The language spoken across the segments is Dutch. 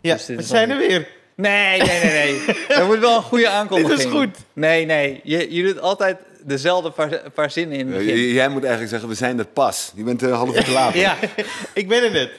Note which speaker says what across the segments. Speaker 1: Ja,
Speaker 2: Dus dit
Speaker 1: we
Speaker 2: is
Speaker 1: zijn
Speaker 2: wel-
Speaker 1: er weer.
Speaker 2: Nee, nee, nee, nee. Er moet wel een goede aankondiging.
Speaker 1: Dit is goed.
Speaker 2: Nee, nee. Je, je doet altijd dezelfde paar, paar zinnen in het
Speaker 3: Eh,
Speaker 2: begin.
Speaker 3: j- Jij moet eigenlijk zeggen, we zijn er pas. Je bent eh, half uur te laat. ja.
Speaker 2: Ja,
Speaker 1: Ik ben er net.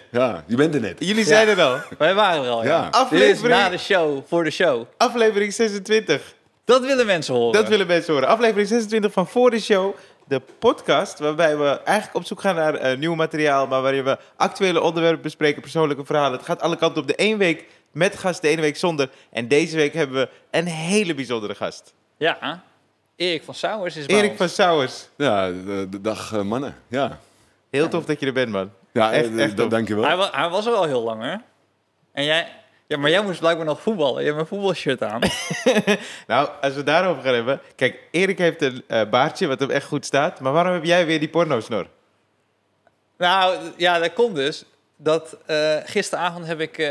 Speaker 3: je bent er net.
Speaker 1: Jullie zijn er al.
Speaker 2: wij waren er al, ja.
Speaker 3: Ja.
Speaker 2: Dit is
Speaker 1: Aflevering,
Speaker 2: na de show, voor de show.
Speaker 1: aflevering 26.
Speaker 2: Dat willen mensen horen.
Speaker 1: Dat willen mensen horen. Aflevering 26 van Voor de Show, de podcast. Waarbij we eigenlijk op zoek gaan naar eh, nieuw materiaal. Maar waarin we actuele onderwerpen bespreken, persoonlijke verhalen. Het gaat alle kanten op. De één week met gast, de ene week zonder. En deze week hebben we een hele bijzondere gast:
Speaker 2: Ja. Erik van Sauers is bij
Speaker 1: Erik
Speaker 2: ons.
Speaker 1: van Sauers.
Speaker 3: Ja, de, de dag eh, mannen. Ja,
Speaker 1: Heel tof dat je er bent, man.
Speaker 3: ja
Speaker 1: Echt,
Speaker 3: eh,
Speaker 1: echt
Speaker 3: d-
Speaker 1: top.
Speaker 3: dankjewel.
Speaker 2: Hij, wa- hij was er al heel lang, hè? En jij... Ja, maar jij moest blijkbaar nog voetballen. Je hebt een voetbalshirt aan.
Speaker 1: Nou, als we het daarover gaan hebben. Kijk, Erik heeft een eh, baardje wat hem echt goed staat. Maar waarom heb jij weer die pornosnor?
Speaker 2: nou, ja, dat komt dus. Dat eh, gisteravond heb ik, eh,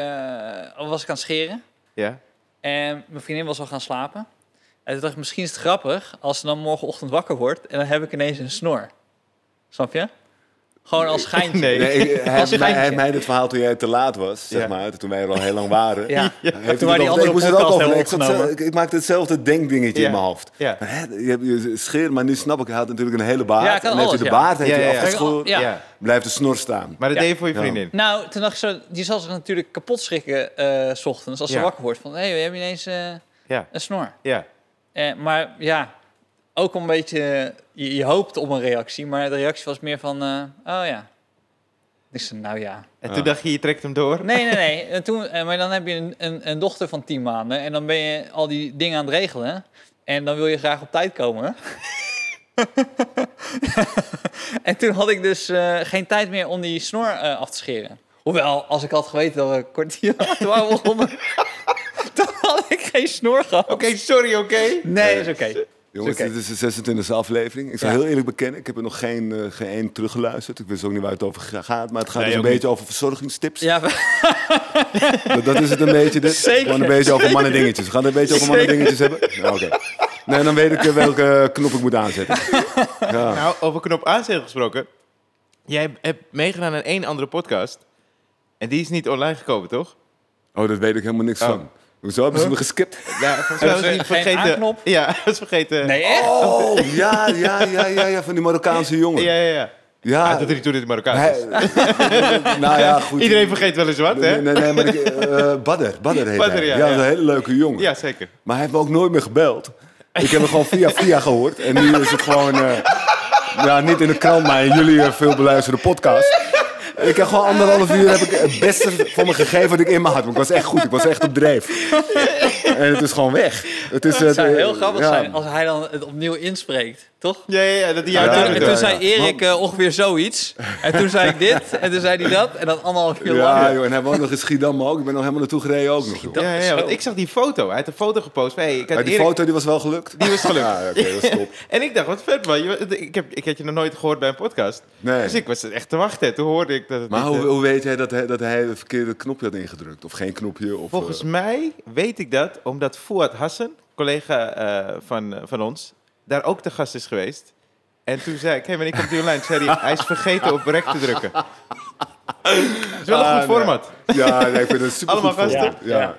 Speaker 2: was ik aan het scheren.
Speaker 1: Ja?
Speaker 2: En mijn vriendin was al gaan slapen. En toen dacht ik, misschien is het grappig als ze dan morgenochtend wakker wordt en dan heb ik ineens een snor. Snap je? Gewoon als schijntje.
Speaker 1: Nee.
Speaker 3: Nee, ik- hij,
Speaker 2: Als
Speaker 3: heeft mij, hij
Speaker 2: schijntje.
Speaker 3: heeft mij dit verhaal toen jij te laat was, zeg
Speaker 1: Ja.
Speaker 3: maar, toen wij er al heel lang waren.
Speaker 2: Ja.
Speaker 3: Heeft hij
Speaker 2: Toen waren
Speaker 3: het
Speaker 2: die
Speaker 3: al-
Speaker 2: andere
Speaker 3: ik moest het ook
Speaker 2: podcasts
Speaker 3: overleggen.
Speaker 2: helemaal
Speaker 3: Ik, zat
Speaker 2: opgenomen.
Speaker 3: zelf- ik, ik maakte hetzelfde denkdingetje
Speaker 1: Ja.
Speaker 3: in mijn hoofd.
Speaker 1: Ja.
Speaker 3: Maar Hè, je hebt je scheer, maar nu snap ik, hij had natuurlijk een hele baard.
Speaker 2: Ja, ik had
Speaker 3: en heeft
Speaker 2: alles,
Speaker 3: hij de
Speaker 2: ja.
Speaker 3: baard heeft
Speaker 1: Ja,
Speaker 3: hij
Speaker 1: ja, ja.
Speaker 3: afgeschoren.
Speaker 2: Ja.
Speaker 3: Blijft de snor staan.
Speaker 1: Maar dat
Speaker 2: Ja.
Speaker 1: deed je voor je
Speaker 3: Ja.
Speaker 1: vriendin.
Speaker 2: Nou, toen dacht ik zo, die zal zich natuurlijk kapot schrikken eh, s ochtends als ze
Speaker 1: Ja.
Speaker 2: wakker wordt. Van, hé, we hebben ineens eh,
Speaker 1: Ja.
Speaker 2: een snor.
Speaker 1: Ja.
Speaker 2: Eh, maar ja, ook een beetje, eh, je, je hoopt op een reactie. Maar de reactie was meer van, eh, oh ja. Ik zei, nou ja.
Speaker 1: En
Speaker 3: Ja.
Speaker 1: toen dacht je, je trekt hem door.
Speaker 2: Nee, nee, nee. En toen, eh, maar dan heb je een, een, een dochter van 10 maanden en dan ben je al die dingen aan het regelen. En dan wil je graag op tijd komen. en toen had ik dus eh, geen tijd meer om die snor eh, af te scheren. Hoewel, als ik had geweten dat we een kwartier later waren begonnen, dan had ik geen snor gehad.
Speaker 1: Oké, sorry, oké.
Speaker 2: Nee, is oké.
Speaker 3: Jongens,
Speaker 2: Is oké.
Speaker 3: dit is de 26e aflevering. Ik zal
Speaker 2: Ja.
Speaker 3: heel eerlijk bekennen, ik heb er nog geen, eh, geen één teruggeluisterd. Ik wist ook niet waar het over ga- gaat, maar het gaat
Speaker 1: Nee,
Speaker 3: dus een
Speaker 1: ook
Speaker 3: beetje over verzorgingstips.
Speaker 2: Ja,
Speaker 3: Dat, dat is het een beetje. Dit.
Speaker 2: Zeker.
Speaker 3: Gewoon een beetje over mannen dingetjes. We gaan het een beetje over mannen dingetjes hebben. Ja, Oké. Nee, dan weet ik eh, welke knop ik moet aanzetten. Ja.
Speaker 1: Nou, over knop aanzetten gesproken. Jij hebt meegedaan aan één andere podcast. En die is niet online gekomen, toch?
Speaker 3: Oh, daar weet ik helemaal niks
Speaker 1: Oh.
Speaker 3: van. Hoezo hebben ze me geskipt?
Speaker 1: Ja, Nou, volgens mij was
Speaker 2: Hebben
Speaker 1: niet
Speaker 2: ze geen
Speaker 1: vergeten.
Speaker 2: aanknop?
Speaker 1: Ja, was vergeten.
Speaker 2: nee, echt?
Speaker 3: Oh, ja, ja, ja, ja, ja, van die Marokkaanse jongen.
Speaker 1: Ja, ja, ja. Ah,
Speaker 3: Ja.
Speaker 1: dat hij toen in het Marokkaans
Speaker 3: Hij-
Speaker 1: was.
Speaker 3: nou ja, goed.
Speaker 1: Iedereen vergeet wel eens wat, hè?
Speaker 3: Nee, nee, nee, maar ik, eh, Badder, Badder heet
Speaker 1: Badder,
Speaker 3: hij.
Speaker 1: ja,
Speaker 3: Ja, dat is
Speaker 1: ja.
Speaker 3: een hele leuke jongen.
Speaker 1: Ja, zeker.
Speaker 3: Maar hij heeft me ook nooit meer gebeld. Ik heb hem gewoon via via gehoord. En nu is het gewoon... eh, ja, niet in de krant, maar in jullie eh, veel beluisterde podcast. Ik heb gewoon anderhalf uur heb ik het beste van me gegeven wat ik in me had. Want ik was echt goed. Ik was echt op dreef. En het is gewoon weg. Het, is,
Speaker 2: Het zou
Speaker 3: eh,
Speaker 2: heel grappig
Speaker 3: ja.
Speaker 2: zijn als hij dan het opnieuw inspreekt, toch?
Speaker 1: Ja, ja, ja, dat hij jou
Speaker 3: Ja,
Speaker 1: toen
Speaker 2: en
Speaker 3: ja,
Speaker 2: toen
Speaker 3: ja.
Speaker 2: zei Erik eh, ongeveer zoiets. En toen zei ik dit. En toen zei hij dat. En dan anderhalf uur
Speaker 3: Ja,
Speaker 2: lang.
Speaker 3: joh, en hij woont nog in Schiedam ook. Ik ben nog helemaal naartoe gereden ook nog. joh.
Speaker 2: Dat
Speaker 1: Ja, ja,
Speaker 2: is zo.
Speaker 1: want ik zag die foto. Hij had een foto gepost. van, Hey, ik had
Speaker 3: Maar Oh, die
Speaker 1: Erik-
Speaker 3: foto die was wel gelukt? Die was gelukt. Ja, oké, dat is top.
Speaker 1: En ik dacht, wat vet man. Je- Ik, heb, ik had je nog nooit gehoord bij een podcast.
Speaker 3: Nee.
Speaker 1: Dus ik was echt te wachten. Toen hoorde ik dat het
Speaker 3: Maar
Speaker 1: niet,
Speaker 3: hoe,
Speaker 1: eh,
Speaker 3: hoe weet jij dat hij, dat hij de verkeerde knopje had ingedrukt? Of geen knopje? Of,
Speaker 1: Volgens
Speaker 3: eh,
Speaker 1: mij weet ik dat omdat Fuad Hassan, collega eh, van, eh, van ons, daar ook te gast is geweest. En toen zei ik, hé, hey, maar ik kom die online. Toen zei hij, hij is vergeten op rek te drukken. Dat is wel een
Speaker 3: Ah,
Speaker 1: goed
Speaker 3: nee.
Speaker 1: format.
Speaker 3: Ja, nee, ik vind het super
Speaker 1: Allemaal
Speaker 3: goed.
Speaker 1: gasten?
Speaker 3: Ja.
Speaker 2: Ja.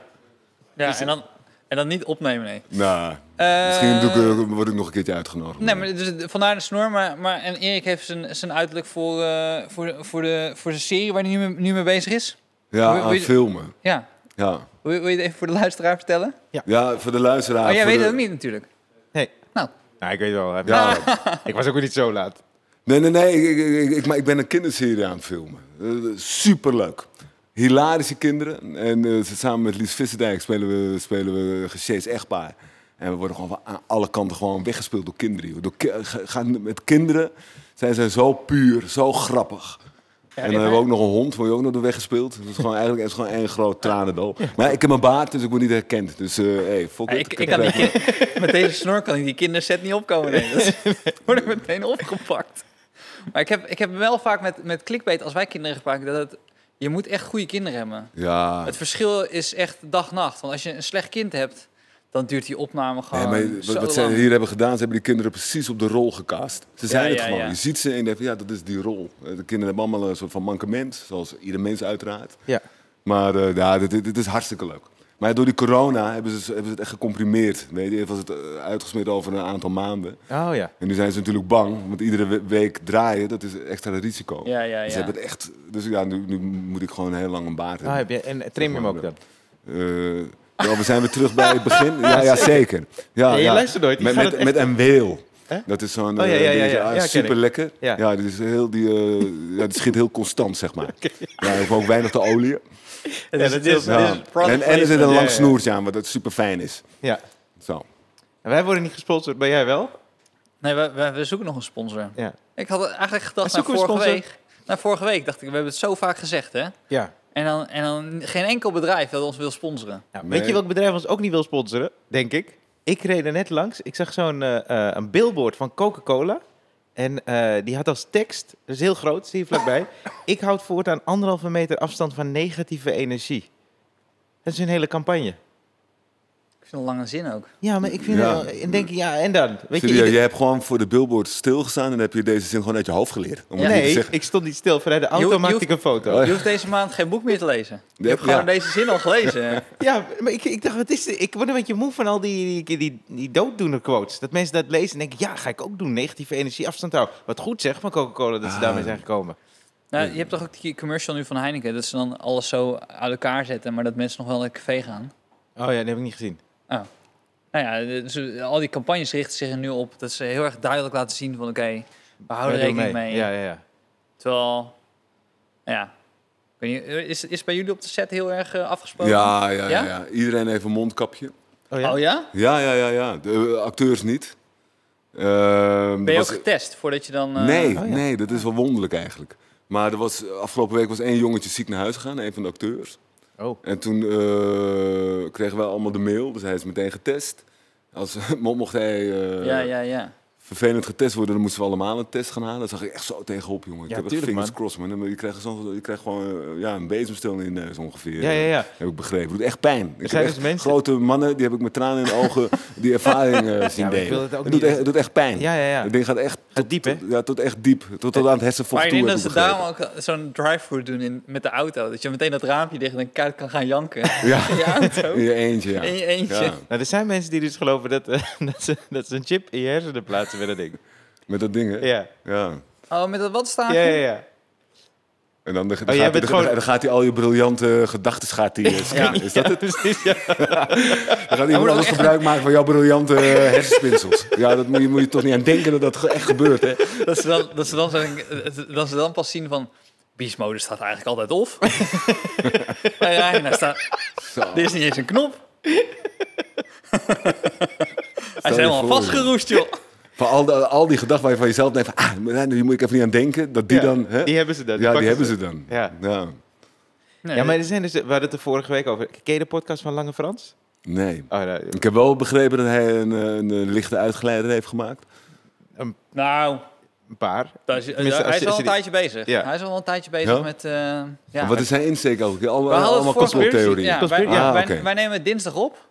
Speaker 2: Ja, en, dan, en dan niet opnemen, nee.
Speaker 3: Nou,
Speaker 2: Eh,
Speaker 3: misschien doe ik, eh, word ik nog een keertje uitgenodigd.
Speaker 2: Nee, maar dus, vandaar de snor. Maar, maar, en Erik heeft zijn, zijn uiterlijk voor, eh, voor, voor, de, voor zijn serie waar hij nu, mee- nu mee bezig is.
Speaker 3: ja,
Speaker 2: wil-
Speaker 3: aan
Speaker 2: wil je-
Speaker 3: filmen.
Speaker 2: Ja.
Speaker 3: Ja.
Speaker 2: Wil, je- wil je het even voor de luisteraar vertellen?
Speaker 3: ja, voor de luisteraar.
Speaker 2: oh, jij
Speaker 3: voor
Speaker 2: weet
Speaker 3: de-
Speaker 2: het ook niet natuurlijk.
Speaker 1: Nou, ik weet wel. hè.
Speaker 3: Ja.
Speaker 1: Ik was ook weer niet zo laat.
Speaker 3: Nee, nee, nee. Ik, ik, ik, ik- maar ik ben een kinderserie aan het filmen. Eh, superleuk. Hilarische kinderen. En eh, ze- samen met Lies Visserdijk spelen we, spelen we Gesjees Echtpaar. En we worden gewoon van aan alle kanten gewoon weggespeeld door kinderen. joh. Door, ki- ga- gaan met kinderen zijn zij zo puur, zo grappig. en dan hebben we ook nog een hond, word je ook nog door weggespeeld. Dat is gewoon eigenlijk het is gewoon één groot tranendal. Maar ik heb een baard, dus ik word niet herkend. Dus eh hey, fuck
Speaker 2: Ja,
Speaker 3: it.
Speaker 2: ik,
Speaker 3: Ik
Speaker 2: ik kan
Speaker 3: heb
Speaker 2: die
Speaker 3: het even-
Speaker 2: kin- met deze snor kan ik die kinderset niet opkomen. Nee, dat worden meteen opgepakt. Maar ik heb, ik heb wel vaak met, met clickbait, als wij kinderen gebruiken, dat het, je moet echt goede kinderen hebben.
Speaker 3: Ja.
Speaker 2: Het verschil is echt dag-nacht. Want als je een slecht kind hebt, dan duurt die opname
Speaker 3: Nee,
Speaker 2: gewoon
Speaker 3: maar
Speaker 2: zo
Speaker 3: wat, wat zij
Speaker 2: lang.
Speaker 3: hier hebben gedaan, ze hebben die kinderen precies op de rol gecast. Ze zijn het
Speaker 2: ja,
Speaker 3: gewoon.
Speaker 2: ja.
Speaker 3: Je ziet ze en je denkt, van, ja, dat is die rol. Eh, De kinderen hebben allemaal een soort van mankement, zoals ieder mens uiteraard.
Speaker 1: Ja.
Speaker 3: Maar eh, ja, dit, dit, dit is hartstikke leuk. Maar door die corona hebben ze, hebben ze het echt gecomprimeerd. Weet je, eerst was het eh, uitgesmeerd over een aantal maanden.
Speaker 1: Oh ja.
Speaker 3: En nu zijn ze natuurlijk bang, want iedere we- week draaien, dat is extra risico.
Speaker 2: Ja, ja,
Speaker 3: Ze
Speaker 2: ja.
Speaker 3: hebben het echt... Dus ja, nu, nu moet ik gewoon heel lang een baard
Speaker 1: Ah,
Speaker 3: hebben.
Speaker 1: heb je, en train je hem ook dan?
Speaker 3: Eh, ja, we zijn weer terug bij het begin. Ja, ja zeker. Ja,
Speaker 1: Ja, je
Speaker 3: ja.
Speaker 1: luistert nooit, je
Speaker 3: Met,
Speaker 1: gaat
Speaker 3: met,
Speaker 1: het
Speaker 3: met een weel.
Speaker 1: Hè?
Speaker 3: Dat is zo'n
Speaker 1: Oh, ja,
Speaker 3: eh,
Speaker 1: ja, ja,
Speaker 3: dingetje.
Speaker 1: ja.
Speaker 3: Ah,
Speaker 1: Ja, ken
Speaker 3: super lekker.
Speaker 1: Ja.
Speaker 3: Ja, die, is heel, die, eh, ja, die schiet heel constant, zeg maar. Ja, ik ook weinig te olie.
Speaker 1: Ja,
Speaker 2: Dus
Speaker 1: dat
Speaker 2: dit
Speaker 1: is
Speaker 2: is-
Speaker 1: heel-
Speaker 2: dit
Speaker 3: Ja.
Speaker 2: is product
Speaker 3: En, en er zit
Speaker 2: placement.
Speaker 3: een
Speaker 2: Ja,
Speaker 3: lang
Speaker 2: ja.
Speaker 3: snoertje aan, wat dat super fijn is.
Speaker 1: ja.
Speaker 3: Zo.
Speaker 1: En wij worden niet gesponsord, maar jij wel?
Speaker 2: Nee, we, we, we zoeken nog een sponsor.
Speaker 1: Ja.
Speaker 2: Ik had eigenlijk gedacht naar
Speaker 1: Zoeken we een
Speaker 2: vorige
Speaker 1: sponsor?
Speaker 2: week. Naar vorige week dacht ik, we hebben het zo vaak gezegd, hè?
Speaker 1: Ja.
Speaker 2: En dan, en dan geen enkel bedrijf dat ons wil sponsoren.
Speaker 1: Nou,
Speaker 3: Nee.
Speaker 1: Weet je welk bedrijf ons ook niet wil sponsoren? Denk ik. Ik reed er net langs. Ik zag zo'n eh, eh, een billboard van Coca-Cola. En eh, die had als tekst, dat is heel groot, zie je vlakbij. ik houd voortaan anderhalve meter afstand van negatieve energie. Dat is hun hele campagne.
Speaker 2: Ik vind een lange zin ook.
Speaker 1: Ja, maar ik vind
Speaker 3: Ja.
Speaker 1: wel- en denk ik, ja, en dan? Weet je,
Speaker 3: Serieus,
Speaker 1: ieder-
Speaker 3: je hebt gewoon voor de billboard stilgestaan en heb je deze zin gewoon uit je hoofd geleerd. Om het niet
Speaker 1: nee,
Speaker 3: te zeggen.
Speaker 1: ik stond niet stil. Vanuit de
Speaker 2: Je
Speaker 1: auto
Speaker 2: hoeft-
Speaker 1: maakte
Speaker 2: je
Speaker 1: ik een foto.
Speaker 3: Oh,
Speaker 2: Je hoeft deze maand geen boek meer te lezen. Je hebt
Speaker 3: Ja.
Speaker 2: gewoon deze zin al gelezen.
Speaker 1: Ja, maar ik, ik dacht, wat is dit? Ik word een beetje moe van al die, die, die, die dooddoener quotes. Dat mensen dat lezen en denken, ja, ga ik ook doen. Negatieve energie, afstand houden. Wat goed zeg van Coca-Cola dat ze
Speaker 3: Ah.
Speaker 1: daarmee zijn gekomen.
Speaker 2: Nou, je hebt toch ook die commercial nu van Heineken, dat ze dan alles zo uit elkaar zetten, maar dat mensen nog wel naar het café gaan.
Speaker 1: Oh ja, dat heb ik niet gezien.
Speaker 2: Nou ja, de- ze- al die campagnes richten zich er nu op dat ze heel erg duidelijk laten zien van oké, we houden
Speaker 1: Wij doen
Speaker 2: rekening mee.
Speaker 1: Ja, ja, ja.
Speaker 2: Terwijl, nou ja, Ik weet niet, is, is bij jullie op de set heel erg eh, afgesproken?
Speaker 3: Ja, ja, ja,
Speaker 2: Ja?
Speaker 3: ja. Iedereen heeft een mondkapje.
Speaker 1: Oh ja?
Speaker 2: Oh ja?
Speaker 3: Ja, ja, ja, ja. De eh, acteurs niet. Ehm,
Speaker 2: Ben
Speaker 3: er
Speaker 2: je ook
Speaker 3: was-
Speaker 2: getest voordat je dan... eh,
Speaker 3: nee,
Speaker 1: oh ja.
Speaker 3: nee, dat is wel wonderlijk eigenlijk. Maar er was, afgelopen week was één jongetje ziek naar huis gegaan, een van de acteurs.
Speaker 1: Oh.
Speaker 3: En toen eh, kregen wij allemaal de mail, dus hij is meteen getest. Als, mo- mocht hij eh,
Speaker 2: Ja, ja, ja.
Speaker 3: vervelend getest worden, dan moesten we allemaal een test gaan halen. Daar zag ik echt zo tegenop, jongen.
Speaker 1: Ja,
Speaker 3: ik heb echt
Speaker 1: tuurlijk,
Speaker 3: fingers
Speaker 1: man.
Speaker 3: crossed, man. Je krijgt, zo, je krijgt gewoon eh, ja, een bezemstil in je neus ongeveer.
Speaker 1: Ja, ja, ja.
Speaker 3: Heb ik begrepen. Het doet echt pijn. Ik
Speaker 1: zijn
Speaker 3: heb echt
Speaker 1: dus mensen-
Speaker 3: grote mannen, die heb ik met tranen in de ogen, die ervaring eh, zien
Speaker 1: Ja, maar ik wil
Speaker 3: delen.
Speaker 1: het ook
Speaker 3: doet
Speaker 1: niet-
Speaker 3: echt, het doet echt pijn.
Speaker 1: Ja, ja, ja.
Speaker 3: Het ding gaat echt
Speaker 1: Gaat diep, hè?
Speaker 3: tot, ja, tot echt diep. Tot, tot aan het hersenvocht
Speaker 2: Maar ik
Speaker 3: toe.
Speaker 2: denk dat
Speaker 3: heb
Speaker 2: ze
Speaker 3: ik begrepen.
Speaker 2: daarom ook eh, zo'n drive-through doen in, met de auto. Dat je meteen dat raampje dicht en dan keihard kan gaan janken. In je auto.
Speaker 3: In je eentje, ja.
Speaker 2: In je eentje.
Speaker 3: Ja,
Speaker 1: Nou, er zijn mensen die dus geloven dat, eh, dat, ze, dat ze een chip in je hersenen plaatsen met dat ding.
Speaker 3: met dat ding, hè?
Speaker 1: Ja,
Speaker 3: Ja.
Speaker 2: Oh, met dat watstaafje?
Speaker 1: ja, ja. ja.
Speaker 3: En dan, de-
Speaker 1: Oh,
Speaker 3: dan
Speaker 1: jij
Speaker 3: gaat, hij-
Speaker 1: bent
Speaker 3: dan-
Speaker 1: gewoon-
Speaker 3: dan gaat hij al je briljante gedachten gaat hij, eh, scannen. Is dat
Speaker 1: Ja, precies, Dus ja.
Speaker 3: Dan gaat iemand
Speaker 2: moet
Speaker 3: anders
Speaker 2: ook echt-
Speaker 3: gebruik maken van jouw briljante eh, hersenspinsels. ja, dat moet je, moet je toch niet aan denken dat dat ge- echt gebeurt, hè?
Speaker 2: Dat ze dan, dat ze dan, zeggen- dat ze dan pas zien van... Beastmode staat eigenlijk altijd off. nee, nee, nou staat,
Speaker 3: Zo.
Speaker 2: er is niet eens een knop. Hij
Speaker 3: je
Speaker 2: is helemaal
Speaker 3: voor,
Speaker 2: vastgeroest, joh.
Speaker 3: Van al, de- al die gedachten waar je van jezelf denkt van... Ah, maar daar moet ik even niet aan denken. Dat die
Speaker 1: Ja,
Speaker 3: dan... Hè?
Speaker 1: Die hebben ze dan.
Speaker 3: ja, die
Speaker 1: pakken
Speaker 3: hebben ze dan.
Speaker 1: Ja.
Speaker 2: Nee,
Speaker 1: Ja, maar er zijn dus, we hadden het er vorige week over. Ken je de podcast van Lange Frans?
Speaker 3: Nee.
Speaker 1: Oh, nou,
Speaker 3: Ik heb wel begrepen dat hij een, eh, een, eh, lichte uitgeleider heeft gemaakt.
Speaker 2: Nou,
Speaker 1: een paar.
Speaker 2: daar is- hij
Speaker 1: Tenminste, als je-
Speaker 2: is al
Speaker 1: als
Speaker 2: een
Speaker 1: je
Speaker 2: tijdje
Speaker 1: die-
Speaker 2: bezig.
Speaker 1: Ja.
Speaker 2: Hij is al een tijdje bezig
Speaker 3: Ja?
Speaker 2: met... eh, ja,
Speaker 3: Maar wat is zijn insteek ook? Allemaal,
Speaker 2: hadden
Speaker 3: allemaal
Speaker 2: het vorige-
Speaker 3: complottheorieën.
Speaker 2: Ja, wij,
Speaker 1: Conspiracy.
Speaker 2: ja,
Speaker 3: Ah,
Speaker 2: wij-
Speaker 3: oké.
Speaker 2: wij nemen het dinsdag op.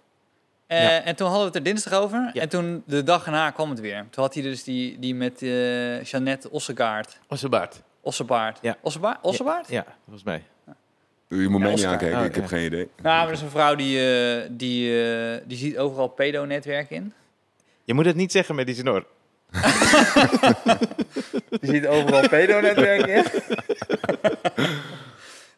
Speaker 2: Eh, En toen hadden we het er dinsdag over.
Speaker 1: Ja.
Speaker 2: En toen de dag erna kwam het weer. Toen had hij dus die, die met eh Jeannette Ossegaard.
Speaker 1: Onze baard.
Speaker 2: Ossebaard.
Speaker 1: Ja.
Speaker 2: Ossebaard? Ossebaard?
Speaker 1: Ja, volgens mij.
Speaker 3: Je moet mij niet
Speaker 2: Oscar.
Speaker 3: aankijken,
Speaker 1: Oh,
Speaker 3: ik heb
Speaker 1: ja.
Speaker 3: geen idee.
Speaker 2: Nou, maar dat is een vrouw die, eh, die, eh, die ziet overal pedo-netwerk in.
Speaker 1: Je moet het niet zeggen met die snor.
Speaker 2: Die ziet overal pedo-netwerk in.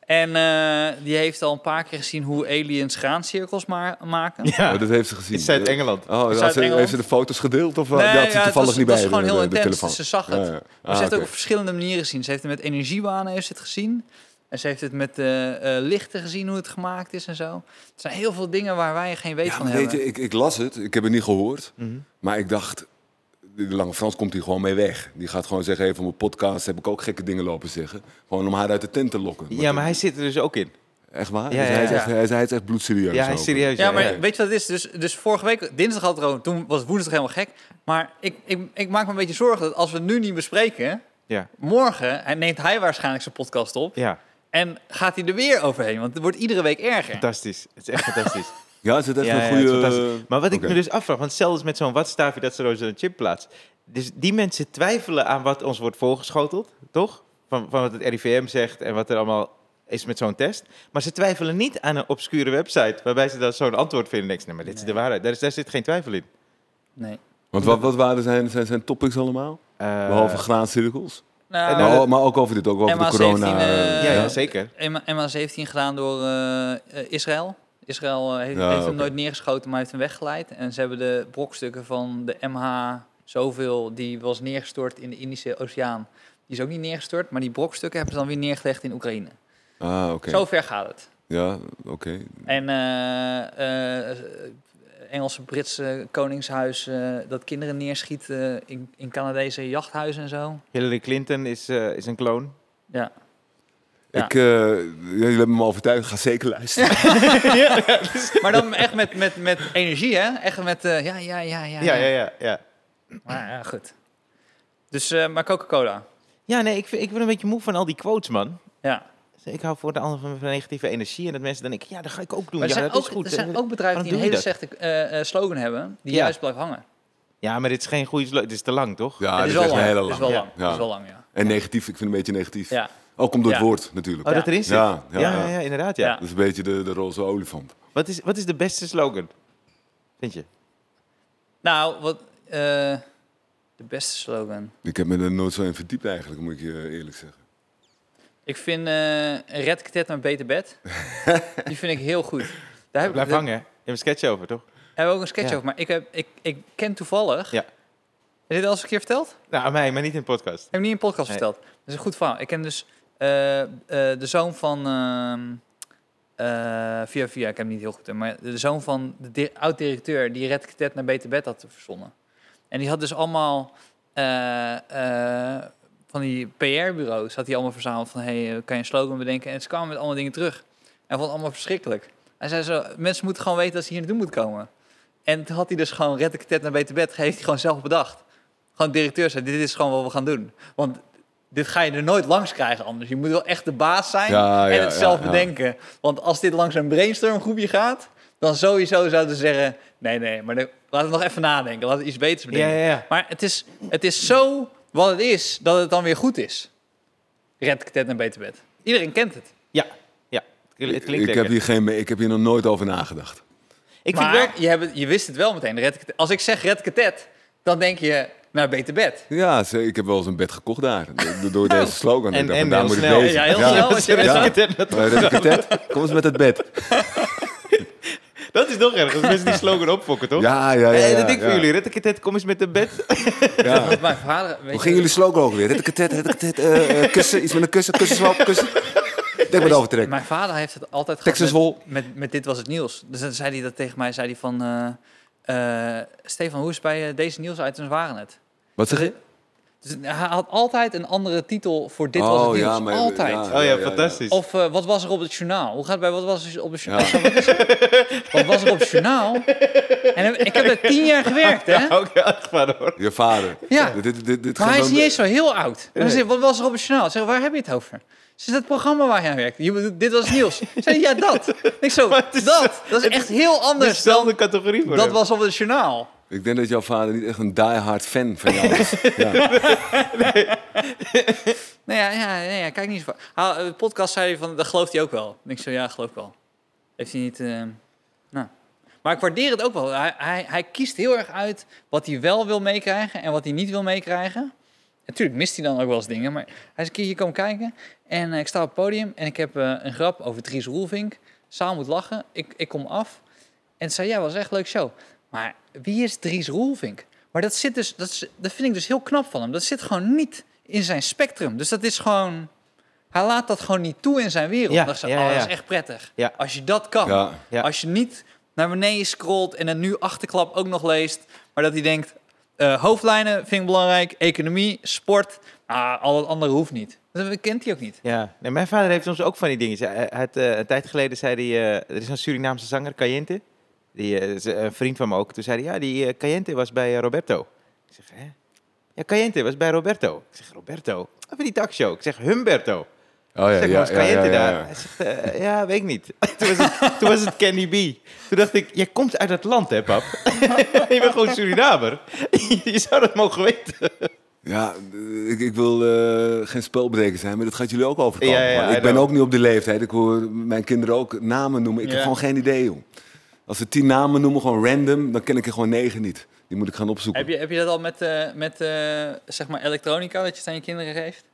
Speaker 2: en eh, die heeft al een paar keer gezien hoe aliens graancirkels ma- maken.
Speaker 1: Ja,
Speaker 3: Oh, dat heeft ze gezien.
Speaker 1: in Zuid-Engeland.
Speaker 2: Is
Speaker 3: Oh, had
Speaker 2: uit
Speaker 3: ze,
Speaker 2: Engeland?
Speaker 3: heeft ze de foto's gedeeld of wat?
Speaker 2: Nee,
Speaker 3: Die had ze
Speaker 2: ja, het
Speaker 3: toevallig
Speaker 2: was-
Speaker 3: niet
Speaker 2: het
Speaker 3: bij
Speaker 2: was gewoon heel
Speaker 3: de- de, de
Speaker 2: intens,
Speaker 3: telefoon.
Speaker 2: dus ze zag het.
Speaker 3: Ja, ja.
Speaker 2: Maar
Speaker 3: Ah,
Speaker 2: ze heeft het ook
Speaker 3: oké.
Speaker 2: op verschillende manieren gezien. Ze heeft het met energiebanen heeft ze het gezien. En ze heeft het met eh, eh, lichten gezien hoe het gemaakt is en zo. Er zijn heel veel dingen waar wij geen weet
Speaker 3: Ja,
Speaker 2: van
Speaker 3: maar
Speaker 2: hebben.
Speaker 3: weet je, ik, ik las het, ik heb het niet gehoord.
Speaker 1: Mhm.
Speaker 3: Maar ik dacht, de Lange Frans komt hier gewoon mee weg. Die gaat gewoon zeggen, even op mijn podcast heb ik ook gekke dingen lopen zeggen. Gewoon om haar uit de tent te lokken.
Speaker 1: Ja, maar hij zit er dus ook in.
Speaker 3: Echt waar?
Speaker 1: Ja,
Speaker 3: Dus hij, is
Speaker 1: ja, ja.
Speaker 3: echt, hij, is, hij is echt bloedserieus.
Speaker 1: Ja, hij
Speaker 3: ook.
Speaker 1: is serieus.
Speaker 2: ja, maar
Speaker 1: ja.
Speaker 2: weet je wat het is? Dus, dus vorige week, dinsdag had het erover, toen was woensdag helemaal gek. Maar ik, ik, ik maak me een beetje zorgen dat als we het nu niet bespreken,
Speaker 1: Ja.
Speaker 2: morgen hij- neemt hij waarschijnlijk zijn podcast op.
Speaker 1: Ja,
Speaker 2: En gaat hij er weer overheen, want het wordt iedere week erger.
Speaker 1: fantastisch. Het is echt fantastisch.
Speaker 3: Ja, is het echt
Speaker 1: Ja, ja,
Speaker 3: een
Speaker 1: het is
Speaker 3: goede...
Speaker 1: fantastisch. Maar wat ik
Speaker 3: Oké.
Speaker 1: me dus afvraag, want zelfs met zo'n watstaafje dat ze roze een chip plaatst. Dus die mensen twijfelen aan wat ons wordt voorgeschoteld, toch? Van, van wat het RIVM zegt en wat er allemaal is met zo'n test. Maar ze twijfelen niet aan een obscure website waarbij ze dan zo'n antwoord vinden. Ik zeg, nee, maar dit is de waarheid. Daar, is- daar zit geen twijfel in.
Speaker 2: Nee.
Speaker 3: Want wat, wat waren zijn, zijn, zijn topics allemaal?
Speaker 1: Eh,
Speaker 3: Behalve graancirkels.
Speaker 2: Nou,
Speaker 1: nou,
Speaker 3: maar,
Speaker 1: dat-
Speaker 3: maar ook over dit, ook over
Speaker 2: MA17,
Speaker 3: de corona.
Speaker 2: eh,
Speaker 1: ja, ja,
Speaker 2: ja.
Speaker 1: zeker.
Speaker 2: MH- MH17 gedaan door eh, eh, Israël. Israël eh, heeft,
Speaker 3: Ja,
Speaker 2: heeft hem
Speaker 3: oké.
Speaker 2: nooit neergeschoten, maar heeft hem weggeleid. En ze hebben de brokstukken van de MH zoveel, die was neergestort in de Indische Oceaan. Die is ook niet neergestort, maar die brokstukken hebben ze dan weer neergelegd in Oekraïne.
Speaker 3: Ah, oké.
Speaker 2: Zo ver gaat het.
Speaker 3: Ja, oké.
Speaker 2: En eh, eh, Engelse-Britse koningshuis eh, dat kinderen neerschiet eh, in, in Canadese jachthuizen en zo.
Speaker 1: Hillary Clinton is, eh, is een kloon.
Speaker 2: Ja. Ja.
Speaker 3: Ik, eh, jullie hebben me overtuigd, ga zeker luisteren.
Speaker 2: Maar dan echt met, met, met energie, hè? Echt met, eh, ja, ja, ja, ja.
Speaker 1: Ja, ja, ja. ja.
Speaker 2: Maar ja, goed. Dus, eh, maar Coca-Cola.
Speaker 1: Ja, nee, ik, vind- ik word een beetje moe van al die quotes, man.
Speaker 2: Ja.
Speaker 1: Ik hou voor de ander van van negatieve energie. En dat mensen dan denken, ja, dat ga ik ook doen.
Speaker 2: Maar er
Speaker 1: ja,
Speaker 2: zijn,
Speaker 1: dat
Speaker 2: ook,
Speaker 1: is goed.
Speaker 2: er zijn
Speaker 1: Eh,
Speaker 2: ook bedrijven die een
Speaker 1: waarom
Speaker 2: hele
Speaker 1: doe je
Speaker 2: slechte eh, eh, slogan hebben, die
Speaker 1: Ja.
Speaker 2: juist blijft hangen.
Speaker 1: Ja, maar dit is geen goede... slo- Dit Ah, dus is te lang, toch?
Speaker 3: Ja,
Speaker 2: Het
Speaker 3: dit is echt een hele
Speaker 2: Het is
Speaker 3: lange.
Speaker 2: wel
Speaker 1: Ja.
Speaker 2: lang.
Speaker 3: Ja.
Speaker 2: Het is wel lang, ja.
Speaker 3: En negatief, ik vind het een beetje negatief.
Speaker 2: Ja.
Speaker 3: Ook om dat
Speaker 2: Ja.
Speaker 3: woord natuurlijk.
Speaker 1: Oh,
Speaker 2: Ja.
Speaker 1: dat erin zit?
Speaker 3: Ja, ja,
Speaker 1: ja,
Speaker 3: ja.
Speaker 1: ja, inderdaad, ja.
Speaker 2: Ja.
Speaker 3: Dat is een beetje de, de roze olifant.
Speaker 1: Wat, is, wat is de beste slogan, vind je?
Speaker 2: Nou, wat... eh, de beste slogan.
Speaker 3: Ik heb me er nooit zo in verdiept eigenlijk, moet ik je eerlijk zeggen.
Speaker 2: Ik vind eh Red Cadet naar Beter Bed. die vind ik heel goed. Daar heb,
Speaker 1: Blijf
Speaker 2: daar
Speaker 1: hangen. Je hebt een sketch over, toch?
Speaker 2: hebben we ook een sketch
Speaker 1: Ja.
Speaker 2: over. Maar ik, heb, ik, ik ken toevallig...
Speaker 1: Ja.
Speaker 2: Heb je dit al eens een keer verteld?
Speaker 1: Nou, aan mij, maar niet in de podcast.
Speaker 2: Ik heb hem niet in een podcast
Speaker 1: Nee.
Speaker 2: verteld. Dat is een goed verhaal. Ik ken dus eh, eh, de zoon van... ehm, eh, via via, ik heb hem niet heel goed. in, Maar de zoon van de di- oud-directeur die Red Cadet naar Beter Bed had verzonnen. En die had dus allemaal... eh, eh, van die PR-bureaus had hij allemaal verzameld van... Hey, eh, kan je een slogan bedenken? En ze kwamen met allemaal dingen terug. En vond het allemaal verschrikkelijk. Hij zei zo, mensen moeten gewoon weten dat ze hier naartoe moeten komen. En toen had hij dus gewoon Red Cadet naar Beter Bed... heeft hij gewoon zelf bedacht. Gewoon de directeur zei, dit is gewoon wat we gaan doen. Want dit ga je er nooit langs krijgen anders. Je moet wel echt de baas zijn
Speaker 3: Ja,
Speaker 2: en
Speaker 3: ja,
Speaker 2: het
Speaker 3: ja,
Speaker 2: zelf
Speaker 3: ja.
Speaker 2: bedenken. Want als dit langs een brainstormgroepje gaat... dan sowieso zouden ze zeggen... nee, nee, maar dan, laten we nog even nadenken. Laten we iets beters
Speaker 1: Ja,
Speaker 2: bedenken.
Speaker 1: ja, ja.
Speaker 2: Maar het is, het is zo wat het is, dat het dan weer goed is. Red Ted en Beter Bed. Iedereen kent het.
Speaker 1: Ja, ja. Het klinkt
Speaker 3: Ik,
Speaker 1: lekker.
Speaker 3: heb hier geen, ik heb hier nog nooit over nagedacht.
Speaker 1: Ik vind
Speaker 2: maar
Speaker 1: wel...
Speaker 2: je, hebt, het- je wist het wel meteen. Red Cadet- Als ik zeg Red Ted, dan denk je naar Beter Bed.
Speaker 3: Ja, ze- ik heb wel eens een bed gekocht daar. do- Door deze slogan.
Speaker 1: En-
Speaker 3: ik dacht, "Nou,
Speaker 1: en
Speaker 3: daar
Speaker 1: heel
Speaker 3: moet
Speaker 1: snel.
Speaker 3: ik wezen.
Speaker 2: Ja, heel snel.
Speaker 1: Dat is- dat is-
Speaker 3: Ja.
Speaker 1: dat-
Speaker 3: Eh, Red Cadet, kom eens met het bed.
Speaker 1: Dat is nog erg, als mensen die slogan opfokken, toch?
Speaker 3: Ja, ja, ja.
Speaker 1: Eh,
Speaker 3: ja,
Speaker 1: dat ding
Speaker 3: ja.
Speaker 1: voor jullie. Retteketet, kom eens met de bed.
Speaker 3: Ja.
Speaker 2: Want mijn vader... weet
Speaker 3: Hoe
Speaker 2: je-
Speaker 3: gingen jullie slogan ook weer? Red Cadet, Red Cadet, eh, eh, kussen, iets met een kussen, kussenswap, kussen. Denk maar overtrek.
Speaker 2: Mijn vader heeft het altijd
Speaker 3: Texas
Speaker 2: gehad
Speaker 3: Wol.
Speaker 2: met, met, met dit was het nieuws. Dus dan zei hij dat tegen mij, zei hij van... eh, eh, Stefan, hoe is het bij eh, deze nieuwsitems waren het?
Speaker 3: Wat zeg je?
Speaker 2: Dus hij had altijd een andere titel voor dit was het nieuws. altijd.
Speaker 1: Oh ja, fantastisch.
Speaker 2: Of eh, wat was er op het journaal? Hoe gaat het bij wat was er op het journaal?
Speaker 3: Ja.
Speaker 2: Wat, is er? Wat was er op het journaal? En hem- ik heb er tien jaar gewerkt, hè?
Speaker 1: Ook heel erg van, hoor.
Speaker 3: Je vader.
Speaker 2: Ja.
Speaker 3: Dit, dit, dit, dit
Speaker 2: Maar
Speaker 3: gaat
Speaker 2: hij is
Speaker 3: dan-
Speaker 2: niet eens zo heel oud. En dan
Speaker 1: Nee.
Speaker 2: zeg ik, wat was er op het journaal? Ik Zeg, waar heb je het over? Ze is dat programma waar jij aan werkt. Je bedoelt, dit was het nieuws. Ze zei, ja, dat. Ik zo,
Speaker 1: Maar het is-
Speaker 2: dat. Dat is echt heel anders dan
Speaker 1: Dezelfde categorie voor
Speaker 2: dat
Speaker 1: hem.
Speaker 2: was op het journaal.
Speaker 3: Ik denk dat jouw vader niet echt een diehard fan van jou is.
Speaker 2: Nou ja, ja, ja, ja, kijk niet zo vaak. Ah, eh, De podcast zei hij van, dat gelooft hij ook wel. Ik zo, ja, geloof ik wel. Heeft hij niet... eh, nou. Maar ik waardeer het ook wel. Hij, hij, hij kiest heel erg uit wat hij wel wil meekrijgen en wat hij niet wil meekrijgen. Natuurlijk mist hij dan ook wel eens dingen, maar hij is een keertje komen kijken. En eh, ik sta op het podium en ik heb eh, een grap over Dries Roelvink. Saal moet lachen, ik, ik kom af. En zei, ja, was echt een leuk show. Maar wie is Dries Roelvink? Maar dat, zit dus, dat, is- dat vind ik dus heel knap van hem. Dat zit gewoon niet in zijn spectrum. Dus dat is gewoon... Hij laat dat gewoon niet toe in zijn wereld.
Speaker 1: Ja,
Speaker 2: dat, is,
Speaker 1: ja,
Speaker 2: oh, dat
Speaker 1: ja.
Speaker 2: is echt prettig.
Speaker 1: Ja.
Speaker 2: Als je dat kan.
Speaker 3: Ja.
Speaker 1: Ja.
Speaker 2: Als je niet naar beneden scrolt en dan nu achterklap ook nog leest, maar dat hij denkt, eh, hoofdlijnen vind ik belangrijk, economie, sport, ah, al het andere hoeft niet. Dat kent hij ook niet.
Speaker 1: Ja, nee, mijn vader heeft soms ook van die dingen. Hij- hij had, eh, een tijd geleden zei hij, eh, er is een Surinaamse zanger, Cayente. Die eh, is een vriend van me ook. Toen zei hij, ja, die eh, Cayente was bij eh, Roberto. Ik zeg, hè? Ja, Cayente was bij Roberto. Ik zeg, Roberto? Even die talkshow. Ik zeg, Humberto.
Speaker 3: Oh
Speaker 1: Ik zeg, was Cayente daar? Hij zegt, eh, ja, weet ik niet. toen, was het, toen was het Kenny B. Toen dacht ik, jij komt uit dat land, hè, pap? je bent gewoon Surinamer. je zou dat mogen weten.
Speaker 3: Ja, eh, ik, ik wil eh, geen spelbreker zijn, maar dat gaat jullie ook overkomen.
Speaker 1: Ja, ja,
Speaker 3: man.
Speaker 1: I
Speaker 3: ik ben
Speaker 1: know.
Speaker 3: ook niet op de leeftijd. Ik hoor mijn kinderen ook namen noemen. Ik
Speaker 2: Ja.
Speaker 3: heb gewoon geen idee, joh. Als ze tien namen noemen, gewoon random, dan ken ik er gewoon negen niet. Die moet ik gaan opzoeken.
Speaker 2: Heb je, heb je dat al met, eh, met eh, zeg maar elektronica, dat je het aan je kinderen geeft?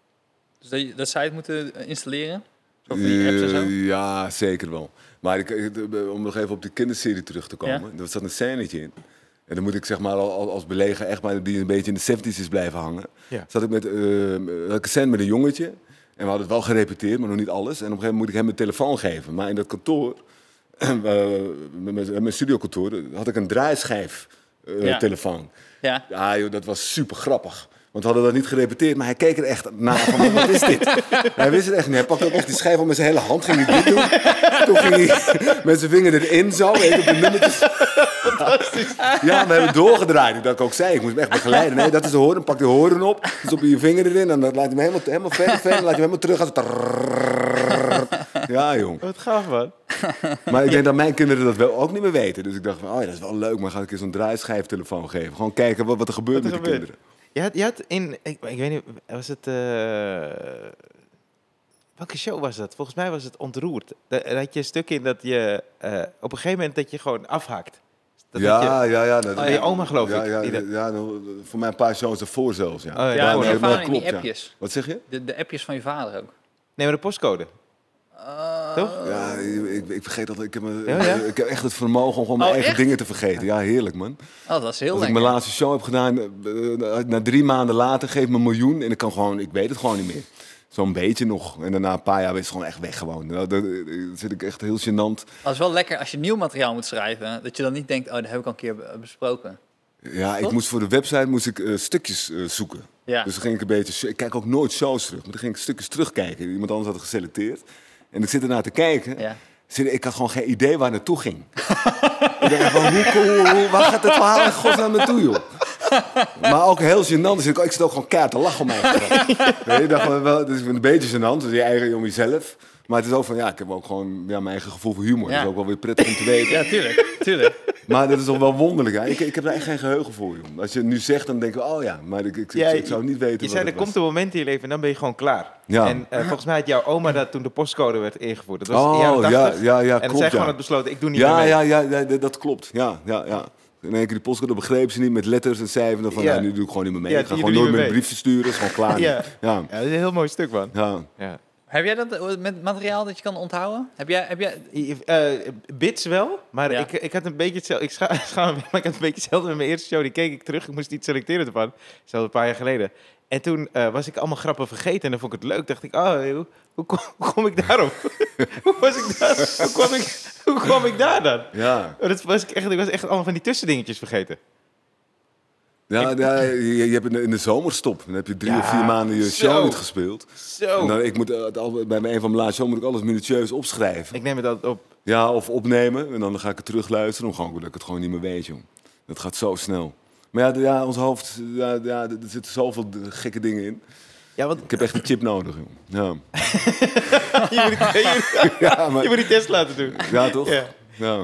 Speaker 2: Dus dat, je- dat zij het moeten installeren? Zo van die apps en zo?
Speaker 3: Eh, Ja, zeker wel. Maar ik, ik- eh, om nog even op de kinderserie terug te komen. Er zat een scènetje in. En dan moet ik zeg maar al- al- als belegen echt maar die een beetje in de 70s is blijven hangen.
Speaker 1: Ja.
Speaker 3: Zat ik met, eh, had ik een scène met een jongetje. En we hadden het wel gerepeteerd, maar nog niet alles. En op een gegeven moment moet ik hem mijn telefoon geven. Maar in dat kantoor, eh, met mijn- met mijn studiokantoor, had ik een draaischijf eh,
Speaker 2: Ja.
Speaker 3: telefoon.
Speaker 2: Ja.
Speaker 3: Ja, joh, dat was super grappig. Want we hadden dat niet gerepeteerd, maar hij keek er echt naar van, wat is dit? hij wist het echt niet. Hij pakte ook echt die schijf op met zijn hele hand, ging hij dit doen. Toen ging hij met zijn vinger erin zo, weet je, op de nummertjes. Ja, we hebben doorgedraaid. Dat ik ook zei, ik moest hem echt begeleiden. Nee, dat is de horen, pak de horen op, stop je je vinger erin en dan laat je hem helemaal, helemaal verder, verder, laat je hem helemaal terug. Als het... Ja, jong.
Speaker 1: Wat gaaf, man.
Speaker 3: Maar ik denk dat mijn kinderen dat wel ook niet meer weten. Dus ik dacht van, oh ja, dat is wel leuk, maar ga ik eens zo'n draaischijftelefoon geven. Gewoon kijken wat, wat er gebeurt
Speaker 1: Wat er
Speaker 3: met de
Speaker 1: gebeurt.
Speaker 3: kinderen.
Speaker 1: Je had, je had in, ik, ik weet niet, was het, eh, welke show was dat? Volgens mij was het Ontroerd. Da- Daar had je een stuk in dat je, eh, op een gegeven moment dat je gewoon afhaakt. Dat had
Speaker 3: ja,
Speaker 1: je-
Speaker 3: ja, ja, nou, dat-
Speaker 1: Oh, je oma, geloof
Speaker 3: ja,
Speaker 1: ik,
Speaker 3: Ja,
Speaker 1: die
Speaker 3: ja,
Speaker 1: dat-
Speaker 3: nou, voor mij een paar shows ervoor zelfs, ja.
Speaker 1: Oh, ja,
Speaker 2: Ja,
Speaker 1: daarvoor.
Speaker 2: maar
Speaker 3: nee,
Speaker 2: je
Speaker 3: maar
Speaker 2: vader in
Speaker 3: klopt,
Speaker 2: die
Speaker 3: ja.
Speaker 2: appjes.
Speaker 3: Wat zeg je?
Speaker 2: De, de appjes van je vader ook.
Speaker 1: nee, maar de postcode. Toch?
Speaker 3: Ja,
Speaker 2: Oh.
Speaker 3: ik, ik vergeet dat. Ik heb, me-
Speaker 1: Ja, ja?
Speaker 3: ik heb echt het vermogen om gewoon mijn
Speaker 2: Oh,
Speaker 3: eigen
Speaker 2: echt?
Speaker 3: dingen te vergeten. Ja, heerlijk, man.
Speaker 2: Oh, dat is heel
Speaker 3: Als ik
Speaker 2: lekker.
Speaker 3: mijn laatste show heb gedaan, eh, eh, na drie maanden later geef me een miljoen en ik kan gewoon, ik weet het gewoon niet meer. Zo'n beetje nog. En daarna een paar jaar is het gewoon echt weg gewoon. Nou, dat, eh, zit ik echt heel gênant.
Speaker 2: Dat is wel lekker als je nieuw materiaal moet schrijven. Dat je dan niet denkt, oh, dat heb ik al een keer be- besproken.
Speaker 3: Ja, ik
Speaker 2: Toch?
Speaker 3: moest voor de website moest ik eh, stukjes eh, zoeken.
Speaker 2: Ja.
Speaker 3: Dus dan ging ik een beetje. Ik kijk ook nooit shows terug, maar dan ging ik stukjes terugkijken. Iemand anders had het geselecteerd. En ik zit ernaar te kijken.
Speaker 2: Ja.
Speaker 3: Zit- Ik had gewoon geen idee waar naartoe ging. ik dacht van, hoe, hoe, hoe- waar gaat het verhaal in godsnaam naartoe, joh? Maar ook heel gênant. Dus ik, ik zit ook gewoon keihard te lachen om mij. nee, ik dacht van, wel, het is een beetje gênant. Dus je eigen om jezelf. Maar het is ook van, ja, ik heb ook gewoon ja, mijn eigen gevoel voor humor.
Speaker 2: Ja.
Speaker 3: Dat is ook wel weer prettig om te weten.
Speaker 2: Ja, tuurlijk. tuurlijk.
Speaker 3: Maar dat is toch wel wonderlijk. Hè? Ik, ik heb daar echt geen geheugen voor, joh. Als je het nu zegt, dan denk ik, oh ja, maar ik, ik,
Speaker 1: Ja,
Speaker 3: ik zou niet weten
Speaker 1: Je
Speaker 3: wat
Speaker 1: zei, er
Speaker 3: het
Speaker 1: komt
Speaker 3: was.
Speaker 1: een moment in je leven en dan ben je gewoon klaar.
Speaker 3: Ja.
Speaker 1: En eh, volgens mij had jouw oma dat toen de postcode werd ingevoerd. Dat was in de
Speaker 3: Oh,
Speaker 1: jaren
Speaker 3: ja,
Speaker 1: 80.
Speaker 3: ja, ja,
Speaker 1: en dan
Speaker 3: klopt,
Speaker 1: zij
Speaker 3: ja.
Speaker 1: gewoon had besloten, ik doe niet
Speaker 3: Ja,
Speaker 1: meer mee.
Speaker 3: ja, ja, ja, d- dat klopt. Ja, ja, ja. In één keer die postcode begreep ze niet met letters en cijfers. Dan Van,
Speaker 1: Ja.
Speaker 3: nou, nu doe ik gewoon niet meer mee.
Speaker 1: Ja,
Speaker 3: ik ga
Speaker 1: die
Speaker 3: gewoon
Speaker 1: doe je
Speaker 3: nooit meer een
Speaker 1: mee.
Speaker 3: briefje sturen. is gewoon klaar.
Speaker 1: Ja.
Speaker 3: Ja. Ja.
Speaker 1: Ja, dat is een heel mooi stuk, man.
Speaker 3: ja.
Speaker 1: Ja.
Speaker 2: Heb jij dat eh, met materiaal dat je kan onthouden? Heb jij, heb jij,
Speaker 1: Eh, bits wel, maar
Speaker 2: Ja.
Speaker 1: ik, ik had een beetje hetzelfde. Ik scha- schaam me, maar ik had een beetje hetzelfde met mijn eerste show. Die keek ik terug. Ik moest iets selecteren ervan. Zelfs een paar jaar geleden. En toen eh, was ik allemaal grappen vergeten en dan vond ik het leuk. Dacht ik, oh, hoe, hoe, kom, hoe kom ik daarop? hoe was ik daar? Hoe kwam ik, hoe kwam ik daar dan?
Speaker 3: Ja,
Speaker 1: Oh, Dat was ik, echt, ik was echt allemaal van die tussendingetjes vergeten.
Speaker 3: ja, ja, je, je hebt in de, in de zomerstop. Dan heb je drie
Speaker 1: Ja,
Speaker 3: of vier maanden je show
Speaker 1: zo.
Speaker 3: niet gespeeld.
Speaker 1: Zo.
Speaker 3: En dan, ik moet, eh, het al- bij een van mijn laatste shows moet ik alles minutieus opschrijven.
Speaker 1: Ik neem het altijd op.
Speaker 3: Ja, of opnemen en dan ga ik het terugluisteren. Omdat ik het gewoon niet meer weet, joh. Dat gaat zo snel. Maar ja, d- ja ons hoofd, ja, ja, d- er zitten zoveel d- gekke dingen in.
Speaker 1: Ja, want
Speaker 3: Ik heb echt een chip nodig, joh. Ja,
Speaker 1: je moet, die- je moet-
Speaker 3: ja, maar-
Speaker 1: je moet die test laten doen.
Speaker 3: ja toch?
Speaker 1: Ja.
Speaker 3: Ja.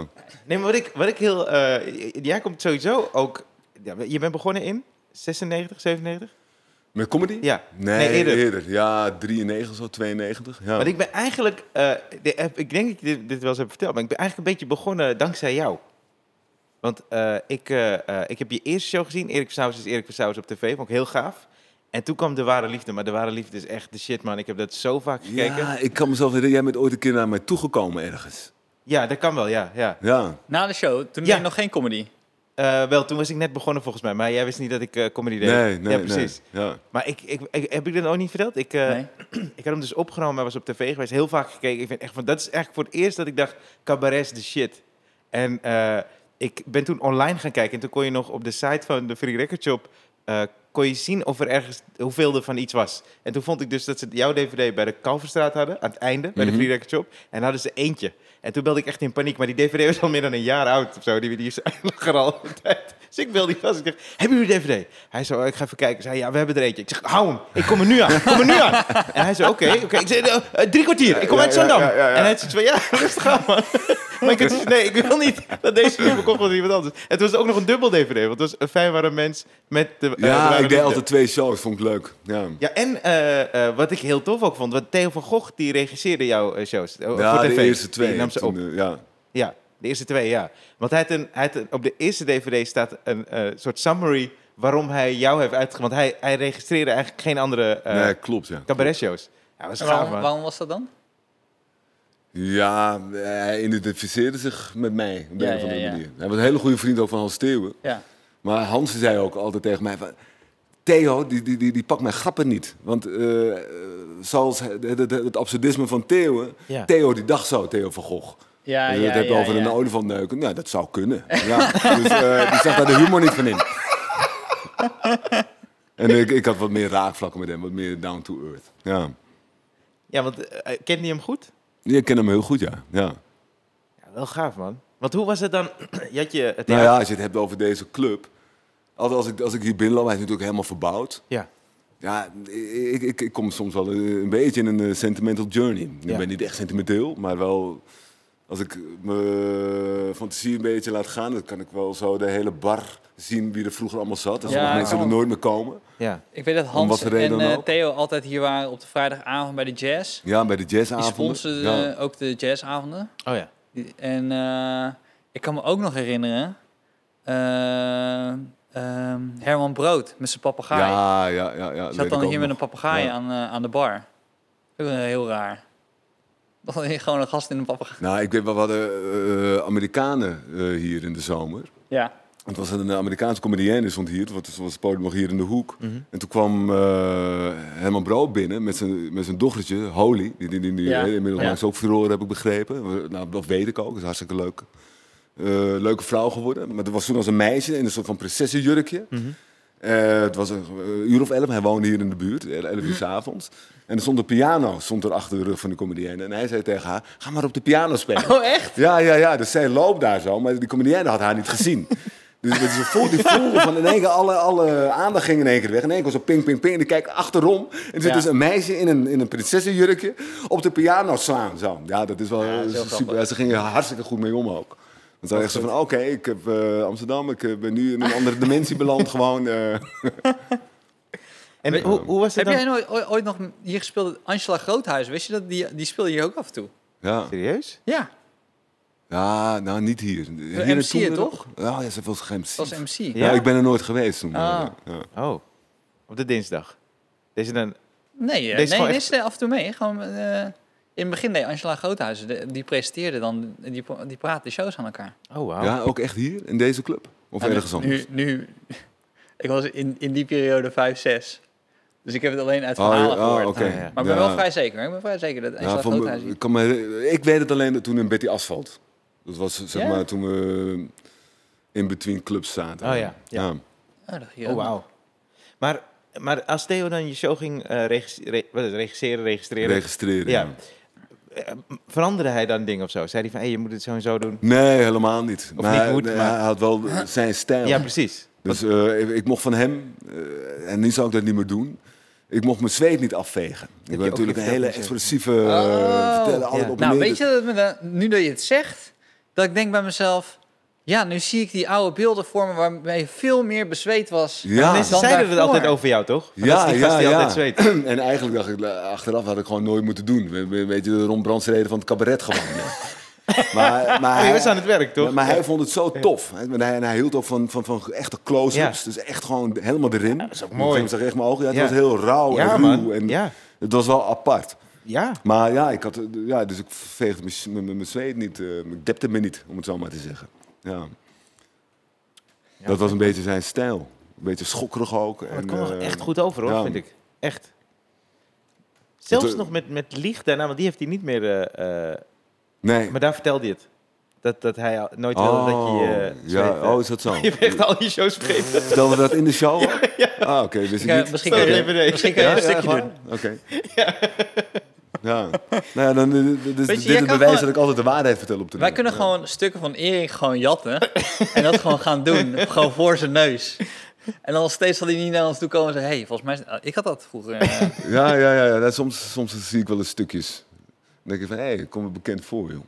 Speaker 1: Nee, maar wat ik, wat ik heel... eh, jij komt sowieso ook... Ja, je bent begonnen in 96, 97?
Speaker 3: Met comedy?
Speaker 1: Ja.
Speaker 3: Nee,
Speaker 1: Nee, eerder.
Speaker 3: eerder. Ja, 93 zo, 92. Ja.
Speaker 1: Maar ik ben eigenlijk... eh, de- eh, ik denk dat je dit, dit wel eens heb verteld, maar ik ben eigenlijk een beetje begonnen dankzij jou. Want eh, ik, eh, eh, ik heb je eerste show gezien, Erik Versaus is Erik Versaus op tv, vond ik heel gaaf. En toen kwam De Ware Liefde, maar De Ware Liefde is echt de shit, man. Ik heb dat zo vaak gekeken. Ja,
Speaker 3: ja, ik kan mezelf herinneren, jij bent ooit een keer naar mij toegekomen ergens.
Speaker 1: dat kan wel, ja. ja.
Speaker 3: Ja.
Speaker 2: na de show, toen
Speaker 1: Ja.
Speaker 2: deed je nog geen comedy.
Speaker 1: Eh, wel, toen was ik net begonnen volgens mij, maar jij wist niet dat ik eh, comedy deed.
Speaker 3: Nee, nee,
Speaker 1: ja, precies. Eh,
Speaker 3: nee. Ja.
Speaker 1: Maar ik, ik, ik- heb ik dat ook niet verteld? Ik, eh,
Speaker 2: Nee.
Speaker 1: ik had hem dus opgenomen, hij was op tv geweest, heel vaak gekeken. Ik vind echt van, dat is eigenlijk voor het eerst dat ik dacht, cabaret is de shit. En eh, ik ben toen online gaan kijken en toen kon je nog op de site van de Free Record Shop, eh, kon je zien of er ergens, hoeveel er van iets was. En toen vond ik dus dat ze jouw dvd bij de Kalverstraat hadden, aan het einde, bij
Speaker 3: Mhm.
Speaker 1: de Free Record Shop. En hadden ze eentje. En toen belde ik echt in paniek, maar die dvd was al meer dan een jaar oud of zo. Die, die is lag er al een tijd. Dus ik belde die vast. Ik dacht, hebben jullie de dvd? Hij zei, oh, ik ga even kijken. Ik zei, ja, we hebben er eentje. Ik zeg, hou hem. Ik kom er nu aan. Ik kom er nu aan. En hij zei, oké. oké. Ik zei, "Eh, eh, drie kwartier. Ik kom
Speaker 3: Ja,
Speaker 1: uit
Speaker 3: ja,
Speaker 1: Zandam.
Speaker 3: ja, ja, ja.
Speaker 1: En hij zei, ja, rustig aan, man. Maar ik had zoiets, nee, ik wil niet dat deze nu verkocht wordt aan iemand anders. En toen was het ook nog een dubbel DVD, want het was een fijn ware mens met de... eh,
Speaker 3: Ja,
Speaker 1: de- Oh,
Speaker 3: ik deed
Speaker 1: Paradiso.
Speaker 3: altijd twee shows, vond ik leuk. Ja.
Speaker 1: Ja, en eh, eh, wat ik heel tof ook vond, want Theo van Gogh die regisseerde jouw eh, shows. eh,
Speaker 3: Ja,
Speaker 1: voor
Speaker 3: de
Speaker 1: tv.
Speaker 3: eerste
Speaker 1: Die
Speaker 3: twee.
Speaker 1: nam ze op.
Speaker 3: Toen, eh, ja.
Speaker 1: Ja, de eerste twee, ja. Want hij had een, hij had een- op de eerste DVD staat een eh, soort summary waarom hij jou heeft uitgekomen. Want hij, hij registreerde eigenlijk geen andere eh
Speaker 3: nee, klopt, ja.
Speaker 1: cabaret-shows. Ja, dat
Speaker 2: En
Speaker 1: was gaaf,
Speaker 2: waarom,
Speaker 1: man.
Speaker 2: waarom was dat dan?
Speaker 3: Ja, hij identificeerde zich met mij op de
Speaker 2: Ja,
Speaker 3: een of andere
Speaker 2: ja, ja.
Speaker 3: manier. Hij was een hele goede vriend ook van Hans Steeuwen.
Speaker 2: Ja.
Speaker 3: Maar Hans zei ook altijd tegen mij van... Theo, die, die, die, die pakt mijn grappen niet. Want eh, eh, zoals het, het- het absurdisme van Theo...
Speaker 1: Ja.
Speaker 3: Theo die dacht zo, Theo van Gogh.
Speaker 2: Ja,
Speaker 3: Dus
Speaker 2: Ah, ja,
Speaker 3: dat hebben
Speaker 2: ja,
Speaker 3: over
Speaker 2: ja.
Speaker 3: een olifant neuken. Nou, dat zou kunnen. Ja. dus eh, die zag daar de humor niet van in. en ik, ik had wat meer raakvlakken met hem, wat meer down to earth. Ja.
Speaker 1: Ja, want eh, kent hij hem goed?
Speaker 3: Je kent hem heel goed, ja. ja.
Speaker 1: Ja, wel gaaf, man. Want hoe was het dan? je had je het
Speaker 3: Nou ja, als je het hebt over deze club. Altijd als ik, als ik hier binnenloop, hij is natuurlijk helemaal verbouwd.
Speaker 1: ja.
Speaker 3: Ja, ik, ik, ik kom soms wel eh, een beetje in een eh, sentimental journey. Ik
Speaker 1: Ja.
Speaker 3: ben niet echt sentimenteel, maar wel... Als ik mijn fantasie een beetje laat gaan, dan kan ik wel zo de hele bar zien wie er vroeger allemaal zat. En
Speaker 2: Ja,
Speaker 3: sommige mensen
Speaker 2: kan.
Speaker 3: er nooit meer komen.
Speaker 1: ja.
Speaker 2: Ik weet dat
Speaker 3: Om wat
Speaker 2: Hans
Speaker 3: voor
Speaker 2: en
Speaker 3: reden dan
Speaker 2: eh,
Speaker 3: ook.
Speaker 2: Theo altijd hier waren op de vrijdagavond bij de jazz.
Speaker 3: Ja, bij de
Speaker 2: Die
Speaker 3: jazzavonden.
Speaker 2: sponsoren
Speaker 3: ja.
Speaker 2: eh, ook de jazzavonden.
Speaker 1: Oh ja.
Speaker 2: Die- En eh, ik kan me ook nog herinneren... eh, ehm, Herman Brood met zijn papegaai.
Speaker 3: ja, ja, ja, ja. dat weet
Speaker 2: Zat
Speaker 3: ik
Speaker 2: dan
Speaker 3: ook
Speaker 2: hier met een
Speaker 3: nog.
Speaker 2: papegaai
Speaker 3: Ja.
Speaker 2: aan, eh, aan de bar. Dat was heel raar. Dat was gewoon een gast in een papegaai.
Speaker 3: Nou, ik weet wel, we hadden eh, Amerikanen eh, hier in de zomer.
Speaker 2: Ja.
Speaker 3: Het was een Amerikaanse comedienne, stond hier. Want het was het podium nog hier in de hoek.
Speaker 2: Mhm.
Speaker 3: En toen kwam eh Herman Brood binnen met zijn, met zijn dochtertje, Holly. Die, die, die, die-
Speaker 2: Ja.
Speaker 3: eh, inmiddels
Speaker 2: Ja.
Speaker 3: maakt ze ook furoren, heb ik begrepen. Nou, dat weet ik ook. Is hartstikke leuk. Eh, leuke vrouw geworden. Maar dat was toen als een meisje in een soort van prinsessenjurkje.
Speaker 2: Mhm.
Speaker 3: Eh, het was een eh, uur of elf. Hij woonde hier in de buurt, eh, elf uur
Speaker 2: Mhm.
Speaker 3: s'avonds. En er stond een piano stond er achter de rug van de comedienne. En hij zei tegen haar, ga maar op de piano spelen.
Speaker 2: Oh, echt?
Speaker 3: Ja, ja, ja. Dus zij loopt daar zo, maar die comedienne had haar niet gezien. Dus ze voelde, die voelde van in één keer alle, alle aandacht ging in één keer weg. In één keer zo ping, ping, ping. En ik kijk achterom. En er zit
Speaker 2: Ja.
Speaker 3: dus een meisje in een, in een prinsessenjurkje op de piano slaan. Zo. Ja, dat is wel
Speaker 2: dat is heel
Speaker 3: super.
Speaker 2: grappig.
Speaker 3: Ja, ze gingen hartstikke goed mee om ook. Dan zei echt zo van, oké, ik heb eh, Amsterdam, ik eh, ben nu in een andere dimensie beland gewoon. eh.
Speaker 1: En hoe, hoe was het
Speaker 2: Heb
Speaker 1: dan?
Speaker 2: jij nooit, ooit, ooit nog hier gespeeld? met Angela Groothuis, wist je dat? Die, die speelde hier ook af en toe.
Speaker 3: ja.
Speaker 1: Serieus?
Speaker 2: Ja,
Speaker 3: ja, nou niet hier. Hier
Speaker 2: MC
Speaker 3: naartoe
Speaker 2: het toch?
Speaker 3: Ja, ja, ze was geen MC.
Speaker 2: dat was MC.
Speaker 3: Ja,
Speaker 1: Ja?
Speaker 3: ik ben er nooit geweest toen. eh,
Speaker 2: Ah.
Speaker 3: Ja.
Speaker 1: Oh. Op de dinsdag. Deze dan...
Speaker 2: Nee, eh,
Speaker 1: Deze is
Speaker 2: nee,
Speaker 1: gewoon
Speaker 2: dit is eh, af en toe mee. Gewoon, eh, in het begin deed Angela Groothuis, de- die presenteerde dan, die, pra- die praatte de shows aan elkaar.
Speaker 1: Oh, wauw.
Speaker 3: Ja, ook echt hier, in deze club? Of
Speaker 2: Nou,
Speaker 3: ergens anders?
Speaker 2: nu, nu, ik was in, in die periode 5, 6. Dus ik heb het alleen uit
Speaker 3: Oh,
Speaker 2: verhalen
Speaker 3: ja, oh,
Speaker 2: gehoord.
Speaker 3: oké.
Speaker 1: Ja, ja.
Speaker 2: Maar ik ben wel
Speaker 3: Ja.
Speaker 2: vrij zeker. hoor. Ik ben vrij zeker dat Angela
Speaker 3: Ja, van-
Speaker 2: Groothuis hier...
Speaker 3: ik, kan me her- ik weet het alleen dat toen in Betty Asphalt. Dat was zeg
Speaker 2: Ja?
Speaker 3: maar toen we in between clubs zaten.
Speaker 1: Oh ja, ja.
Speaker 2: Oh, dat ging
Speaker 1: Oh,
Speaker 2: ook.
Speaker 1: wauw. Maar, maar als Theo dan je show ging eh, regis- re- wat is het, regisseren, registreren,
Speaker 3: Registreren.
Speaker 1: Ja.
Speaker 3: ja.
Speaker 1: eh, m- veranderde hij dan dingen of zo? Zei hij van, hé, je moet het zo en zo doen?
Speaker 3: Nee, helemaal niet.
Speaker 1: Of
Speaker 3: maar
Speaker 1: niet
Speaker 3: hij-
Speaker 1: moet,
Speaker 3: nee,
Speaker 1: maar-
Speaker 3: hij had wel zijn stijl.
Speaker 1: Ja, precies.
Speaker 3: dus eh, ik, ik mocht van hem, eh, en nu zou ik dat niet meer doen, ik mocht mijn zweet niet afvegen.
Speaker 1: je
Speaker 3: Ik ben
Speaker 1: ook
Speaker 3: natuurlijk een
Speaker 1: verteld,
Speaker 3: hele
Speaker 1: ja.
Speaker 3: expressieve,
Speaker 2: Oh.
Speaker 3: eh vertellen, altijd
Speaker 1: Ja.
Speaker 3: op en
Speaker 2: Nou,
Speaker 3: neer.
Speaker 2: weet je dat het me dan- nu dat je het zegt, dat ik denk bij mezelf, ja, nu zie ik die oude beelden voor me waarmee je veel meer bezweet was.
Speaker 3: Ja.
Speaker 1: Mensen
Speaker 2: Ah. dan
Speaker 1: zeiden het
Speaker 2: daarvoor.
Speaker 1: altijd over jou, toch? Van, dat is die gast die altijd zweet.
Speaker 3: En eigenlijk dacht ik, eh, achteraf had ik gewoon nooit moeten doen. We- we- Weet je, de Ron Brandstreden van het cabaret gewoon. maar, maar
Speaker 1: Hey,
Speaker 3: hij-
Speaker 1: we zijn Oh, aan het werk, toch?
Speaker 3: Maar, maar hij vond het zo tof. Hij, en hij, en hij hield ook van, van, van echte close-ups.
Speaker 1: Ja.
Speaker 3: Dus echt gewoon helemaal erin. dat is ook
Speaker 1: mooi.
Speaker 3: Ik zag echt mijn ogen. Ja, het
Speaker 1: Ja.
Speaker 3: was heel rauw
Speaker 1: Ja,
Speaker 3: en ruw.
Speaker 1: man.
Speaker 3: En
Speaker 1: Ja.
Speaker 3: Het was wel apart.
Speaker 1: Ja.
Speaker 3: Maar ja, ik had, eh, ja dus ik veegde mijn, s- mijn, mijn- mijn zweet niet. eh, ik depte me niet, om het zo maar te zeggen. Ja. dat was een beetje zijn stijl. Een beetje schokkerig ook.
Speaker 1: Maar het
Speaker 3: en,
Speaker 1: kwam nog
Speaker 3: eh,
Speaker 1: echt goed over, hoor,
Speaker 3: ja.
Speaker 1: vind ik. Echt. Zelfs
Speaker 3: eh,
Speaker 1: nog met, met Lieg daarna, want die heeft hij niet meer... eh, eh,
Speaker 3: Nee.
Speaker 1: maar daar vertelde hij het. Dat, dat hij al- nooit wilde dat je eh, zweet,
Speaker 3: ja,
Speaker 1: eh,
Speaker 3: oh, is dat zo?
Speaker 1: Je weegt al je shows breed.
Speaker 3: Vertelden we dat in de show? Ja. Ah, oké. wist ik
Speaker 2: Ja,
Speaker 3: niet.
Speaker 2: misschien
Speaker 1: Stel
Speaker 2: kan je,
Speaker 1: even nee.
Speaker 2: misschien kan je
Speaker 3: Ja,
Speaker 2: een
Speaker 3: ja,
Speaker 2: stukje
Speaker 3: echt waar?
Speaker 2: doen.
Speaker 3: Oké. Ja. Nou ja, dan, eh, dit,
Speaker 2: jij
Speaker 3: is- dit is
Speaker 2: kan
Speaker 3: het bewijs
Speaker 2: gewoon-
Speaker 3: dat ik altijd de waarheid vertel op de
Speaker 2: Wij kunnen gewoon stukken van Erik gewoon jatten en dat gewoon gaan doen, gewoon voor zijn neus. En dan steeds zal hij niet naar ons toe komen en zeggen, hey, volgens mij, is- oh, ik had dat vroeger. eh.
Speaker 3: Ja, ja, ja. ja. Nou, soms, soms zie ik wel eens stukjes. Dan denk ik van, hé, hey, kom me bekend voor, joh.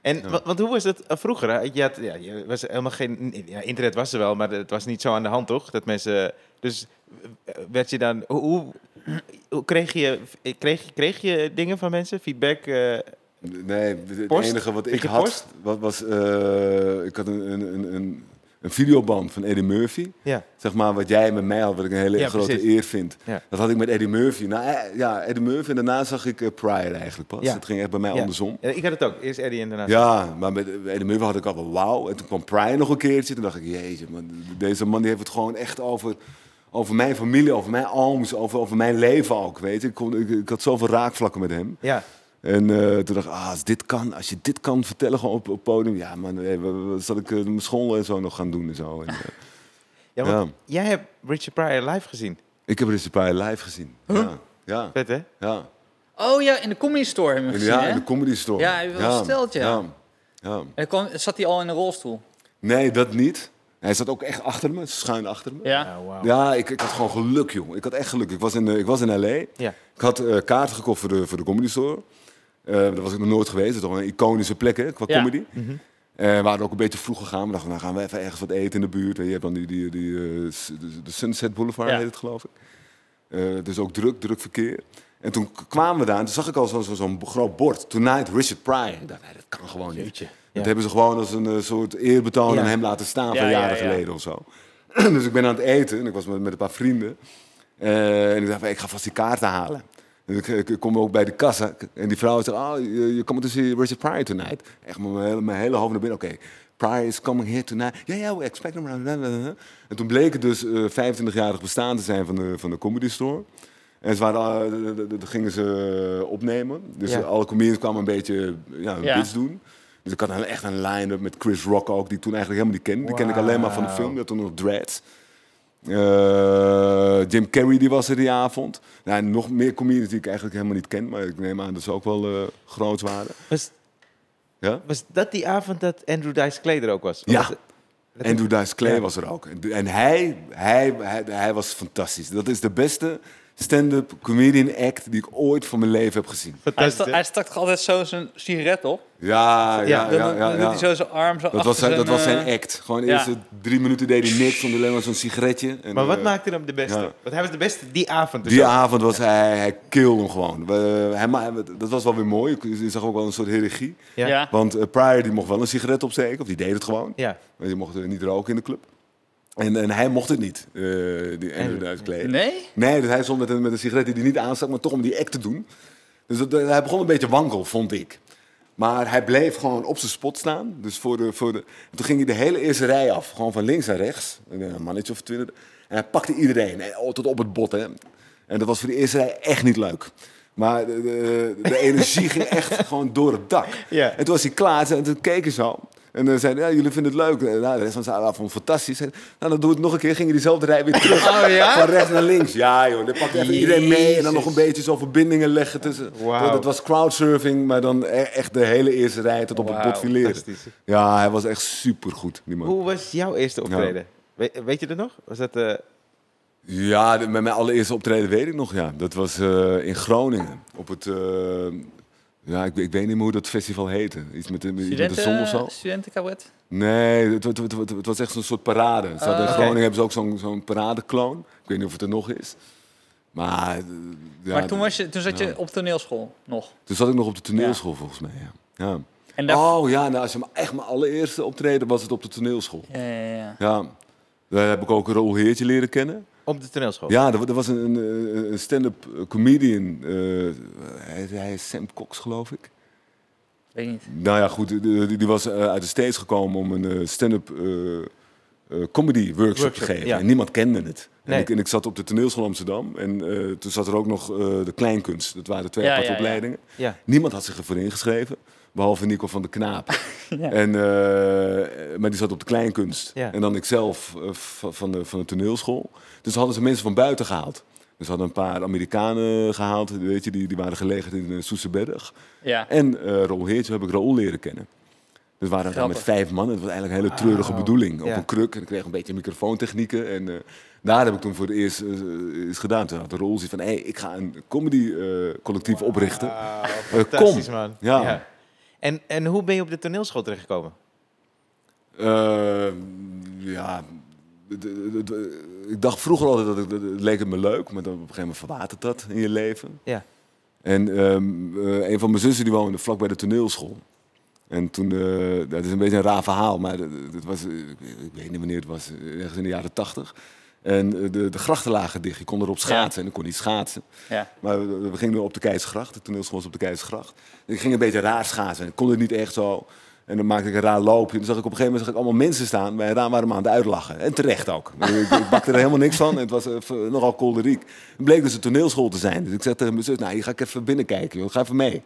Speaker 1: En, wa- Want hoe was het eh, vroeger? hè? Je had, ja, je was helemaal geen, ja, internet was er wel, maar het was niet zo aan de hand, toch? Dat mensen, dus eh, werd je dan, hoe, hoe, hoe kreeg, je, eh, kreeg, kreeg je dingen van mensen? Feedback? eh,
Speaker 3: Nee, het
Speaker 1: Post?
Speaker 3: enige wat ik
Speaker 1: Kreeg je
Speaker 3: had,
Speaker 1: post?
Speaker 3: wat was, eh, ik had een, een, een, een, een videoband van Eddie Murphy.
Speaker 1: ja.
Speaker 3: Zeg maar wat jij met mij had, wat ik een hele
Speaker 1: Ja,
Speaker 3: grote
Speaker 1: precies.
Speaker 3: eer vind.
Speaker 1: Ja.
Speaker 3: Dat had ik met Eddie Murphy. Nou, eh, ja, Eddie Murphy en daarna zag ik eh, Pryor eigenlijk pas.
Speaker 1: Ja.
Speaker 3: Dat ging echt bij mij
Speaker 1: Ja.
Speaker 3: andersom.
Speaker 1: Ja, ik had het ook, eerst Eddie en daarna.
Speaker 3: Ja, maar met eh, Eddie Murphy had ik al wel wauw. En toen kwam Pryor nog een keertje. Toen dacht ik, jeetje, man, deze man die heeft het gewoon echt over, over mijn familie, over mijn ooms, over, over mijn leven ook. Weet je. Ik, kon, ik, ik had zoveel raakvlakken met hem.
Speaker 1: Ja.
Speaker 3: En eh, toen dacht ik, ah, als, dit kan, als je dit kan vertellen gewoon op, op podium. Ja, man, hey, wat- wat zal ik eh, mijn school en zo nog gaan doen en zo. En, eh,
Speaker 1: Ja, want jij hebt Richard Pryor live gezien.
Speaker 3: ik heb Richard Pryor live gezien. Ja, ja,
Speaker 1: Vet, hè?
Speaker 3: ja.
Speaker 2: Oh ja, in de comedy store hebben we
Speaker 3: En,
Speaker 2: hem gezien,
Speaker 3: ja,
Speaker 2: hè?
Speaker 3: in de comedy store.
Speaker 2: Ja, hij was versteld, ja.
Speaker 3: ja. ja.
Speaker 2: En dan kwam, zat hij al in een rolstoel.
Speaker 3: Nee, dat niet. Hij zat ook echt achter me, schuin achter me.
Speaker 2: Ja.
Speaker 1: Ja, wauw.
Speaker 3: Ja, ik, ik had gewoon geluk, jongen. Ik had echt geluk. Ik was in, eh, ik was in L.A.
Speaker 1: Ja.
Speaker 3: Ik had eh kaarten gekocht voor de, voor de Comedy Store. Eh, daar was ik nog nooit geweest. Dat is toch een iconische plek, hè, qua
Speaker 2: Ja. Mhm.
Speaker 3: comedy. Eh, we waren ook een beetje vroeg gegaan. We dachten, nou gaan we even ergens wat eten in de buurt. En je hebt dan die, die, die, eh, s- de, de Sunset Boulevard,
Speaker 2: Ja.
Speaker 3: heet het geloof ik. Eh, dus ook druk, druk verkeer. En toen k- kwamen we daar en toen zag ik al zo'n zo, zo'n groot bord. Tonight Richard Pryor. Ik dacht, nee, dat kan gewoon niet.
Speaker 1: Jeetje.
Speaker 3: Dat
Speaker 1: Ja.
Speaker 3: hebben ze gewoon als een eh, soort eerbetoon
Speaker 1: Ja.
Speaker 3: aan hem laten staan
Speaker 2: Ja,
Speaker 3: van
Speaker 2: ja,
Speaker 3: jaren
Speaker 2: ja.
Speaker 3: geleden of zo. dus ik ben aan het eten en ik was met, met een paar vrienden. Eh, en ik dacht, van, ik ga vast die kaarten halen. En ik, ik- ik kom ook bij de kassa en die vrouw zegt, oh, you- you're coming to see Richard Pryor tonight. Echt met mijn hele, mijn hele hoofd naar binnen, oké. Pryor is coming here tonight. Ja, ja, we expect him. around. En toen bleek het dus eh 25-jarig bestaan te zijn van de, van de Comedy Store. En ze waren, al- de- de- de- dat gingen ze opnemen. Dus
Speaker 1: Ja.
Speaker 3: alle comedians kwamen een beetje ja, hun
Speaker 2: Ja.
Speaker 3: bits doen. Dus ik had een- echt een line-up met Chris Rock ook, die ik toen eigenlijk helemaal niet kende. Die kende ik alleen maar van de
Speaker 1: Wauw.
Speaker 3: film, die had toen nog dreads. Eh, Jim Carrey die was er die avond. Nou, en nog meer comedians die ik eigenlijk helemaal niet ken. Maar ik neem aan dat ze ook wel eh, groot waren.
Speaker 1: Was,
Speaker 3: Ja?
Speaker 1: was dat die avond dat Andrew Dice Clay er ook was? Of
Speaker 3: Ja.
Speaker 1: was het-
Speaker 3: Andrew Dice Clay
Speaker 1: Ja.
Speaker 3: was er ook. En, en hij, hij, hij, hij was fantastisch. Dat is de beste stand-up comedian act die ik ooit van mijn leven heb gezien.
Speaker 2: Hij,
Speaker 1: Fantastisch,
Speaker 2: sta,
Speaker 1: hè?
Speaker 2: hij stak toch altijd zo zijn sigaret op?
Speaker 3: Ja, ja, ja.
Speaker 2: dan
Speaker 3: ja,
Speaker 2: dan doet hij zo zijn arm zo
Speaker 3: Dat, was zijn,
Speaker 2: achter
Speaker 3: dat was zijn
Speaker 2: eh,
Speaker 3: act. Gewoon
Speaker 2: ja.
Speaker 3: eerst drie minuten deed hij niks, want alleen maar zo'n sigaretje. En,
Speaker 1: Maar wat
Speaker 3: eh,
Speaker 1: maakte hem de beste?
Speaker 3: ja.
Speaker 1: Want hij was de beste die avond. dus
Speaker 3: Die
Speaker 1: ook.
Speaker 3: avond was hij, hij kilde hem gewoon. We- hij, ma- dat was wel weer mooi. Ik- Je zag ook wel een soort hiërarchie.
Speaker 1: Ja.
Speaker 2: Ja.
Speaker 3: Want eh, Pryor die mocht wel een sigaret opsteken, of die deed het gewoon.
Speaker 1: Ja.
Speaker 3: Want je mocht eh, niet roken in de club. En, en hij mocht het niet, eh die Andrew Dice Clay.
Speaker 2: Nee?
Speaker 3: Nee, dus hij stond met een, met een sigaret die hij niet aanstak, maar toch om die act te doen. Dus dat, hij begon een beetje wankel, vond ik. Maar hij bleef gewoon op zijn spot staan. Dus voor de, voor de, toen ging hij de hele eerste rij af, gewoon van links naar rechts. Een mannetje of twintig. En hij pakte iedereen, eh, tot op het bot. Hè. En dat was voor de eerste rij echt niet leuk. Maar de, de, de energie ging echt gewoon door het dak.
Speaker 1: Ja.
Speaker 3: En toen was hij klaar en toen keken ze al. En dan zeiden ja, jullie vinden het leuk. En, nou, de rest van de zaal vond het fantastisch. En, nou, dan doe ik het nog een keer. Gingen diezelfde rij weer terug.
Speaker 2: Oh ja?
Speaker 3: Van rechts naar links. Ja, joh. Dan pakte even iedereen mee. En
Speaker 1: Jezus.
Speaker 3: dan nog een beetje zo verbindingen leggen tussen.
Speaker 1: Wauw.
Speaker 3: Dat was crowdsurfing, maar dan e- echt de hele eerste rij tot op het
Speaker 2: Wauw,
Speaker 3: bot fileren.
Speaker 1: fantastisch.
Speaker 3: Ja, hij was echt supergoed, die man.
Speaker 1: Hoe was jouw eerste optreden? We- weet je dat nog? Was dat... eh,
Speaker 3: Ja, de- met mijn allereerste optreden weet ik nog, ja. Dat was eh, in Groningen. Op het... eh, ja, ik, ik weet niet meer hoe dat festival heette. Iets met de, iets met de zon of zo.
Speaker 2: Studenten, studentencabaret?
Speaker 3: Nee, het, het, het, het- het was echt zo'n soort parade. Ze hadden
Speaker 2: Ah,
Speaker 3: in
Speaker 2: oké.
Speaker 3: Groningen hebben ze ook zo'n zo'n paradekloon. Ik weet niet of het er nog is. Maar, eh, ja,
Speaker 2: maar toen, was je, toen zat je
Speaker 3: ja.
Speaker 2: op toneelschool nog.
Speaker 3: toen zat ik nog op de toneelschool, volgens mij. Ja. Ja.
Speaker 2: En daar...
Speaker 3: Oh ja, nou, als je mijn- echt mijn allereerste optreden was het op de toneelschool.
Speaker 2: Ja, ja, ja.
Speaker 3: Ja, daar heb ik ook Roel Heertje leren kennen.
Speaker 1: Op de toneelschool.
Speaker 3: Ja, er, wa- er was een, een, eh, een stand-up comedian. eh, hij, hij is Sam Cox, geloof ik.
Speaker 2: Weet ik niet.
Speaker 3: Nou ja, goed, die, die- die was eh, uit de States gekomen om een eh, stand-up eh, eh, comedy workshop, te
Speaker 1: Workshop,
Speaker 3: geven.
Speaker 1: ja.
Speaker 3: En niemand kende het.
Speaker 1: Nee.
Speaker 3: En, ik, en ik zat op de toneelschool Amsterdam en eh, toen zat er ook nog eh, de kleinkunst. Dat waren twee
Speaker 2: Ja,
Speaker 3: aparte
Speaker 2: ja, ja.
Speaker 3: opleidingen.
Speaker 1: Ja.
Speaker 3: Niemand had zich ervoor ingeschreven, behalve Nico van de Knaap.
Speaker 2: Ja.
Speaker 3: en, eh, maar die zat op de kleinkunst.
Speaker 1: Ja.
Speaker 3: En dan ikzelf eh, va- van, de, van de toneelschool. Dus hadden ze mensen van buiten gehaald. Dus hadden een paar Amerikanen gehaald, weet je, die, die waren gelegen in eh, Soesterberg.
Speaker 2: Ja.
Speaker 3: En eh Raoul Heertje heb ik Raoul leren kennen. Dus we waren daar met
Speaker 2: Grappig.
Speaker 3: vijf mannen. Het was eigenlijk een hele treurige bedoeling. Op
Speaker 1: Ja.
Speaker 3: een kruk. En ik kreeg een beetje microfoontechnieken. En eh, daar heb ik toen voor het eerst eh, eh, eens gedaan. Toen had de Raoul zoiets van... Hé, hey, ik ga een comedy eh, collectief oprichten.
Speaker 1: Wauw,
Speaker 3: Eh,
Speaker 1: fantastisch,
Speaker 3: kom.
Speaker 1: man.
Speaker 3: Ja.
Speaker 1: Ja. En, en hoe ben je op de toneelschool terechtgekomen?
Speaker 3: Eh, ja, d- d- d- ik dacht vroeger altijd dat ik, dat- het leek het me leuk, maar dan op een gegeven moment verwatert dat in je leven.
Speaker 1: Ja.
Speaker 3: En ehm, eh, een van mijn zussen die woonde vlak bij de toneelschool. En toen, eh, dat is een beetje een raar verhaal, maar dat- dat was, eh, ik ik weet niet wanneer het was, eh, ergens in de jaren tachtig. En eh, de, de grachten lagen dicht, je kon erop schaatsen en ik kon niet schaatsen.
Speaker 2: Ja.
Speaker 3: Maar we, we gingen op de Keizersgracht, de toneelschool was op de Keizersgracht. Ik ging een beetje raar schaatsen, ik kon het niet echt zo. En dan maakte ik een raar loopje. Dan zag ik op een gegeven moment zag ik allemaal mensen staan bij een raam waar we me aan het uitlachen. En terecht ook. ik, ik bakte er helemaal niks van. en Het was eh, v- nogal kolderiek. Het bleek dus een toneelschool te zijn. Dus ik zeg tegen mijn zus, nou hier ga ik even binnenkijken. Joh. Ga even mee.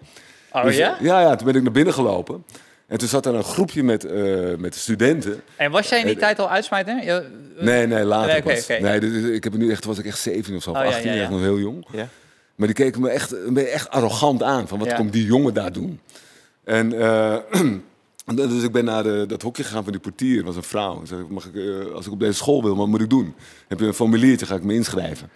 Speaker 2: Oh
Speaker 3: Dus,
Speaker 2: ja?
Speaker 3: eh, ja? Ja, toen ben ik naar binnen gelopen. En toen zat er een groepje met, eh, met studenten.
Speaker 2: En was jij in die
Speaker 3: Eh,
Speaker 2: tijd al uitsmijter? Ja,
Speaker 3: Nee, nee, later
Speaker 2: Nee, oké,
Speaker 3: pas.
Speaker 2: oké.
Speaker 3: Nee, dit is- ik heb nu echt, was ik echt 17 of zo, of
Speaker 2: Oh, ja,
Speaker 3: 18,
Speaker 2: ja, ja.
Speaker 3: echt nog heel jong.
Speaker 1: Ja.
Speaker 3: Maar die keken me echt, een beetje echt arrogant aan. Van wat
Speaker 2: Ja.
Speaker 3: komt die jongen daar doen? En eh, dus ik ben naar eh, dat hokje gegaan van die portier. Dat was een vrouw. Ik zei, mag ik, eh, als ik op deze school wil, wat moet ik doen? Heb je een formuliertje, ga ik me inschrijven.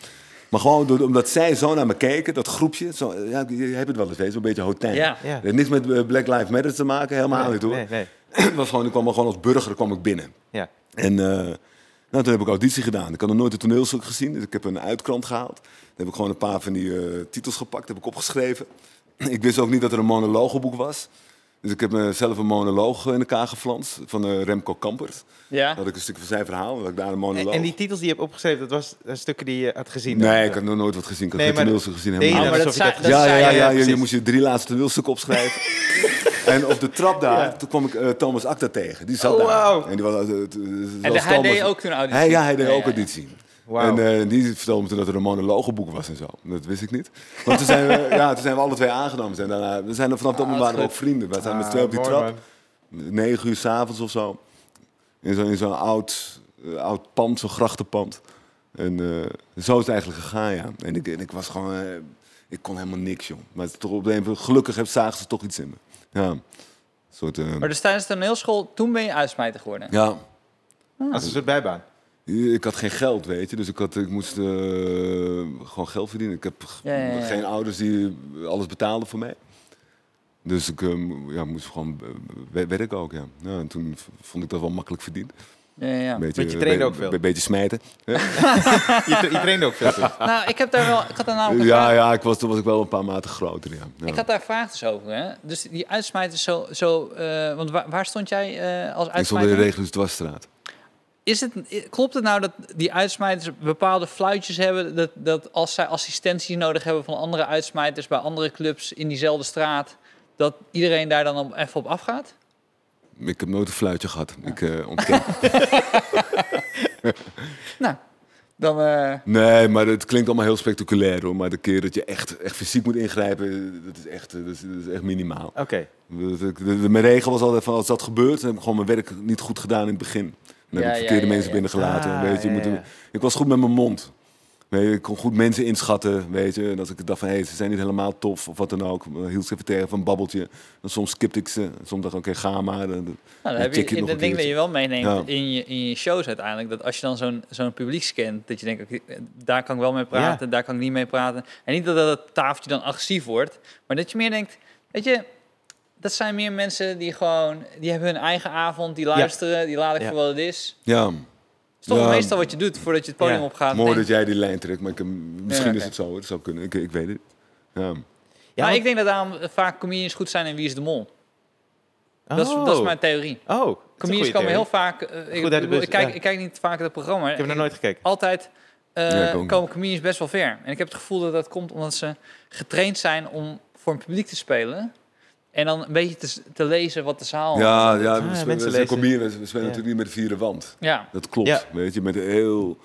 Speaker 3: Maar gewoon door- omdat zij zo naar me keken, dat groepje. Zo, ja, je hebt het wel eens, weet je, zo'n beetje hotel.
Speaker 2: Ja.
Speaker 1: Ja.
Speaker 3: Niks met eh, Black Lives Matter te maken, helemaal
Speaker 1: nee,
Speaker 3: niet hoor.
Speaker 1: Nee, nee.
Speaker 3: was gewoon, ik kwam gewoon als burger kwam ik binnen.
Speaker 1: Ja.
Speaker 3: En eh, nou, toen heb ik auditie gedaan. Ik had nog nooit een toneelstuk gezien, dus ik heb een uitkrant gehaald. Dan heb ik gewoon een paar van die eh, titels gepakt, heb ik opgeschreven. ik wist ook niet dat er een monologenboek was. Dus ik heb eh, zelf een monoloog in elkaar geflanst van eh, Remco Kampert.
Speaker 2: ja.
Speaker 3: Dat had ik een stuk van zijn verhaal, dat ik daar een
Speaker 1: En,
Speaker 3: monoloog...
Speaker 1: en die titels die je hebt opgeschreven, dat was eh, stukken die je had gezien?
Speaker 3: Nee, ik had nog nooit wat gezien. Ik had
Speaker 1: Nee,
Speaker 3: geen
Speaker 1: maar-
Speaker 3: toneelstuk gezien.
Speaker 1: Nee,
Speaker 3: helemaal
Speaker 2: Oh,
Speaker 1: dat
Speaker 2: maar dat
Speaker 1: alsof je
Speaker 2: zei,
Speaker 1: dat
Speaker 2: dat
Speaker 3: ja,
Speaker 2: zei
Speaker 3: ja,
Speaker 2: je.
Speaker 3: ja, je,
Speaker 1: precies.
Speaker 3: je moest je drie laatste toneelstukken opschrijven. en op de trap daar, toen kwam ik eh, Thomas Acta tegen. Die zat
Speaker 1: Oh, wauw.
Speaker 3: daar. En, die was, eh, t- eh,
Speaker 2: En
Speaker 3: zoals
Speaker 2: hij deed
Speaker 3: Thomas-
Speaker 2: ook toen auditie.
Speaker 3: Hij, ja, hij deed
Speaker 2: Ja,
Speaker 3: ook
Speaker 2: ja, ja.
Speaker 3: auditie.
Speaker 1: Wauw.
Speaker 3: En eh, die vertelde me toen dat er een monologenboek was en zo. Dat wist ik niet. Maar toen zijn we, ja, toen zijn we alle twee aangenomen. Zijn daarna, we zijn er vanaf dat
Speaker 2: Ah,
Speaker 3: moment waren we
Speaker 2: wat
Speaker 3: ook vrienden. We zijn met
Speaker 1: Ah,
Speaker 3: twee op die
Speaker 1: mooi,
Speaker 3: trap.
Speaker 1: man.
Speaker 3: Negen uur s'avonds of zo. In zo'n in zo'n oud, eh, oud pand, zo'n grachtenpand. En eh, zo is het eigenlijk gegaan, ja. En ik, en ik was gewoon... eh, ik kon helemaal niks, joh. Maar het is toch op de een of andere- gelukkig heb, zagen ze toch iets in me. Ja. Een soort... eh,
Speaker 2: Maar dus tijdens de toneelschool, toen ben je uitsmijter geworden.
Speaker 3: ja.
Speaker 2: Ah.
Speaker 1: Als een soort bijbaan.
Speaker 3: Ik had geen geld, weet je. Dus ik, had, ik moest eh, gewoon geld verdienen. Ik heb g-
Speaker 2: Ja, ja, ja.
Speaker 3: geen ouders die alles betaalden voor mij. Dus ik eh, mo- ja, moest gewoon eh, we- werken ook, ja. ja. En toen v- vond ik dat wel makkelijk verdiend.
Speaker 2: Ja, ja, ja.
Speaker 3: Beetje,
Speaker 1: Want je trainde
Speaker 3: be-
Speaker 1: ook veel.
Speaker 3: be- beetje smijten.
Speaker 1: Je, tra- je trainde ook veel. toen.
Speaker 2: Nou, ik heb daar wel... Ik had daar namelijk een vraag
Speaker 3: Ja, ja ik was, toen was ik wel een paar maten groter, ja. ja.
Speaker 2: Ik had daar vragen dus over. Hè? Dus die uitsmijters zo... zo eh, want waar, waar stond jij eh, als
Speaker 3: ik stond in de
Speaker 2: uitsmijter?
Speaker 3: Regelus Dwarsstraat.
Speaker 2: Is het, i- klopt het nou dat die uitsmijters bepaalde fluitjes hebben... Dat, dat als zij assistentie nodig hebben van andere uitsmijters... bij andere clubs in diezelfde straat... dat iedereen daar dan op, even op afgaat?
Speaker 3: Ik heb nooit een fluitje gehad. Ik eh ontken.
Speaker 2: Nou, dan... eh,
Speaker 3: Nee, maar het klinkt allemaal heel spectaculair, hoor. Maar de keer dat je echt, echt fysiek moet ingrijpen, dat is echt, eh, dat is, dat is echt minimaal.
Speaker 1: Oké.
Speaker 3: Dat ik- de- de- Mijn regel was altijd van als dat gebeurt, dan heb ik gewoon mijn werk niet goed gedaan in het begin. Dan
Speaker 2: Ja,
Speaker 3: heb
Speaker 2: ja,
Speaker 3: ik verkeerde
Speaker 2: ja,
Speaker 3: mensen
Speaker 2: ja.
Speaker 3: binnengelaten.
Speaker 1: Ah,
Speaker 3: weet je, je
Speaker 1: ja,
Speaker 3: moet-
Speaker 1: ja.
Speaker 3: Ik was goed met mijn mond. Weet je, ik kon goed mensen inschatten. Weet je. En als ik dacht van hé, ze zijn niet helemaal tof of wat dan ook, dan hield ik ze even tegen van een babbeltje. Dan soms skipte ik ze. Soms dacht ik oké, ga maar. Dan, dan
Speaker 2: Nou, dan heb
Speaker 3: check
Speaker 2: je,
Speaker 3: nog
Speaker 2: dat
Speaker 3: een
Speaker 2: ding dat je
Speaker 3: keertje.
Speaker 2: wel meeneemt
Speaker 3: Ja.
Speaker 2: in, je, in je shows uiteindelijk. Dat als je dan zo'n zo'n publiek scant, dat je denkt, oké, eh, daar kan ik wel mee praten, daar kan ik niet mee praten. En niet dat dat tafeltje dan agressief wordt, maar dat je meer denkt, weet je, dat zijn meer mensen die gewoon, die hebben hun eigen avond, die luisteren, die laten
Speaker 1: Ja.
Speaker 2: voor wat het is.
Speaker 3: Ja,
Speaker 2: Het is toch
Speaker 3: Ja.
Speaker 2: meestal wat je doet voordat je het podium
Speaker 1: Ja.
Speaker 2: opgaat.
Speaker 3: mooi
Speaker 2: Denk-
Speaker 3: dat jij die lijn trekt, maar ik, heb- misschien
Speaker 2: oké.
Speaker 3: is het zo. hoor. Het zou kunnen, ik, ik weet het. Ja.
Speaker 1: Ja,
Speaker 2: Nou,
Speaker 1: want-
Speaker 2: ik denk dat daarom vaak comedians goed zijn in Wie is de Mol. Dat, is, dat is
Speaker 1: Oh.
Speaker 2: mijn theorie.
Speaker 1: Oh, dat is een
Speaker 2: Comedians
Speaker 1: goede
Speaker 2: komen
Speaker 1: theorie.
Speaker 2: heel vaak... eh, ik,
Speaker 1: uit de
Speaker 2: bedoel,
Speaker 1: bus,
Speaker 2: ik, kijk,
Speaker 1: ja.
Speaker 2: ik kijk niet vaak naar het programma.
Speaker 1: Ik heb nog nooit gekeken.
Speaker 2: altijd eh,
Speaker 3: Ja, ik ook niet.
Speaker 2: komen comedians best wel ver. En ik heb het gevoel dat dat komt omdat ze getraind zijn om voor een publiek te spelen. En dan een beetje te, te lezen wat de zaal...
Speaker 3: Ja, ja,
Speaker 1: Ah,
Speaker 3: we,
Speaker 1: mensen
Speaker 3: spe- we zijn
Speaker 1: lezen.
Speaker 3: comedians, we spelen
Speaker 1: Ja.
Speaker 3: natuurlijk niet met de vierde wand.
Speaker 2: Ja.
Speaker 3: Dat klopt,
Speaker 1: Ja.
Speaker 3: weet je, met heel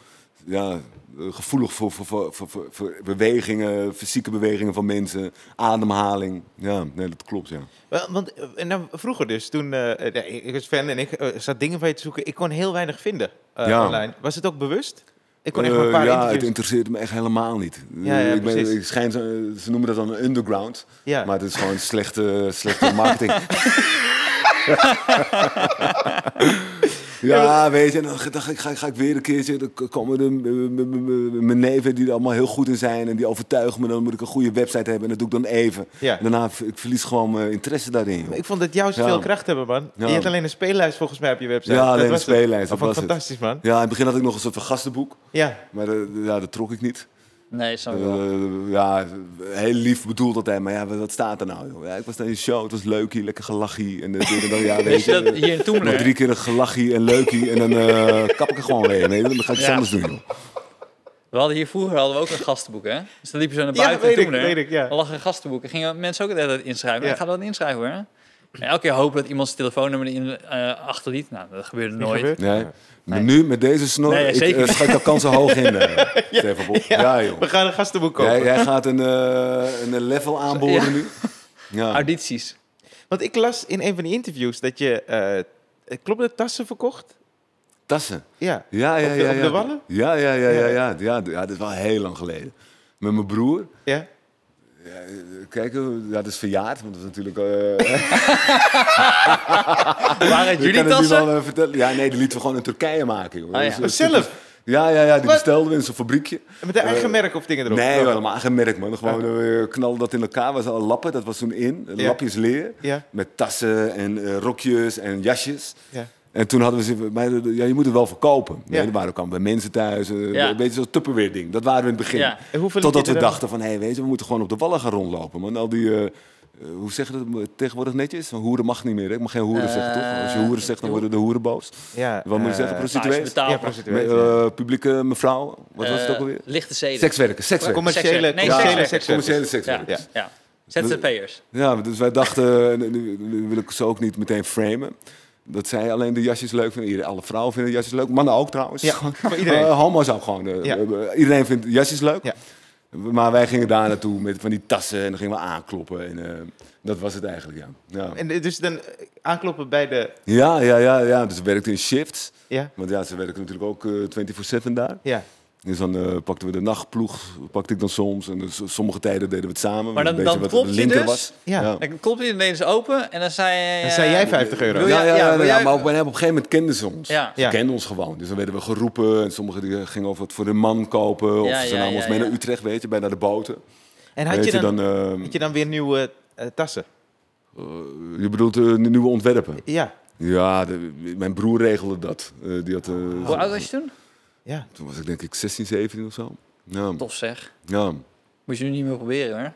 Speaker 3: ja, eh, gevoelig voor, voor, voor, voor, voor- voor bewegingen, fysieke bewegingen van mensen, ademhaling. Ja, nee, dat klopt, ja.
Speaker 1: Wel, Want eh, en dan vroeger dus, toen eh, eh, ik ik was fan en ik eh, zat dingen van je te zoeken. Ik kon heel weinig vinden eh,
Speaker 3: Ja.
Speaker 1: online. Was het ook bewust? Ik kon echt maar
Speaker 3: Eh,
Speaker 1: een paar
Speaker 3: ja, het
Speaker 1: interviews.
Speaker 3: interesseert me echt helemaal niet.
Speaker 1: Ja, ja,
Speaker 3: ik
Speaker 1: precies.
Speaker 3: ben, ik schijn, zo- ze noemen dat dan een underground,
Speaker 1: Ja.
Speaker 3: maar het is gewoon slechte, slechte marketing. Ja, weet je, en dan, dan ga, ik- ga, ik- ga ik weer een keertje. Dan k- komen de, m- m- m- m- mijn neven die er allemaal heel goed in zijn. En die overtuigen me. Dan moet ik een goede website hebben. En dat doe ik dan even.
Speaker 1: Ja.
Speaker 3: En daarna v- ik verlies gewoon mijn interesse daarin. joh.
Speaker 1: Ik vond dat jou
Speaker 3: Ja.
Speaker 1: veel kracht hebben, man.
Speaker 3: Ja.
Speaker 1: Je hebt alleen een speellijst volgens mij op je website.
Speaker 3: Ja,
Speaker 1: Dat
Speaker 3: alleen een
Speaker 1: was het.
Speaker 3: speellijst,
Speaker 1: Dat
Speaker 3: dat
Speaker 1: vond ik
Speaker 3: was het.
Speaker 1: fantastisch, man.
Speaker 3: Ja, in het begin had ik nog een soort van gastenboek.
Speaker 1: Ja.
Speaker 3: Maar eh, ja, dat trok ik niet.
Speaker 2: Nee, snap ik wel.
Speaker 3: Eh, ja, heel lief bedoeld altijd. Maar ja, wat wat staat er nou? Joh? Ja, ik was naar je show. Het was leukie, lekker gelachie. En eh, dit en dat. Ja, weet
Speaker 2: Weet je
Speaker 3: je. eh,
Speaker 2: dat hier in
Speaker 3: Nog
Speaker 2: Toemler...
Speaker 3: drie keer een gelachie en leukie. En dan eh, kap ik er gewoon weer. Nee, dan ga ik iets
Speaker 2: Ja.
Speaker 3: anders doen. joh.
Speaker 2: We hadden hier vroeger hadden we ook een gastenboek, hè? Dus dan liepen ze naar
Speaker 1: Ja,
Speaker 2: buiten
Speaker 1: weet
Speaker 2: in
Speaker 1: ik,
Speaker 2: Toemler.
Speaker 1: weet ik, ja.
Speaker 2: Dan lag een gastenboek. En gingen mensen ook altijd inschrijven.
Speaker 1: Ja.
Speaker 2: Ik ga dat inschrijven, hoor. En elke keer hopen dat iemand zijn telefoonnummer in, eh achterliet. Nou, dat gebeurde
Speaker 1: Niet
Speaker 2: nooit.
Speaker 1: gebeurd.
Speaker 3: Nee. Maar nu, met deze snor,
Speaker 2: Nee,
Speaker 3: ik,
Speaker 2: zeker.
Speaker 3: eh, schat jouw kansen hoog in, eh, Stefan Bol. Ja, joh.
Speaker 1: We gaan een gastenboek kopen.
Speaker 3: Jij, jij gaat een, eh, een level aanboren
Speaker 2: Ja.
Speaker 3: nu. Ja.
Speaker 2: Audities.
Speaker 1: Want ik las in een van die interviews dat je... eh, klopt dat tassen verkocht?
Speaker 3: Tassen.
Speaker 1: Ja.
Speaker 3: Ja, ja,
Speaker 1: Op de-
Speaker 3: ja.
Speaker 1: op
Speaker 3: ja.
Speaker 1: de wallen?
Speaker 3: Ja, ja, ja, ja, ja. Ja, d- ja, dat is wel heel lang geleden. Met mijn broer.
Speaker 1: Ja.
Speaker 3: Kijk, eh, ja, dat is verjaard, want dat is natuurlijk... eh
Speaker 2: Waren het
Speaker 3: ik
Speaker 2: jullie
Speaker 3: kan het nu
Speaker 2: tassen?
Speaker 3: wel eh, vertellen. Ja, nee, die lieten we gewoon in Turkije maken, joh.
Speaker 2: Ah, ja.
Speaker 3: Dus, eh,
Speaker 1: Oh, zelf?
Speaker 3: Ja, ja, ja. Die
Speaker 1: Wat?
Speaker 3: bestelden we in zo'n fabriekje.
Speaker 1: Met de eigen
Speaker 3: Eh,
Speaker 1: merk of dingen erop?
Speaker 3: Nee,
Speaker 1: Of-
Speaker 3: joh, helemaal geen merk, man. Gewoon eh, we knalden dat in elkaar. We al lappen, dat was toen in.
Speaker 1: Ja.
Speaker 3: Lapjes leer.
Speaker 1: Ja.
Speaker 3: Met tassen en eh, rokjes en jasjes.
Speaker 1: Ja.
Speaker 3: En toen hadden we ze, maar eh, ja, je moet het wel verkopen.
Speaker 1: Ja.
Speaker 3: Nee, er waren ook al bij mensen thuis. eh,
Speaker 2: Ja.
Speaker 3: Een beetje zo'n Tupperware ding. Dat waren we in het begin.
Speaker 2: Ja.
Speaker 1: En hoeveel liet
Speaker 3: Totdat
Speaker 1: je
Speaker 3: we
Speaker 1: er dan-
Speaker 3: dachten van, hé, hey, weet je, we moeten gewoon op de wallen gaan rondlopen. Man, al die, eh, eh, hoe zeg je dat tegenwoordig netjes? Hoeren mag niet meer, hè? Ik mag geen hoeren
Speaker 2: Eh,
Speaker 3: zeggen, toch? Als je hoeren zegt, dan worden de hoeren boos.
Speaker 1: Ja.
Speaker 3: Wat moet je
Speaker 1: eh,
Speaker 3: zeggen?
Speaker 2: Nou, als je
Speaker 1: Ja,
Speaker 3: Prostituees?
Speaker 2: betaalt,
Speaker 1: prostituees.
Speaker 3: Me-
Speaker 1: ja.
Speaker 3: eh, publieke mevrouw? Wat was het
Speaker 2: eh,
Speaker 3: ook alweer?
Speaker 2: Lichte zeden.
Speaker 3: Sekswerken, sekswerken.
Speaker 1: Commerciële,
Speaker 2: Nee,
Speaker 1: commerciële
Speaker 2: sekswerk.
Speaker 1: seks.
Speaker 3: Commerciële
Speaker 2: Ja,
Speaker 3: sekswerkers.
Speaker 2: ja. ja. ZZP'ers.
Speaker 3: Ja, dus wij dachten, en nu, nu wil ik ze ook niet meteen framen. Dat zij alleen de jasjes leuk vinden. Ieder- Alle vrouwen vinden jasjes leuk. Mannen ook trouwens.
Speaker 1: Ja,
Speaker 3: Gewoon-
Speaker 1: voor iedereen.
Speaker 3: Eh, homo's ook gewoon. eh,
Speaker 1: Ja.
Speaker 3: eh, iedereen vindt jasjes leuk.
Speaker 1: Ja.
Speaker 3: Maar wij gingen daar naartoe met van die tassen. En dan gingen we aankloppen. En eh, dat was het eigenlijk, ja. Ja,
Speaker 1: En eh, dus dan eh, aankloppen bij de...
Speaker 3: ja, ja. ja, ja. Dus we werkten in shifts.
Speaker 1: Ja.
Speaker 3: Want ja, ze werken natuurlijk ook eh 24-7 daar.
Speaker 1: Ja.
Speaker 3: Dus dan eh, pakten we de nachtploeg, pakte ik dan soms. En dus sommige tijden deden we het samen.
Speaker 2: Maar dan-
Speaker 3: een beetje
Speaker 2: dan
Speaker 3: wat
Speaker 2: klop je
Speaker 3: linker
Speaker 2: dus?
Speaker 3: was.
Speaker 1: Ja.
Speaker 2: Dan klopt hij ineens open en dan zei eh, je...
Speaker 1: Dan zei jij 50 euro.
Speaker 2: Wil jij-
Speaker 3: ja, ja,
Speaker 2: ja,
Speaker 3: ja,
Speaker 2: wil
Speaker 3: ja,
Speaker 2: jij-
Speaker 3: maar op, op een gegeven moment kenden ze ons.
Speaker 2: Ja.
Speaker 3: Ze
Speaker 1: Ja.
Speaker 3: kenden ons gewoon. Dus dan werden we geroepen. En sommigen die gingen over wat voor de man kopen. Of
Speaker 2: Ja,
Speaker 3: ze
Speaker 2: ja,
Speaker 3: namen ons
Speaker 2: ja,
Speaker 3: mee
Speaker 2: ja.
Speaker 3: naar Utrecht, weet je, bij naar de boten.
Speaker 1: En had
Speaker 3: weet
Speaker 1: je dan,
Speaker 3: eh,
Speaker 1: had je dan weer nieuwe eh, tassen?
Speaker 3: je bedoelt eh, de nieuwe ontwerpen?
Speaker 1: Ja.
Speaker 3: Ja, de- mijn broer regelde dat. Eh, die had, eh,
Speaker 2: Hoe oud was je toen?
Speaker 1: Ja.
Speaker 3: Toen was ik denk ik 16, 17 of zo. Ja,
Speaker 2: Tof zeg.
Speaker 3: ja.
Speaker 2: Moet je nu niet meer proberen, hoor.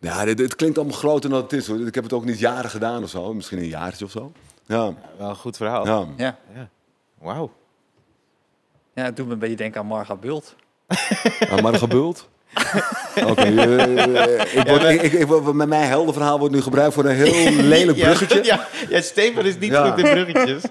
Speaker 3: ja dit- het klinkt allemaal groter dan het is. Hoor. Ik heb het ook niet jaren gedaan of zo. Misschien een jaartje of zo. Ja,
Speaker 1: Nou, Wel een goed verhaal.
Speaker 3: ja.
Speaker 2: Ja.
Speaker 1: Wauw.
Speaker 2: Ja, het doet me een beetje denken aan Marga Bult.
Speaker 3: Ah, maar een gebult? Oké, eh, ik word- ik- ik- ik word- met mijn heldenverhaal wordt nu gebruikt voor een heel lelijk
Speaker 1: Ja,
Speaker 3: bruggetje.
Speaker 1: Ja, ja, Stefan is niet
Speaker 3: Ja.
Speaker 1: goed in bruggetjes.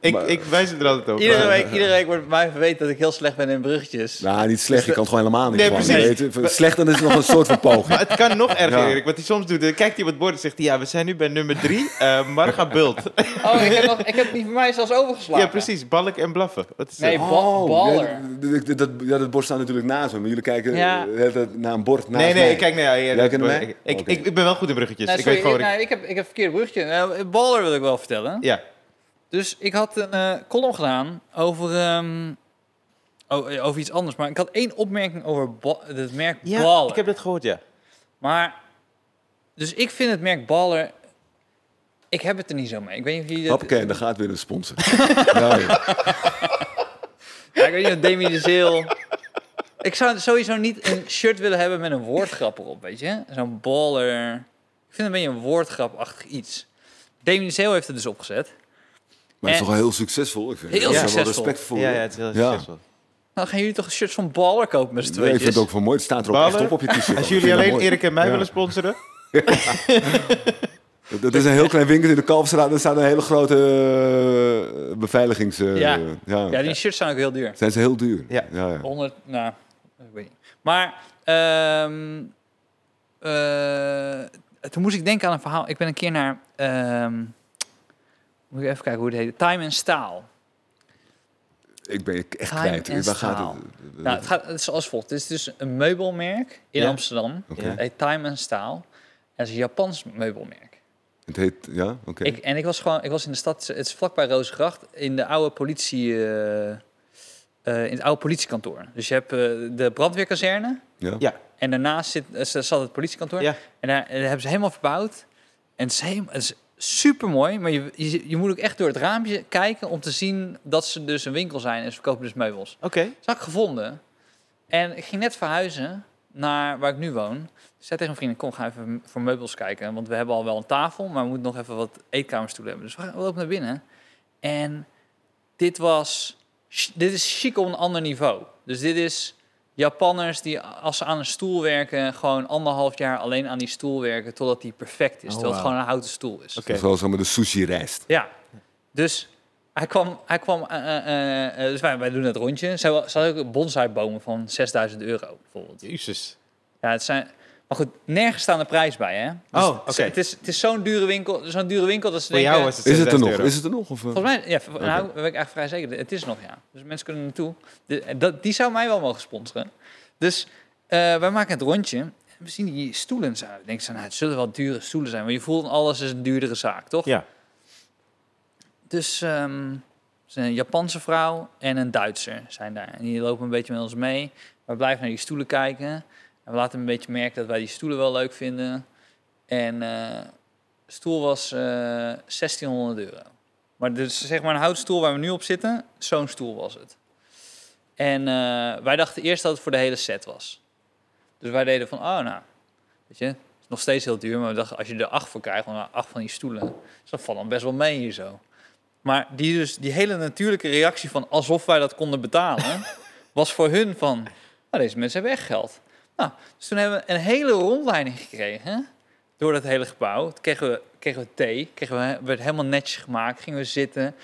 Speaker 1: ik,
Speaker 3: Maar-
Speaker 1: ik wijs het er altijd over.
Speaker 2: Iedere week, iedere week wordt mij verweten dat ik heel slecht ben in bruggetjes.
Speaker 3: Nou, niet slecht, je kan het gewoon helemaal niet.
Speaker 1: Nee,
Speaker 3: gewoon,
Speaker 1: precies.
Speaker 3: weet je. Van Slecht, dan is het nog een soort van poging.
Speaker 1: Maar het kan nog erger,
Speaker 3: Ja.
Speaker 1: Erik. Wat hij soms doet, dan kijkt hij op het bord en zegt hij... Ja, we zijn nu bij nummer drie, eh, Marga Bult.
Speaker 2: Oh, ik heb, nog, ik heb die voor mij zelfs overgeslagen.
Speaker 1: ja, precies. Balk en blaffen. Wat is
Speaker 2: Nee,
Speaker 1: dat?
Speaker 2: ba- baller.
Speaker 3: Oh, ja, dat, dat, dat, ja, dat bord staat natuurlijk naast me, maar jullie kijken
Speaker 2: Ja.
Speaker 3: eh, dat- naar een bord naast
Speaker 1: nee, nee,
Speaker 3: mij.
Speaker 1: ik kijk naar jou. Ja,
Speaker 3: Jij
Speaker 1: dat-
Speaker 3: kent mij?
Speaker 1: ik, ik,
Speaker 3: Oké.
Speaker 1: ik, ik ben wel goed in bruggetjes.
Speaker 2: Nou,
Speaker 1: ik
Speaker 2: sorry,
Speaker 1: weet gewoon...
Speaker 2: ik,
Speaker 1: wat ik-
Speaker 2: nou, ik heb, ik heb verkeerd bruggetje. Nou, baller wil ik wel vertellen.
Speaker 1: ja,
Speaker 2: Dus ik had een eh, column gedaan over, ehm, o- eh, over iets anders. Maar ik had één opmerking over ba- het merk
Speaker 1: ja
Speaker 2: Baller.
Speaker 1: ik heb dat gehoord, ja.
Speaker 2: Maar, dus ik vind het merk Baller... Ik heb het er niet zo mee. Ik weet niet of jullie dat...
Speaker 3: Hoppakee, daar gaat weer een sponsor. ja, ja.
Speaker 2: Ja, ik weet niet of Demi de Zeel... Ik zou sowieso niet een shirt willen hebben met een woordgrap erop, weet je? Zo'n baller. Ik vind het een beetje een woordgrapachtig iets. Demi de Zeel heeft het dus opgezet.
Speaker 3: Maar het is
Speaker 2: Eh.
Speaker 3: toch heel succesvol? Ik vind
Speaker 2: Heel
Speaker 3: daar
Speaker 2: succesvol.
Speaker 3: wel respect voor.
Speaker 1: Ja, ja, het is heel
Speaker 3: Ja.
Speaker 1: succesvol.
Speaker 2: Nou, gaan jullie toch shirts van Baller kopen met z'n
Speaker 3: Nee, ik
Speaker 2: tweetjes?
Speaker 3: vind het ook van mooi. Het staat er ook echt
Speaker 1: Baller,
Speaker 3: op op je t-shirt.
Speaker 1: Als
Speaker 3: Ik vind
Speaker 1: jullie
Speaker 3: dat
Speaker 1: alleen
Speaker 3: mooi.
Speaker 1: Erik en mij
Speaker 3: Ja.
Speaker 1: willen sponsoren...
Speaker 3: Dat, dat is een heel klein winkel in de Kalverstraat. Daar staat een hele grote eh, beveiligings... eh,
Speaker 2: Ja.
Speaker 3: ja.
Speaker 2: Ja, die shirts zijn ook heel duur.
Speaker 3: Zijn ze heel duur.
Speaker 1: Ja.
Speaker 3: ja, ja.
Speaker 2: 100, nou, ik weet niet. Maar ehm, eh, toen moest ik denken aan een verhaal. Ik ben een keer naar, ehm, moet ik even kijken hoe het heet. Time en Staal.
Speaker 3: Ik ben echt
Speaker 2: Time
Speaker 3: kwijt.
Speaker 2: en
Speaker 3: Waar gaat
Speaker 2: staal.
Speaker 3: het?
Speaker 2: Nou, het, gaat, het is als volgt. Het is dus een meubelmerk in
Speaker 1: Ja.
Speaker 2: Amsterdam.
Speaker 3: Oké.
Speaker 1: Ja.
Speaker 2: Het heet Time en Staal. En het is een Japans meubelmerk.
Speaker 3: Het heet, ja, oké.
Speaker 2: Ik, en ik was gewoon, ik was in de stad, het is vlakbij Rozengracht, in de oude politie, eh, eh, in het oude politiekantoor. Dus je hebt eh, de brandweerkazerne
Speaker 3: Ja.
Speaker 1: Ja,
Speaker 2: en daarnaast zit, eh, zat het politiekantoor.
Speaker 1: ja.
Speaker 2: En daar, en daar hebben ze helemaal verbouwd. En het is, heem- het is super mooi, maar je, je, je moet ook echt door het raampje kijken om te zien dat ze dus een winkel zijn en ze verkopen dus meubels.
Speaker 1: oké.
Speaker 2: Dat had ik gevonden. En ik ging net verhuizen naar waar ik nu woon. Ik zei tegen mijn vrienden, kom, ga even voor meubels kijken. Want we hebben al wel een tafel, maar we moeten nog even wat eetkamerstoelen hebben. Dus we gaan- we lopen naar binnen. En dit was... Dit is chic op een ander niveau. Dus dit is Japanners die als ze aan een stoel werken... gewoon anderhalf jaar alleen aan die stoel werken... totdat die perfect is.
Speaker 1: Oh,
Speaker 2: terwijl het
Speaker 1: wauw.
Speaker 2: gewoon een houten stoel is.
Speaker 1: Oké.
Speaker 3: Zoals allemaal de sushi-rijst.
Speaker 2: Ja, dus hij kwam, hij kwam eh, eh, eh, eh, dus wij, wij doen het rondje. Ze hadden- ze hadden ook bonsaibomen van 6000 euro bijvoorbeeld.
Speaker 1: Jezus.
Speaker 2: Ja, het zijn, maar goed, nergens staan de prijs bij, hè? Dus
Speaker 1: Oh,
Speaker 2: het-
Speaker 1: oké.
Speaker 2: Het is, het is zo'n dure winkel, zo'n dure winkel dat ze
Speaker 1: Voor
Speaker 2: denken...
Speaker 1: jou was het
Speaker 3: Is het er
Speaker 1: 6000
Speaker 3: nog?
Speaker 1: euro.
Speaker 3: Is het er nog? Of, eh?
Speaker 2: Volgens mij, ja, v- nou, ben ik eigenlijk vrij zeker. Het is nog, ja. Dus mensen kunnen naartoe. De, dat, die zou mij wel mogen sponsoren. Dus eh, wij maken het rondje. En We zien die stoelen zo. Ik denk, zo, nou, het zullen wel dure stoelen zijn. Maar je voelt, alles is een duurdere zaak, toch?
Speaker 1: Ja.
Speaker 2: Dus ehm, er is een Japanse vrouw en een Duitser zijn daar. En die lopen een beetje met ons mee. We blijven naar die stoelen kijken. En we laten een beetje merken dat wij die stoelen wel leuk vinden. En eh, de stoel was eh, 1600 euro. Maar dus zeg maar een houtstoel waar we nu op zitten, zo'n stoel was het. En eh, wij dachten eerst dat het voor de hele set was. Dus wij deden van, oh nou, weet je, het is nog steeds heel duur. Maar we dachten, als je er acht voor krijgt, want acht van die stoelen, dus dat valt dan best wel mee hier zo. Maar die, dus, die hele natuurlijke reactie van alsof wij dat konden betalen, was voor hun van, nou, deze mensen hebben echt geld. Nou, dus toen hebben we een hele rondleiding gekregen hè, door dat hele gebouw. Toen kregen we, kregen we thee, kregen we, werd helemaal netjes gemaakt, gingen we zitten.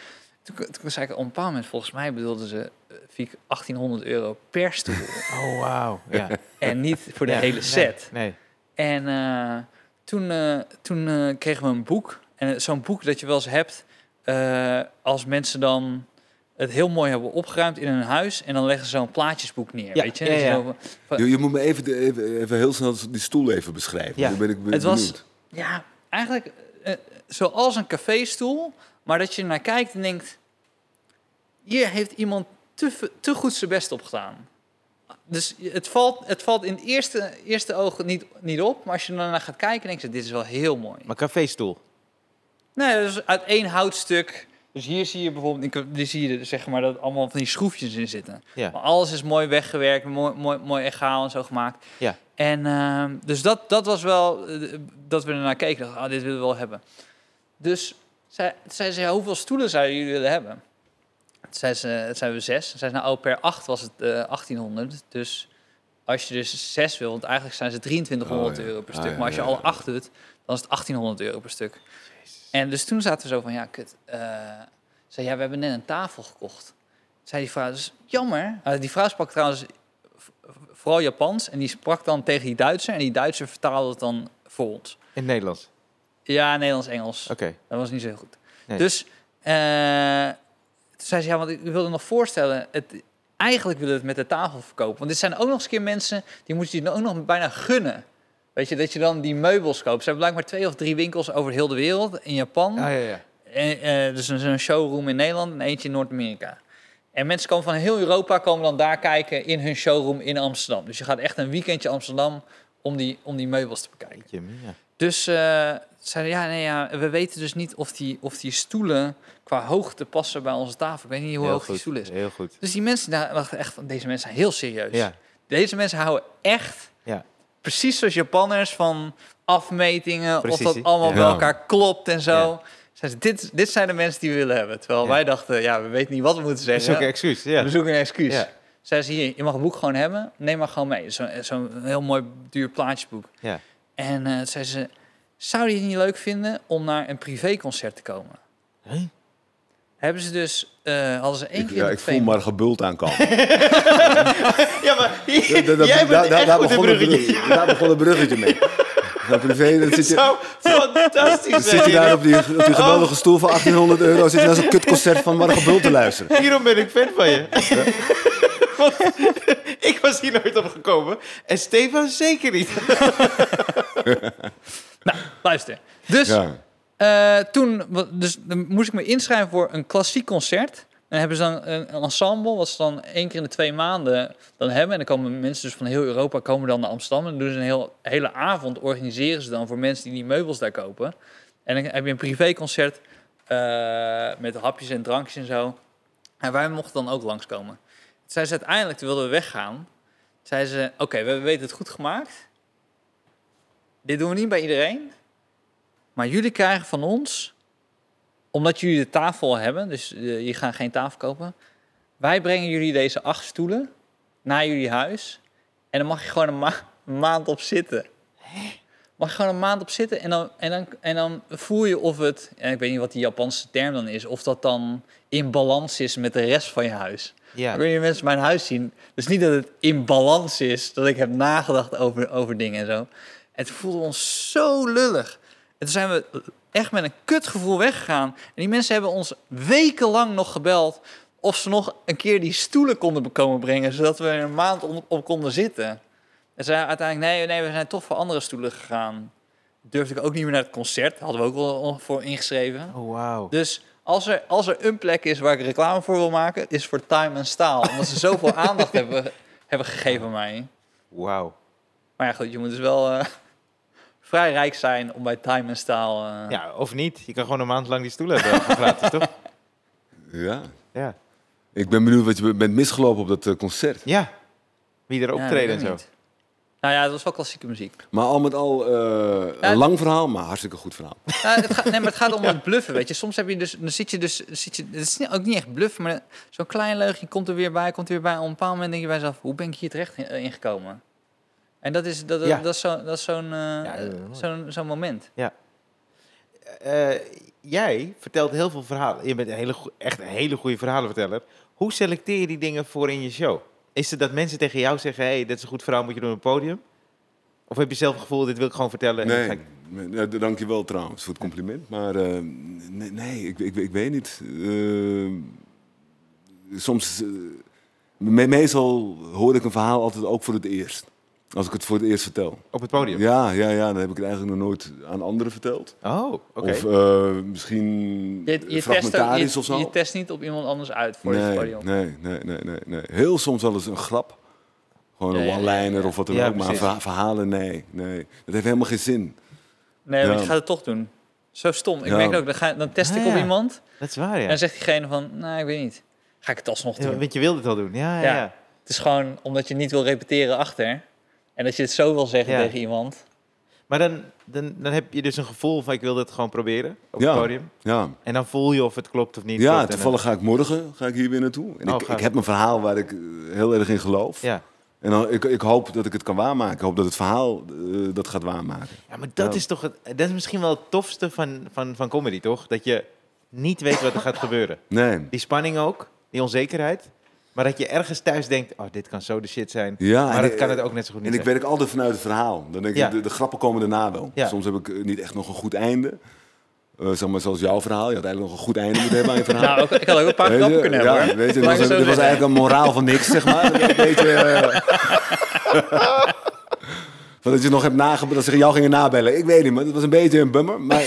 Speaker 2: Toen, toen zei ik op een bepaald moment, volgens mij bedoelden ze eh, Fiek, 1800 euro per stoel.
Speaker 1: Oh, wauw. Ja.
Speaker 2: en niet voor de
Speaker 1: Ja,
Speaker 2: hele
Speaker 1: nee,
Speaker 2: set.
Speaker 1: Nee.
Speaker 2: En eh, toen, eh, toen eh, kregen we een boek. En eh, zo'n boek dat je wel eens hebt eh, als mensen dan het heel mooi hebben opgeruimd in hun huis. En dan leggen ze zo'n plaatjesboek neer,
Speaker 1: Ja,
Speaker 2: weet je?
Speaker 1: ja,
Speaker 2: Dat je
Speaker 1: ja.
Speaker 2: zo van-
Speaker 3: Je, je moet me even, de- even, even heel snel die stoel even beschrijven.
Speaker 1: Ja.
Speaker 3: Dan ben ik, ben ik
Speaker 2: Het was-
Speaker 3: benieuwd.
Speaker 2: ja, eigenlijk eh, zoals een caféstoel, maar dat je naar kijkt en denkt: hier heeft iemand te, v- te goed zijn best op gedaan. Dus het valt, het valt in het eerste, eerste oog niet, niet op, maar als je daarna gaat kijken, denk je: dit is wel heel mooi.
Speaker 1: Maar caféstoel.
Speaker 2: Nee, dat is uit één houtstuk. Dus hier zie je bijvoorbeeld, ik, hier zie je zeg maar dat allemaal van die schroefjes in zitten.
Speaker 1: Ja.
Speaker 2: Maar alles is mooi weggewerkt, mooi, mooi, mooi egaal en zo gemaakt.
Speaker 1: Ja.
Speaker 2: En ehm, dus dat, dat was wel, eh, dat we ernaar keken, dachten, ah, dit willen we wel hebben. Dus zij, zei ze, ja, hoeveel stoelen zouden jullie willen hebben? Toen zei ze, het zijn we zes. Toen zei ze, nou, oh, per acht was het eh, 1800. Dus als je dus zes wil, want eigenlijk zijn ze 2300
Speaker 3: Oh, ja.
Speaker 2: euro per
Speaker 3: Ah,
Speaker 2: stuk.
Speaker 3: ja,
Speaker 2: maar als je
Speaker 3: ja,
Speaker 2: alle
Speaker 3: ja.
Speaker 2: acht doet, dan is het 1800 euro per stuk. En dus toen zaten we zo van, ja, kut. eh, zei, ja, we hebben net een tafel gekocht. Zei die vrouw, dus jammer. Eh, die vrouw sprak trouwens v- vooral Japans. En die sprak dan tegen die Duitser. En die Duitser vertaalde het dan voor ons.
Speaker 1: In het Nederlands.
Speaker 2: Ja, Nederlands-Engels.
Speaker 1: Oké.
Speaker 2: Dat was niet zo heel goed.
Speaker 1: Nee.
Speaker 2: Dus eh, toen zei ze, ja, want ik wilde nog voorstellen... Het, eigenlijk willen we het met de tafel verkopen. Want dit zijn ook nog eens een keer mensen... die moeten je dan ook nog bijna gunnen. Weet je, dat je dan die meubels koopt. Ze hebben blijkbaar twee of drie winkels over heel de wereld. In Japan.
Speaker 1: Ah, ja, ja.
Speaker 2: En, eh, dus een, een showroom in Nederland en eentje in Noord-Amerika. En mensen komen van heel Europa komen dan daar kijken in hun showroom in Amsterdam. Dus je gaat echt een weekendje Amsterdam om die, om die meubels te bekijken.
Speaker 1: Jeetje, mina.
Speaker 2: Dus eh, zeiden ja, nee, ja, we weten dus niet of die, of die stoelen qua hoogte passen bij onze tafel. Ik weet niet hoe
Speaker 1: Heel
Speaker 2: hoog
Speaker 1: goed.
Speaker 2: die stoel is.
Speaker 1: Heel goed.
Speaker 2: Dus die mensen daar dachten echt van, deze mensen zijn heel serieus.
Speaker 1: Ja.
Speaker 2: Deze mensen houden echt,
Speaker 1: Ja.
Speaker 2: precies zoals Japanners, van afmetingen, of
Speaker 1: Precisie.
Speaker 2: dat allemaal
Speaker 3: Ja.
Speaker 2: bij elkaar klopt en zo.
Speaker 1: Ja.
Speaker 2: Zeiden ze, dit, dit zijn de mensen die we willen hebben. Terwijl
Speaker 1: Ja.
Speaker 2: wij dachten, ja, we weten niet wat we moeten
Speaker 1: Dat is ook
Speaker 2: zeggen.
Speaker 1: een excuus. Ja.
Speaker 2: We zoeken een excuus.
Speaker 1: Ja.
Speaker 2: Zeiden ze, hier, je mag het boek gewoon hebben, neem maar gewoon mee. Zo- Zo'n heel mooi duur plaatjesboek.
Speaker 1: Ja.
Speaker 2: En eh zei ze, zou je het niet leuk vinden om naar een privéconcert te komen?
Speaker 1: Hè?
Speaker 2: Hebben ze dus, eh hadden ze één
Speaker 3: Ik,
Speaker 2: keer...
Speaker 3: ja,
Speaker 2: in
Speaker 3: ik
Speaker 2: de
Speaker 3: voel
Speaker 2: twee-
Speaker 3: maar gebult aankomen.
Speaker 1: Ja, maar
Speaker 3: Da- da- da-
Speaker 1: jij
Speaker 3: da-
Speaker 1: bent
Speaker 3: da-
Speaker 1: echt
Speaker 3: Daar
Speaker 1: goed in
Speaker 3: begon het
Speaker 1: bruggetje.
Speaker 3: brug- daar begon het bruggetje mee. Nou, privé, dan
Speaker 1: Dit
Speaker 3: zit je,
Speaker 1: zou fantastisch
Speaker 3: dan zit
Speaker 1: zijn.
Speaker 3: je daar op die, op die geweldige stoel van 1800 euro. Zit je naar zo'n kutconcert van Marge Bult te luisteren.
Speaker 1: Hierom ben ik fan van je. Want ik was hier nooit op gekomen. En Stefan zeker niet.
Speaker 2: Luister, dus
Speaker 3: Ja.
Speaker 2: eh, toen wa- dus, dan moest ik me inschrijven voor een klassiek concert. En hebben ze dan een, een ensemble, wat ze dan één keer in de twee maanden dan hebben. En dan komen mensen dus van heel Europa komen dan naar Amsterdam. En dan doen ze een heel, hele avond, organiseren ze dan voor mensen die die meubels daar kopen. En dan heb je een privéconcert eh, met hapjes en drankjes en zo. En wij mochten dan ook langskomen. Toen zei ze uiteindelijk, toen wilden we weggaan. Toen zei ze, oké, we weten het goed gemaakt. Dit doen we niet bij iedereen. Maar jullie krijgen van ons, omdat jullie de tafel hebben, dus eh, jullie gaan geen tafel kopen. Wij brengen jullie deze acht stoelen naar jullie huis. En dan mag je gewoon een, ma- een maand op zitten. Mag je gewoon een maand op zitten en dan, en dan, en dan voel je of het, en ik weet niet wat die Japanse term dan is, of dat dan in balans is met de rest van je huis.
Speaker 1: Ja.
Speaker 2: Ik wil je mensen mijn huis zien. Dus niet dat het in balans is, dat ik heb nagedacht over, over dingen en zo. En toen voelden we ons zo lullig. En toen zijn we echt met een kutgevoel weggegaan. En die mensen hebben ons wekenlang nog gebeld of ze nog een keer die stoelen konden komen brengen, zodat we er een maand on- op konden zitten. En zei uiteindelijk, nee, nee, we zijn toch voor andere stoelen gegaan. Durfde ik ook niet meer naar het concert, hadden we ook wel voor ingeschreven.
Speaker 1: Oh, wauw.
Speaker 2: Dus als er, als er een plek is waar ik reclame voor wil maken, is voor Time en Staal. Omdat ze zoveel aandacht hebben, hebben gegeven aan mij.
Speaker 1: Wauw.
Speaker 2: Maar ja, goed, je moet dus wel eh, vrij rijk zijn om bij Time en Staal... eh,
Speaker 1: Ja, of niet. Je kan gewoon een maand lang die stoelen hebben voor gratis, toch?
Speaker 3: Ja.
Speaker 1: Ja.
Speaker 3: Ik ben benieuwd wat je be- bent misgelopen op dat eh, concert.
Speaker 1: Ja. Wie er
Speaker 2: ja,
Speaker 1: optreden
Speaker 2: weet ik
Speaker 1: en zo.
Speaker 2: niet. Nou ja, het was wel klassieke muziek.
Speaker 3: Maar al met al, eh,
Speaker 2: Ja,
Speaker 3: een lang verhaal, maar hartstikke goed verhaal.
Speaker 2: Nou, het gaat, nee, maar het gaat om het bluffen, weet je. Soms heb je dus, dan zit je dus, zit je, het is niet- ook niet echt bluffen, maar zo'n klein leugje komt er weer bij, komt er weer bij. Op een bepaald moment denk je bij jezelf, hoe ben ik hier terecht in- eh, ingekomen? En dat is, dat, dat,
Speaker 1: Ja.
Speaker 2: dat is zo- dat is zo'n eh, eh,
Speaker 1: dat is
Speaker 2: zo'n zo'n moment.
Speaker 1: Eh, jij vertelt heel veel verhalen. Je bent een hele, goe- echt een hele goede verhalenverteller. Hoe selecteer je die dingen voor in je show? Is het dat mensen tegen jou zeggen: hey, dit is een goed verhaal, moet je doen op het podium? Of heb je zelf het gevoel, dit wil ik gewoon vertellen? en dan
Speaker 3: Nee,
Speaker 1: ga ik-
Speaker 3: ja, d- dankjewel trouwens voor het compliment. Maar eh, nee, nee ik, ik, ik weet niet. Eh, soms, eh, me- meestal hoor ik een verhaal altijd ook voor het eerst. Als ik het voor het eerst vertel.
Speaker 1: Op het podium.
Speaker 3: Ja, ja, ja, dan heb ik het eigenlijk nog nooit aan anderen verteld.
Speaker 1: Oh, oké.
Speaker 3: Of eh, misschien
Speaker 2: Je, je, test, ook-
Speaker 3: fragmentarisch
Speaker 2: je,
Speaker 3: of zo.
Speaker 2: je test niet op iemand anders uit voor
Speaker 3: nee,
Speaker 2: het podium.
Speaker 3: Nee, nee, nee, nee, nee. Heel soms wel eens een grap. Gewoon
Speaker 2: Ja,
Speaker 3: een
Speaker 2: ja, ja,
Speaker 3: one-liner of wat dan
Speaker 1: Ja,
Speaker 3: ook. Maar
Speaker 1: precies.
Speaker 3: verha- verhalen, nee, nee. Dat heeft helemaal geen zin.
Speaker 2: Nee, want
Speaker 3: Ja.
Speaker 2: je gaat het toch doen. Zo stom. Ik
Speaker 3: Ja.
Speaker 2: merk het ook, dan, ga, dan test ik
Speaker 1: Ah,
Speaker 2: op
Speaker 1: ja.
Speaker 2: iemand
Speaker 1: Dat is waar,
Speaker 2: en
Speaker 1: ja.
Speaker 2: dan zegt diegene van, nou, ik weet niet. Ga ik het alsnog
Speaker 1: Ja,
Speaker 2: doen?
Speaker 1: Want je wil dit al doen. Ja, ja.
Speaker 2: Ja.
Speaker 1: ja.
Speaker 2: Het is gewoon omdat je niet wil repeteren achter. En dat je het zo wil zeggen
Speaker 1: Ja.
Speaker 2: tegen iemand.
Speaker 1: Maar dan, dan, dan heb je dus een gevoel van: ik wil dit gewoon proberen op
Speaker 3: Ja.
Speaker 1: het podium.
Speaker 3: Ja,
Speaker 1: En dan voel je of het klopt of niet. klopt.
Speaker 3: ja
Speaker 1: En dan-
Speaker 3: toevallig ga ik morgen ga ik hier weer naartoe. En
Speaker 1: Oh,
Speaker 3: ik,
Speaker 1: gaaf.
Speaker 3: ik heb een verhaal waar ik eh, heel erg in geloof.
Speaker 1: Ja.
Speaker 3: En dan, ik, ik hoop dat ik het kan waarmaken. Ik hoop dat het verhaal eh, dat gaat waarmaken.
Speaker 1: Ja, maar dat
Speaker 3: Ja.
Speaker 1: is toch het, dat is misschien wel het tofste van, van, van comedy, toch? Dat je niet weet wat er gaat gebeuren.
Speaker 3: Nee.
Speaker 1: Die spanning ook, die onzekerheid. Maar dat je ergens thuis denkt, oh, dit kan zo de shit zijn.
Speaker 3: Ja,
Speaker 1: maar
Speaker 3: en-
Speaker 1: dat kan het ook net zo goed niet
Speaker 3: En ik
Speaker 1: zijn.
Speaker 3: werk altijd vanuit het verhaal. Dan denk
Speaker 1: Ja.
Speaker 3: ik, de, de grappen komen daarna wel.
Speaker 1: Ja.
Speaker 3: Soms heb ik eh, niet echt nog een goed einde. Eh, zeg maar zoals jouw verhaal. Je had eigenlijk nog een goed einde moeten hebben aan je verhaal.
Speaker 2: Nou, ook- ik had ook een paar
Speaker 3: Weet je,
Speaker 2: grappen kunnen
Speaker 3: ja,
Speaker 2: hebben. hoor.
Speaker 3: Weet je,
Speaker 2: Laat
Speaker 3: dit was,
Speaker 2: ik het zo
Speaker 3: dit was
Speaker 2: zeggen.
Speaker 3: eigenlijk een moraal van niks, zeg maar. Een beetje, eh, van dat je nog hebt nagebeld, dat ze jou gingen nabellen. Ik weet niet, maar dat was een beetje een bummer. Maar,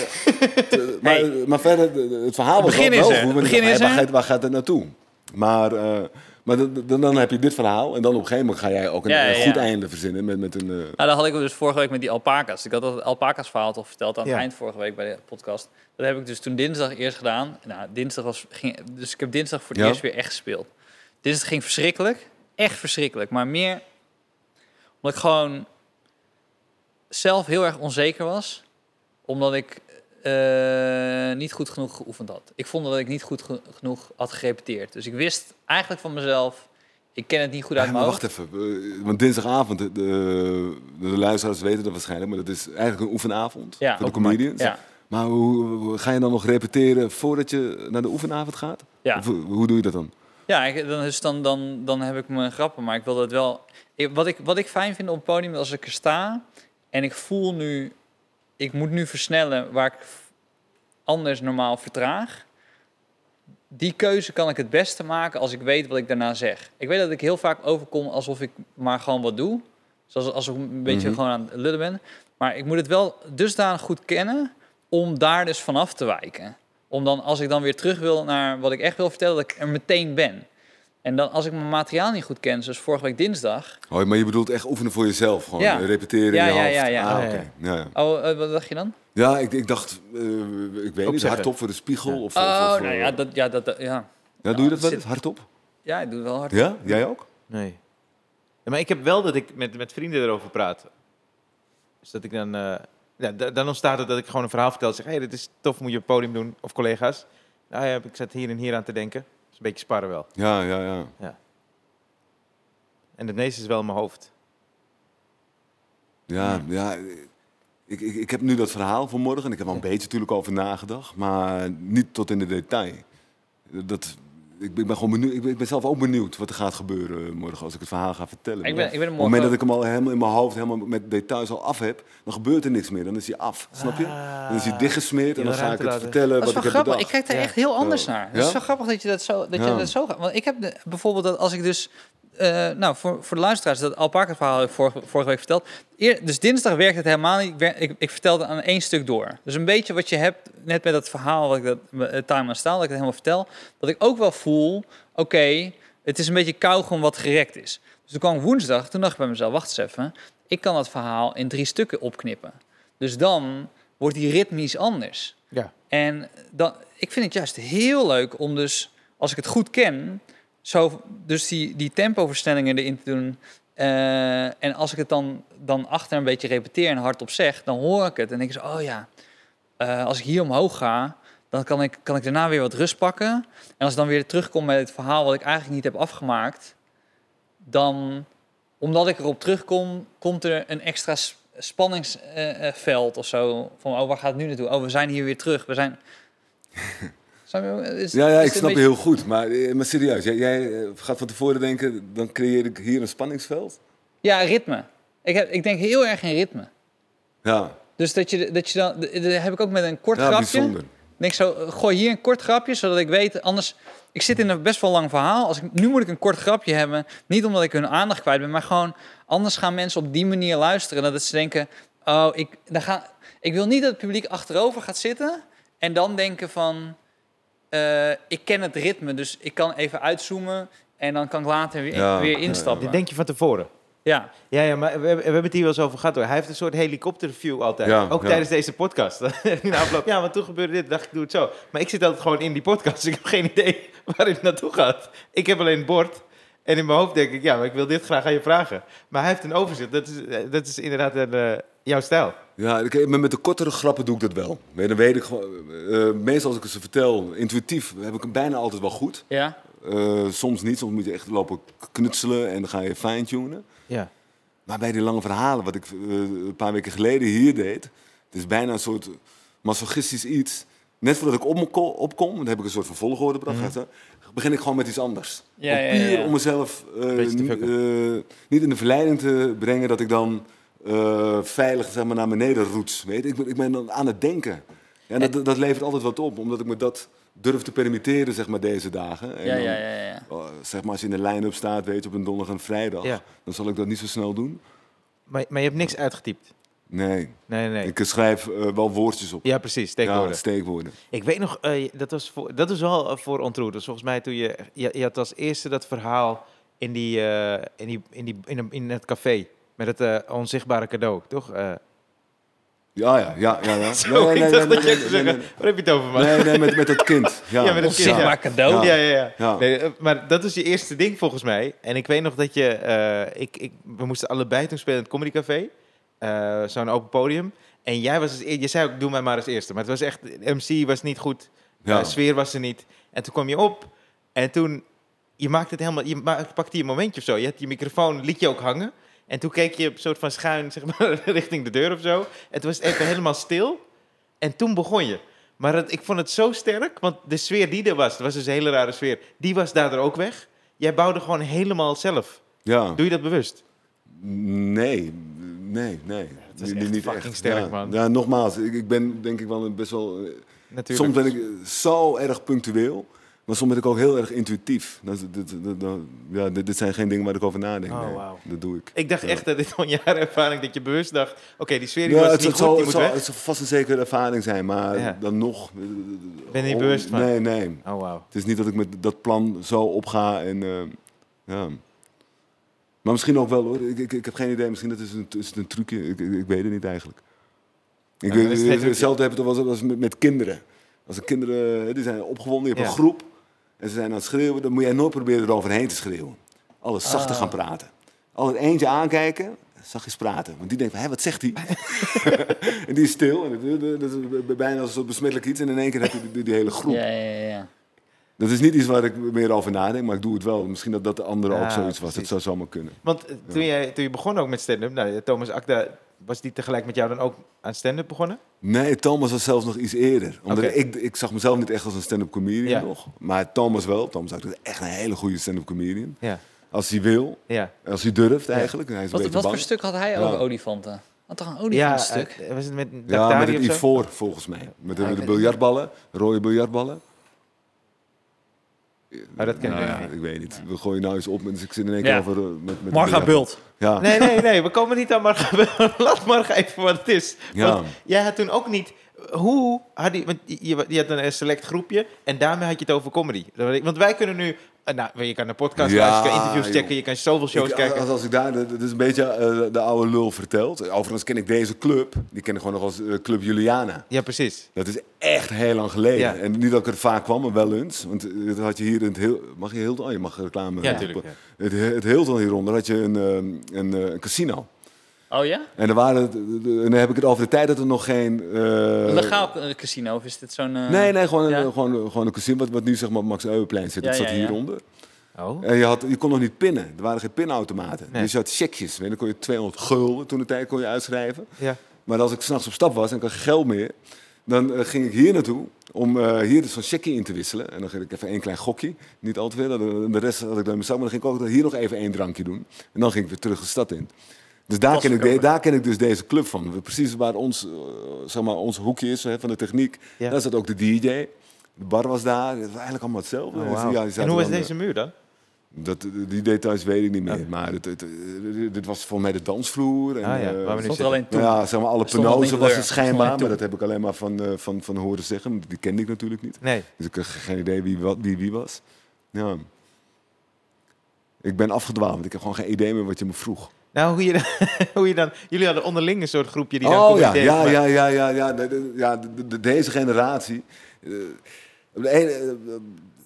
Speaker 3: eh, maar, maar verder, eh, het verhaal
Speaker 2: Het
Speaker 3: was wel,
Speaker 2: begin is
Speaker 3: wel
Speaker 2: er.
Speaker 3: goed. maar
Speaker 2: Het begin
Speaker 3: waar-
Speaker 2: is
Speaker 3: waar,
Speaker 2: er.
Speaker 3: gaat- waar gaat het naartoe? Maar, eh, maar dat- dat- dan, dan heb je dit verhaal en dan op een gegeven moment ga jij ook een,
Speaker 2: Ja, ja,
Speaker 3: een goed
Speaker 2: ja.
Speaker 3: einde verzinnen met, met een... eh,
Speaker 2: Nou, dat had ik dus vorige week met die alpaca's. Ik had dat alpaca's verhaal al verteld aan
Speaker 1: Ja.
Speaker 2: het eind vorige week bij de podcast. Dat heb ik dus toen dinsdag eerst gedaan. Nou, dinsdag was, ging, dus ik heb dinsdag voor het
Speaker 3: Ja.
Speaker 2: eerst weer echt gespeeld. Dinsdag ging verschrikkelijk. Echt verschrikkelijk. Maar meer omdat ik gewoon zelf heel erg onzeker was. Omdat ik eh, niet goed genoeg geoefend had. Ik vond dat ik niet goed ge- genoeg had gerepeteerd. Dus ik wist eigenlijk van mezelf, ik ken het niet goed uit
Speaker 3: Ja,
Speaker 2: mijn
Speaker 3: maar
Speaker 2: hoofd.
Speaker 3: wacht even, eh, want dinsdagavond, de, de, de luisteraars weten dat waarschijnlijk, maar dat is eigenlijk een oefenavond
Speaker 2: Ja,
Speaker 3: voor de
Speaker 2: open mic.
Speaker 3: comedians.
Speaker 2: Ja.
Speaker 3: Maar hoe, hoe- ga je dan nog repeteren voordat je naar de oefenavond gaat?
Speaker 2: Ja.
Speaker 3: Of hoe- hoe doe je dat dan?
Speaker 2: Ja, ik, dan, is dan, dan, dan heb ik mijn grappen, maar ik wil dat wel. Ik, wat, ik, wat ik fijn vind op het podium, als ik er sta en ik voel nu, ik moet nu versnellen waar ik v- anders normaal vertraag. Die keuze kan ik het beste maken als ik weet wat ik daarna zeg. Ik weet dat ik heel vaak overkom alsof ik maar gewoon wat doe. Zoals als ik een beetje
Speaker 3: Mhm.
Speaker 2: gewoon aan het lullen ben. Maar ik moet het wel dusdanig goed kennen om daar dus vanaf te wijken. Om dan, als ik dan weer terug wil naar wat ik echt wil vertellen, dat ik er meteen ben. En dan, als ik mijn materiaal niet goed ken, zoals vorige week dinsdag.
Speaker 3: Oh, maar je bedoelt echt oefenen voor jezelf, gewoon
Speaker 2: Ja.
Speaker 3: eh, repeteren
Speaker 2: Ja,
Speaker 3: in je
Speaker 2: ja,
Speaker 3: hoofd.
Speaker 2: ja, ja.
Speaker 3: Ah,
Speaker 1: Ja,
Speaker 3: oké. ja. ja.
Speaker 2: Oh, eh, wat dacht je dan?
Speaker 3: Ja, ik, ik dacht, eh, ik weet niet,
Speaker 1: Opzeggen.
Speaker 3: hardop voor de spiegel of of- of-
Speaker 2: Oh,
Speaker 3: of-
Speaker 2: nou ja, dat, ja, dat, dat- ja.
Speaker 3: Ja, doe je dat
Speaker 2: dat
Speaker 3: wel
Speaker 2: zit-
Speaker 3: eens, hardop?
Speaker 2: ja, ik doe het wel hard.
Speaker 3: Ja, jij ook?
Speaker 1: Nee. Ja, maar ik heb wel dat ik met, met vrienden erover praat. Dus dat ik dan... eh, ja, da- dan ontstaat het dat ik gewoon een verhaal vertel. Zeg, hé, hey, dit is tof, moet je op het podium doen. Of collega's. Nou ja, ik zat hier en hier aan te denken. Dat is een beetje sparren wel.
Speaker 3: Ja, ja, ja.
Speaker 1: En het meeste is wel in mijn hoofd.
Speaker 3: Ja, ja. Ik, ik, ik heb nu dat verhaal van morgen en ik heb al een beetje natuurlijk over nagedacht, maar niet tot in de detail. Dat, ik, ben- ik ben gewoon benieuwd, ik ben, ik ben zelf ook benieuwd wat er gaat gebeuren morgen als ik het verhaal ga vertellen.
Speaker 2: Ik
Speaker 3: Maar
Speaker 2: ben, ik ben er
Speaker 3: Op het moment
Speaker 2: morgen.
Speaker 3: dat ik hem al helemaal in mijn hoofd helemaal met details al af heb, dan gebeurt er niks meer. Dan is hij af, snap je?
Speaker 2: Ah,
Speaker 3: Dan is hij dichtgesmeerd en
Speaker 1: Je
Speaker 3: dan ga ik
Speaker 1: ruimte
Speaker 3: het
Speaker 1: laten.
Speaker 3: vertellen
Speaker 2: Dat
Speaker 3: wat
Speaker 2: is
Speaker 3: ik
Speaker 2: wel
Speaker 3: heb
Speaker 2: grappig. Ik
Speaker 3: bedacht.
Speaker 2: kijk daar
Speaker 1: Ja.
Speaker 2: echt heel anders
Speaker 3: Zo.
Speaker 2: naar. Het is
Speaker 3: Ja?
Speaker 2: zo grappig dat je dat zo, dat
Speaker 3: Ja.
Speaker 2: je dat zo gaat. Want ik heb de- bijvoorbeeld dat als ik dus... eh, nou, voor, voor de luisteraars, dat alpaca verhaal heb ik vorige, vorige week verteld. Eer, dus dinsdag werkt het helemaal niet. Ik, wer- ik, ik vertelde aan één stuk door. Dus een beetje wat je hebt, net met dat verhaal, wat ik dat, eh, time aan staal, dat ik het helemaal vertel. Dat ik ook wel voel, oké, het is een beetje kauwgom wat gerekt is. Dus toen kwam woensdag, toen dacht ik bij mezelf, wacht eens even. Ik kan dat verhaal in drie stukken opknippen. Dus dan wordt die ritmisch anders.
Speaker 1: Ja.
Speaker 2: En dan, ik vind het juist heel leuk om dus, als ik het goed ken, zo, dus die, die tempoversnellingen erin te doen. Eh, en als ik het dan, dan achter een beetje repeteer en hardop zeg, dan hoor ik het. En denk ik zo, oh ja, eh, als ik hier omhoog ga, dan kan ik, kan ik daarna weer wat rust pakken. En als ik dan weer terugkom met het verhaal wat ik eigenlijk niet heb afgemaakt, dan, omdat ik erop terugkom, komt er een extra spanningsveld eh, of zo. Van, oh, waar gaat het nu naartoe? Oh, we zijn hier weer terug. We zijn... Snap je? Is-
Speaker 3: Ja,
Speaker 2: is
Speaker 3: ja,
Speaker 2: het
Speaker 3: ik
Speaker 2: een
Speaker 3: snap je
Speaker 2: beetje-
Speaker 3: heel goed. Maar, eh, maar serieus, jij, jij eh, gaat van tevoren denken, dan creëer ik hier een spanningsveld?
Speaker 2: Ja, ritme. Ik, heb, ik denk heel erg in ritme.
Speaker 3: Ja,
Speaker 2: Dus dat je, dat je dan... Dat heb ik ook met een kort
Speaker 3: ja
Speaker 2: grapje.
Speaker 3: bijzonder.
Speaker 2: denk ik zo, eh, gooi hier een kort grapje, zodat ik weet, anders... Ik zit in een best wel lang verhaal. Als ik, nu moet ik een kort grapje hebben. Niet omdat ik hun aandacht kwijt ben, maar gewoon... Anders gaan mensen op die manier luisteren. Dat ze denken, oh, ik, dan ga, ik wil niet dat het publiek achterover gaat zitten... en dan denken van, eh, ik ken het ritme, dus ik kan even uitzoomen... en dan kan ik later weer,
Speaker 3: Ja,
Speaker 2: weer
Speaker 3: ja, ja.
Speaker 2: instappen.
Speaker 1: Dit denk je van tevoren.
Speaker 2: Ja,
Speaker 1: Ja, ja, maar we, hebben- we hebben het hier wel eens over gehad hoor. Hij heeft een soort helikopterview altijd.
Speaker 3: Ja,
Speaker 1: ook
Speaker 3: ja.
Speaker 1: tijdens deze podcast. In de afloop, ja, want toen gebeurde dit, dacht ik, doe het zo. Maar ik zit altijd gewoon in die podcast. Ik heb geen idee waar het naartoe gaat. Ik heb alleen het bord. En in mijn hoofd denk ik, ja, maar ik wil dit graag aan je vragen. Maar hij heeft een overzicht. Dat is, eh, dat is inderdaad een, eh, jouw stijl.
Speaker 3: Ja, ik, maar met de kortere grappen doe ik dat wel. Weet- Dan weet ik gewoon, eh, eh, meestal als ik ze vertel, intuïtief, heb ik hem bijna altijd wel goed.
Speaker 2: ja.
Speaker 3: Eh, soms niet, soms moet je echt lopen knutselen en dan ga je fine-tunen.
Speaker 1: Ja.
Speaker 3: Maar bij die lange verhalen, wat ik eh, een paar weken geleden hier deed, het is bijna een soort masochistisch iets. Net voordat ik op me ko- opkom, dan heb ik een soort van volgorde mm. begin ik gewoon met iets anders.
Speaker 2: Mhm. Ja,
Speaker 3: om
Speaker 2: ja,
Speaker 3: puur
Speaker 2: ja.
Speaker 3: om mezelf eh,
Speaker 1: Beetje te
Speaker 3: ni- eh, niet in de verleiding te brengen dat ik dan eh, veilig zeg maar, naar beneden roets. Weet? je. Ik, ben, ik ben dan aan het denken. Ja, en dat, dat levert altijd wat op, omdat ik me dat durf te permitteren zeg maar, deze dagen. En
Speaker 2: Ja,
Speaker 3: dan-
Speaker 2: ja, ja, ja.
Speaker 3: Oh, zeg maar, als je in de line-up staat, weet je, op een donderdag en vrijdag,
Speaker 1: Ja.
Speaker 3: dan zal ik dat niet zo snel doen.
Speaker 1: Maar, maar je hebt niks uitgetypt.
Speaker 3: Nee,
Speaker 1: Nee, nee, nee.
Speaker 3: ik schrijf eh, wel woordjes op.
Speaker 1: Ja, precies.
Speaker 3: Ja,
Speaker 1: Steekwoorden.
Speaker 3: steekwoorden.
Speaker 1: Ik weet nog, eh, dat, was voor, dat was wel eh, voor ontroerd. Dus volgens mij toen je, je, je had als eerste dat verhaal in, die, eh, in, die, in, die, in, een- in het café. Met het eh, onzichtbare cadeau, toch? Eh,
Speaker 3: Ja, ja, ja, ja. ja.
Speaker 1: Zo, ik dacht dat je
Speaker 3: nee,
Speaker 1: zou
Speaker 3: nee,
Speaker 1: zeggen,
Speaker 3: nee.
Speaker 1: waar heb je het over, man?
Speaker 3: Nee, nee, met, met dat kind. Ja,
Speaker 1: Ja, met dat kind,
Speaker 2: Onzichtbaar cadeau.
Speaker 1: Ja, ja, ja.
Speaker 3: Ja.
Speaker 1: Nee, eh, maar dat was je eerste ding volgens mij. En ik weet nog dat je... eh, ik, ik, we moesten allebei toen spelen in het Comedy Café. Eh, Zo'n open podium. En jij was als eer- Je zei ook, doe mij maar als eerste. Maar het was echt... MC was niet goed.
Speaker 3: Ja.
Speaker 1: Eh, sfeer was er niet. En toen kwam je op. En toen... Je maakte het helemaal... Je ma- pakte je momentje of zo. Je had je microfoon... Liet je ook hangen. En toen keek je een soort van schuin... Zeg maar, richting de deur of zo. En toen was het even helemaal stil. En toen begon je. Maar het- ik vond het zo sterk, want de sfeer die er was, dat was dus een hele rare sfeer, die was daardoor ook weg. Jij bouwde gewoon helemaal zelf.
Speaker 3: Ja.
Speaker 1: Doe je dat bewust?
Speaker 3: Nee, nee, nee. Het
Speaker 1: is echt fucking sterk, man.
Speaker 3: Ja, nogmaals, ik, ik ben denk ik wel een- best wel... eh,
Speaker 1: Natuurlijk.
Speaker 3: Soms ben ik eh, zo erg punctueel. Maar soms ben ik ook heel erg intuïtief. Dat, is- dit, dit- dat- ja, dit, dit zijn geen dingen waar ik over nadenk.
Speaker 1: Oh,
Speaker 3: nee.
Speaker 1: wauw.
Speaker 3: Dat doe ik.
Speaker 1: Ik dacht
Speaker 3: Ja.
Speaker 1: echt dat dit gewoon jaren ervaring dat je bewust dacht... Oké, die sfeer die
Speaker 3: Ja,
Speaker 1: was
Speaker 3: het,
Speaker 1: niet
Speaker 3: het
Speaker 1: goed,
Speaker 3: zal,
Speaker 1: die
Speaker 3: het,
Speaker 1: moet
Speaker 3: zal,
Speaker 1: weg.
Speaker 3: het zal vast een zekere ervaring zijn, maar
Speaker 1: Ja.
Speaker 3: dan nog... eh,
Speaker 1: Ben je niet
Speaker 3: om-
Speaker 1: bewust van?
Speaker 3: Nee, nee.
Speaker 1: Oh, wauw.
Speaker 3: Het is niet dat ik met dat plan zo opga en... eh, ja. Maar misschien ook wel hoor, ik, ik, ik heb geen idee. Misschien dat is, een, is het een trucje, ik, ik, ik weet het niet eigenlijk. Ik
Speaker 1: Ja, dan
Speaker 3: weet-
Speaker 1: is het geen
Speaker 3: hetzelfde heb ik toch wel eens- als met, met kinderen. Als de kinderen, eh, die zijn opgewonden, je
Speaker 1: Ja.
Speaker 3: hebt een groep en ze zijn aan het schreeuwen, dan moet jij nooit proberen eroverheen te schreeuwen. Alles zachter
Speaker 2: Ah.
Speaker 3: gaan praten. Altijd eentje aankijken, zachtjes praten. Want die denkt van, hé, wat zegt hij? en die is stil. En dat- dat, dat is bijna als een soort besmettelijk iets. En in één keer heb je die, die hele groep.
Speaker 2: Ja, ja, ja, ja.
Speaker 3: Dat is niet iets waar ik meer over nadenk, maar ik doe het wel. Misschien dat dat de andere
Speaker 1: Ja,
Speaker 3: ook zoiets was.
Speaker 1: precies.
Speaker 3: Dat zou zomaar kunnen.
Speaker 1: Want eh, toen, jij, toen je begon ook met stand-up... Nou, Thomas Akda, was die tegelijk met jou dan ook aan stand-up begonnen?
Speaker 3: Nee, Thomas was zelfs nog iets eerder. Omdat
Speaker 1: Oké.
Speaker 3: ik, ik zag mezelf niet echt als een stand-up comedian
Speaker 1: Ja.
Speaker 3: nog. Maar Thomas wel. Thomas is echt een hele goede stand-up comedian.
Speaker 1: Ja.
Speaker 3: Als hij wil,
Speaker 1: Ja.
Speaker 3: als hij durft eigenlijk. En Hij is een
Speaker 2: Wat,
Speaker 3: beetje
Speaker 2: wat voor
Speaker 3: bang.
Speaker 2: stuk had hij
Speaker 3: Ja.
Speaker 2: over olifanten? Had toch een
Speaker 1: Ja,
Speaker 2: olifantstuk?
Speaker 1: eh, was het met
Speaker 3: Ja, met
Speaker 1: Daktari
Speaker 3: het
Speaker 1: of zo?
Speaker 3: ivoor volgens mij. Met de,
Speaker 1: Ja, ik
Speaker 3: met de
Speaker 1: weet-
Speaker 3: biljartballen, rode biljartballen.
Speaker 1: Maar Oh, dat ken ik
Speaker 3: Nou ja,
Speaker 1: niet.
Speaker 3: ik weet niet. We gooien nou eens op. Dus ik zit in één
Speaker 2: Ja.
Speaker 3: keer over... eh, Met, met
Speaker 2: Marga Bult.
Speaker 3: Ja.
Speaker 1: Nee, nee, nee, we komen niet aan Marga. Bel. Laat Marga even wat het is.
Speaker 3: Ja.
Speaker 1: Want jij had toen ook niet... Hoe had die, want je, je had een select groepje en daarmee had je het over comedy. Dat weet ik. Want wij kunnen nu... eh, Nou, je kan een podcast
Speaker 3: Ja,
Speaker 1: luisteren, je kan interviews
Speaker 3: joh.
Speaker 1: checken, je kan zoveel shows
Speaker 3: Ik-
Speaker 1: kijken.
Speaker 3: Als, als ik daar, dat dat is een beetje eh, de oude lul verteld. Overigens ken ik deze club, die ken ik gewoon nog als eh, Club Juliana.
Speaker 1: Ja, precies.
Speaker 3: Dat is echt heel lang geleden.
Speaker 1: Ja.
Speaker 3: En niet dat ik er vaak kwam, maar wel eens. Want eh, dat had je hier in het heel... Mag je Hilton? Oh, je mag reclame.
Speaker 1: Ja,
Speaker 3: eh,
Speaker 1: tuurlijk,
Speaker 3: op- Het, het Hilton hieronder had je een, eh, een, eh, een casino.
Speaker 2: Oh ja?
Speaker 3: En, er waren, en dan heb ik het over de tijd dat er nog geen... eh,
Speaker 2: Legaal eh, casino of is dit zo'n... eh,
Speaker 3: Nee, nee, gewoon, een-
Speaker 2: Ja.
Speaker 3: gewoon, gewoon een casino wat, wat nu zeg maar Max Euweplein zit.
Speaker 2: Ja,
Speaker 3: dat zat
Speaker 2: ja, ja.
Speaker 3: hieronder.
Speaker 1: Oh.
Speaker 3: En Eh, je, had, je kon nog niet pinnen. Er waren geen pinautomaten.
Speaker 1: Nee.
Speaker 3: Dus je had checkjes. En dan kon je 200 gulden toen de tijd kon je uitschrijven.
Speaker 1: Ja.
Speaker 3: Maar als ik s'nachts op stap was en ik had geen geld meer, dan eh, ging ik hier naartoe om eh, hier dus zo'n checkje in te wisselen. En dan ging ik even één klein gokje, niet al te veel. En De rest had ik dan in mijn zak, maar dan ging ik ook hier nog even één drankje doen. En dan ging ik weer terug de stad in. Dus daar ken, ik de-
Speaker 2: Pasverkoper.
Speaker 3: daar ken ik dus deze club van. We- Precies waar ons, eh, zeg maar, ons hoekje is hè, van de techniek.
Speaker 1: Ja.
Speaker 3: Daar zat ook de DJ. De bar was daar. Het was eigenlijk allemaal hetzelfde.
Speaker 1: Oh,
Speaker 3: Dus
Speaker 1: wauw.
Speaker 3: ja, die
Speaker 1: en
Speaker 3: zaten
Speaker 1: hoe was
Speaker 3: dan, eh,
Speaker 1: deze muur dan?
Speaker 3: dat, die details weet ik niet meer.
Speaker 1: Oké.
Speaker 3: Maar het, het- eh, dit was volgens mij de dansvloer. En,
Speaker 1: Ah ja, waar
Speaker 3: eh,
Speaker 1: we nu
Speaker 2: Stond
Speaker 1: zitten.
Speaker 2: er alleen toe.
Speaker 3: nou ja, zeg maar, alle
Speaker 2: Er stond al
Speaker 3: penose
Speaker 2: niet
Speaker 3: was
Speaker 2: kleur.
Speaker 3: het
Speaker 2: Er stond
Speaker 3: schijnbaar,
Speaker 2: niet
Speaker 3: maar dat heb ik alleen maar van, eh, van, van horen zeggen. want Die kende ik natuurlijk niet.
Speaker 1: Nee.
Speaker 3: Dus ik had geen idee wie wat, wie, wie was. Ja. Ik ben afgedwaald, want ik heb gewoon geen idee meer wat je me vroeg.
Speaker 1: Nou, hoe je, dan- hoe je dan... Jullie hadden onderling een soort groepje die dan
Speaker 3: Oh ja,
Speaker 1: comedy
Speaker 3: ja,
Speaker 1: deed, maar-
Speaker 3: ja, ja, ja, ja, de- de- ja, de- de- deze generatie. eh, op de ene- eh,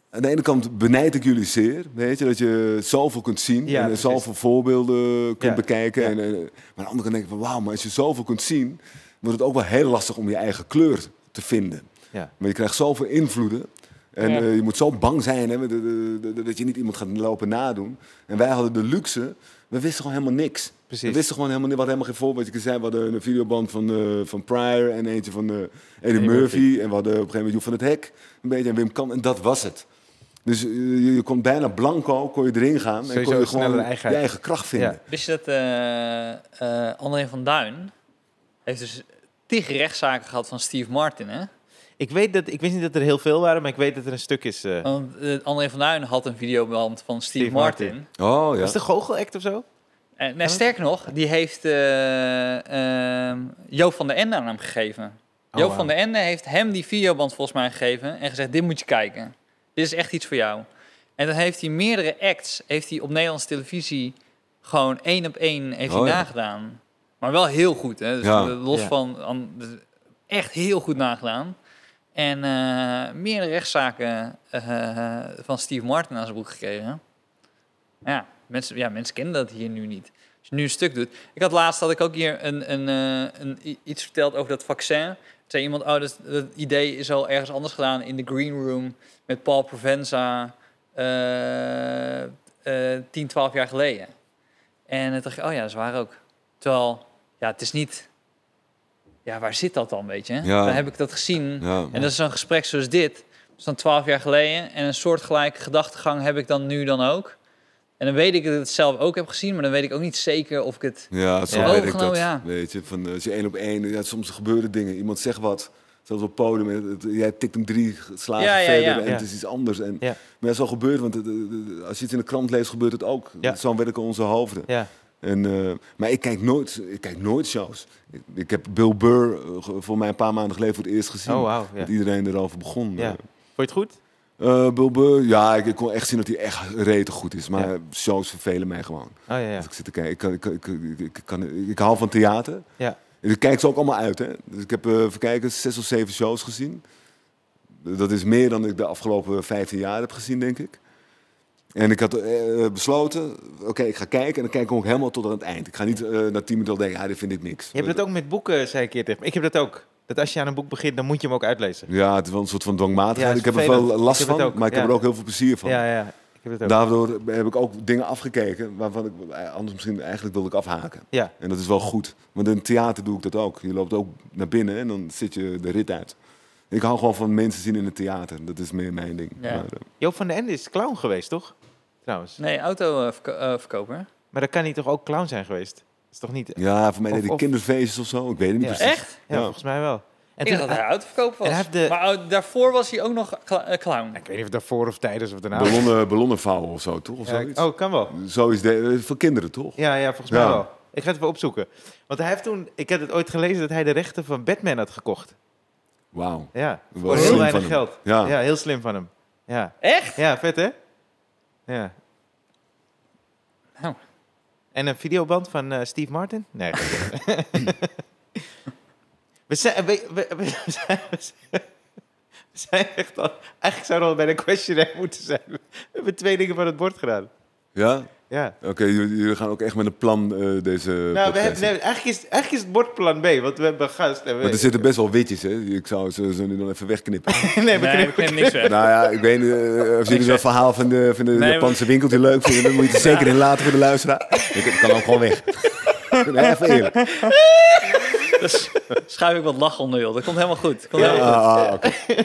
Speaker 3: aan de ene kant benijd ik jullie zeer, weet je, dat je zoveel kunt zien
Speaker 1: Ja,
Speaker 3: en
Speaker 1: precies.
Speaker 3: zoveel voorbeelden kunt
Speaker 1: Ja,
Speaker 3: bekijken.
Speaker 1: ja.
Speaker 3: En, eh, maar aan de andere kant denk ik van, wauw, maar als je zoveel kunt zien, wordt het ook wel heel lastig om je eigen kleur te vinden.
Speaker 1: Ja.
Speaker 3: Maar je krijgt zoveel invloeden. En
Speaker 2: Ja.
Speaker 3: eh, je moet zo bang zijn hè, met- de- de- de- dat je niet iemand gaat lopen nadoen. En wij hadden de luxe, we wisten gewoon helemaal niks.
Speaker 1: Precies.
Speaker 3: We wisten gewoon helemaal, niet- we hadden helemaal geen voorbeeld. Je zei, we hadden een videoband van, eh, van Pryor en eentje van eh Eddie
Speaker 2: Eddie
Speaker 3: Murphy.
Speaker 2: Murphy.
Speaker 3: En we hadden op een gegeven moment Joep van het Hek, een beetje, en Wim Kan. En dat was het. Dus eh, je, je kon bijna blanco, kon je erin gaan. en
Speaker 1: Sowieso
Speaker 3: kon je
Speaker 1: een
Speaker 3: gewoon
Speaker 1: snellere
Speaker 3: je
Speaker 1: eigenheid.
Speaker 3: eigen kracht vinden.
Speaker 2: Wist je dat eh, eh, André van Duin heeft dus tig rechtszaken gehad van Steve Martin, hè?
Speaker 1: Ik weet dat... Ik wist niet dat er heel veel waren, maar ik weet dat er een stuk is... eh
Speaker 3: Oh,
Speaker 1: was
Speaker 2: Want eh, André van Duin had een videoband van Steve,
Speaker 1: Steve
Speaker 2: Martin.
Speaker 1: Martin.
Speaker 3: Oh ja.
Speaker 1: het de goochelact of zo?
Speaker 2: En, nee, sterker nog, die heeft eh, ehm, Joop van der Ende aan hem gegeven.
Speaker 1: Oh,
Speaker 2: Joop
Speaker 1: wauw.
Speaker 2: van der Ende heeft hem die videoband volgens mij gegeven en gezegd, dit moet je kijken. Dit is echt iets voor jou. En dan heeft hij meerdere acts, heeft hij op Nederlandse televisie gewoon één op één heeft
Speaker 3: Oh,
Speaker 2: hij
Speaker 3: ja.
Speaker 2: nagedaan. Maar wel heel goed, hè. Dus
Speaker 3: Ja.
Speaker 2: los
Speaker 1: Ja.
Speaker 2: van, an- dus echt heel goed nagedaan. En eh, meerdere rechtszaken eh, van Steve Martin aan zijn broek gekregen. Ja, mensen, ja, mensen kennen dat hier nu niet. Als je nu een stuk doet. Ik had laatst had ik ook hier een, een, eh, een, i- iets verteld over dat vaccin. Toen zei iemand, oh, dat, dat idee is al ergens anders gedaan in de green room met Paul Provenza eh, eh, 10, 12 jaar geleden. En toen dacht ik, oh ja, dat is waar ook. Terwijl, ja, het is niet... Ja, waar zit dat dan, weet je?
Speaker 3: Ja.
Speaker 2: Dan heb ik dat gezien.
Speaker 3: ja.
Speaker 2: En dat is zo'n gesprek zoals dit. Dat is dan twaalf jaar geleden. En een soortgelijke gedachtegang heb ik dan nu dan ook. En dan weet ik dat ik het zelf ook heb gezien. Maar dan weet ik ook niet zeker of ik het...
Speaker 3: Ja, zo
Speaker 2: Ja.
Speaker 3: weet ik
Speaker 2: Overgenomen,
Speaker 3: dat.
Speaker 2: ja.
Speaker 3: Weet je, van, eh, als je één op één... Ja, soms gebeuren dingen. Iemand zegt wat. Zelfs op podium, het- het- jij tikt hem drie slagen
Speaker 2: Ja, ja,
Speaker 3: verder
Speaker 2: ja.
Speaker 3: en het
Speaker 1: Ja.
Speaker 3: is iets anders. En,
Speaker 1: Ja.
Speaker 3: Maar dat is al gebeurd, want het- het- het- als je het in de krant leest, gebeurt het ook.
Speaker 1: Ja.
Speaker 3: Zo werken onze hoofden.
Speaker 1: Ja.
Speaker 3: En, eh, maar ik kijk nooit, ik kijk nooit shows. Ik, ik heb Bill Burr eh, ge- voor mij een paar maanden geleden voor het eerst gezien.
Speaker 1: Oh, wauw. Ja.
Speaker 3: Dat iedereen erover begon.
Speaker 1: Ja. Vond je het goed?
Speaker 3: Eh, eh, Bill Burr, ja, ik, ik kon echt zien dat hij echt rete goed is. Maar
Speaker 1: Ja.
Speaker 3: shows vervelen mij gewoon.
Speaker 1: Oh ja, ja.
Speaker 3: Als ik zit te kijken, ik, kan- ik, kan- ik, ik, ik, kan, ik hou van theater.
Speaker 1: Ja.
Speaker 3: En ik kijk ze ook allemaal uit, hè. Dus ik heb, eh even kijken, zes of zeven shows gezien. Dat is meer dan ik de afgelopen 15 jaar heb gezien, denk ik. En ik had eh, besloten, oké, ik ga kijken. En dan kijk ik ook helemaal tot aan het eind. Ik ga niet eh, na 10 minuten al denken, ah, dit vind ik niks.
Speaker 1: Je hebt dat ook met boeken, zei ik keer tegen me. Ik heb dat ook. Dat als je aan een boek begint, dan moet je hem ook uitlezen.
Speaker 3: Ja, het is wel een soort van dwangmatigheid.
Speaker 1: Ja, het is
Speaker 3: ik heb er wel
Speaker 1: vervelend.
Speaker 3: last
Speaker 1: Ik heb het
Speaker 3: van,
Speaker 1: ook,
Speaker 3: maar ik heb
Speaker 1: ja.
Speaker 3: er ook heel veel plezier van.
Speaker 1: Ja, ja. Ik heb dat ook.
Speaker 3: Daardoor heb ik ook dingen afgekeken waarvan ik eh, anders misschien eigenlijk wilde ik afhaken.
Speaker 1: Ja.
Speaker 3: En dat is wel goed. Want in theater doe ik dat ook. Je loopt ook naar binnen en dan zit je de rit uit. Ik hou gewoon van mensen zien in het theater. Dat is meer mijn ding.
Speaker 2: Ja.
Speaker 3: Maar, eh,
Speaker 1: Joop van den Ende is clown geweest, toch? Trouwens.
Speaker 2: Nee, eh, autoverkoper.
Speaker 1: Maar dat kan hij toch ook clown zijn geweest? Dat is toch niet... Ja,
Speaker 3: ja, voor mij
Speaker 1: Of-
Speaker 3: deed ik
Speaker 1: of-
Speaker 3: kinderfeestjes of zo. Ik weet het niet
Speaker 1: Ja.
Speaker 3: precies.
Speaker 2: Echt?
Speaker 3: Ja.
Speaker 1: volgens mij wel. En
Speaker 2: ik
Speaker 1: toen, Ah.
Speaker 2: dacht dat hij autoverkoper was.
Speaker 1: en hij heeft de-
Speaker 2: Maar oh, daarvoor was hij ook nog cla- eh, clown.
Speaker 1: ik weet niet of daarvoor of tijdens of daarna.
Speaker 3: Ballonnen, ballonnen vouwen of zo, toch? Of
Speaker 1: Ja,
Speaker 3: zoiets.
Speaker 1: oh, kan wel.
Speaker 3: Zoiets de, eh, voor kinderen, toch?
Speaker 1: Ja, ja, volgens
Speaker 3: Ja.
Speaker 1: mij wel. Ik ga het even opzoeken. Want hij heeft toen... Ik heb het ooit gelezen dat hij de rechten van Batman had gekocht.
Speaker 3: Wauw.
Speaker 1: Ja.
Speaker 3: Wel
Speaker 1: Voor
Speaker 3: slim
Speaker 1: heel weinig
Speaker 3: van hem.
Speaker 1: geld.
Speaker 3: Ja.
Speaker 1: ja, heel slim van hem. Ja.
Speaker 2: Echt?
Speaker 1: Ja, vet hè? Ja.
Speaker 2: Nou.
Speaker 1: En een videoband van eh, Steve Martin? Nee. we, zijn, we, we, we zijn... we zijn- we zijn echt al... Eigenlijk zouden we al bij de questionnaire moeten zijn. We hebben twee dingen van het bord gedaan.
Speaker 3: Ja?
Speaker 1: Ja.
Speaker 3: Oké, jullie, jullie gaan ook echt met een plan eh, deze
Speaker 1: Nou, we
Speaker 3: podcast
Speaker 1: hebben,
Speaker 3: in.
Speaker 1: nee, eigenlijk, is, eigenlijk is het bord plan B, want we hebben een gast. En we,
Speaker 3: Want er zitten best wel witjes, hè? Ik zou ze, ze nu dan even wegknippen.
Speaker 1: nee, we
Speaker 2: Nee,
Speaker 1: knippen-
Speaker 2: ik ken niks weg.
Speaker 3: Nou ja, ik weet niet eh, of jullie dat verhaal van de, van de
Speaker 2: maar-
Speaker 3: Japanse winkeltje leuk vinden. Dan moet je het zeker in laten voor de luisteraar. Ik ik kan ook gewoon weg. Nee, even eerlijk.
Speaker 2: Dus schuif ik wat lach onder, joh. Dat komt helemaal goed. Dat Komt
Speaker 3: Ja,
Speaker 2: helemaal
Speaker 3: ah, ah, oké.
Speaker 2: goed.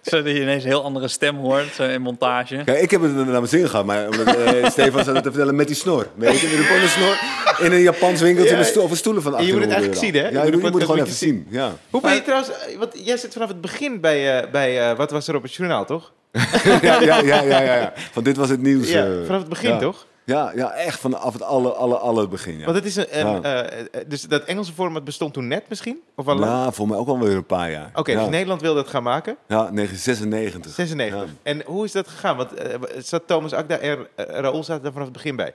Speaker 2: Zodat je ineens een heel andere stem hoort zo in montage.
Speaker 3: Kijk, ik heb het naar mijn zin gehad, maar omdat, eh, Stefan zat het te vertellen met die snor. Weet je, met een bolle snor in een Japans winkeltje
Speaker 1: Ja.
Speaker 3: met sto- of stoelen van
Speaker 1: En je moet het eigenlijk
Speaker 3: 800 euro.
Speaker 1: zien, hè? Je
Speaker 3: Ja,
Speaker 1: moet de
Speaker 3: je, moet- je moet het gewoon even
Speaker 1: podcast
Speaker 3: zien. Ja.
Speaker 1: Hoe ben je trouwens... Want jij zit vanaf het begin bij, eh, bij eh, Wat was er op het journaal, toch?
Speaker 3: ja, ja, ja, ja, ja. Van dit was het nieuws.
Speaker 1: Ja,
Speaker 3: eh,
Speaker 1: vanaf het begin,
Speaker 3: ja.
Speaker 1: toch?
Speaker 3: Ja, ja, echt vanaf het alle, alle, alle begin. Ja. Nou.
Speaker 1: Want het is een, een,
Speaker 3: Ja.
Speaker 1: eh, eh, dus dat Engelse format bestond toen net misschien? Of al lang?
Speaker 3: Ja, voor Nou, mij ook alweer een paar jaar.
Speaker 1: Oké,
Speaker 3: ja.
Speaker 1: dus Nederland wilde het gaan maken,
Speaker 3: Ja, 1996.
Speaker 1: 96.
Speaker 3: nou. Ja.
Speaker 1: En hoe is dat gegaan? Want eh, zat Thomas Akda en eh, Raoul zaten daar vanaf het begin bij.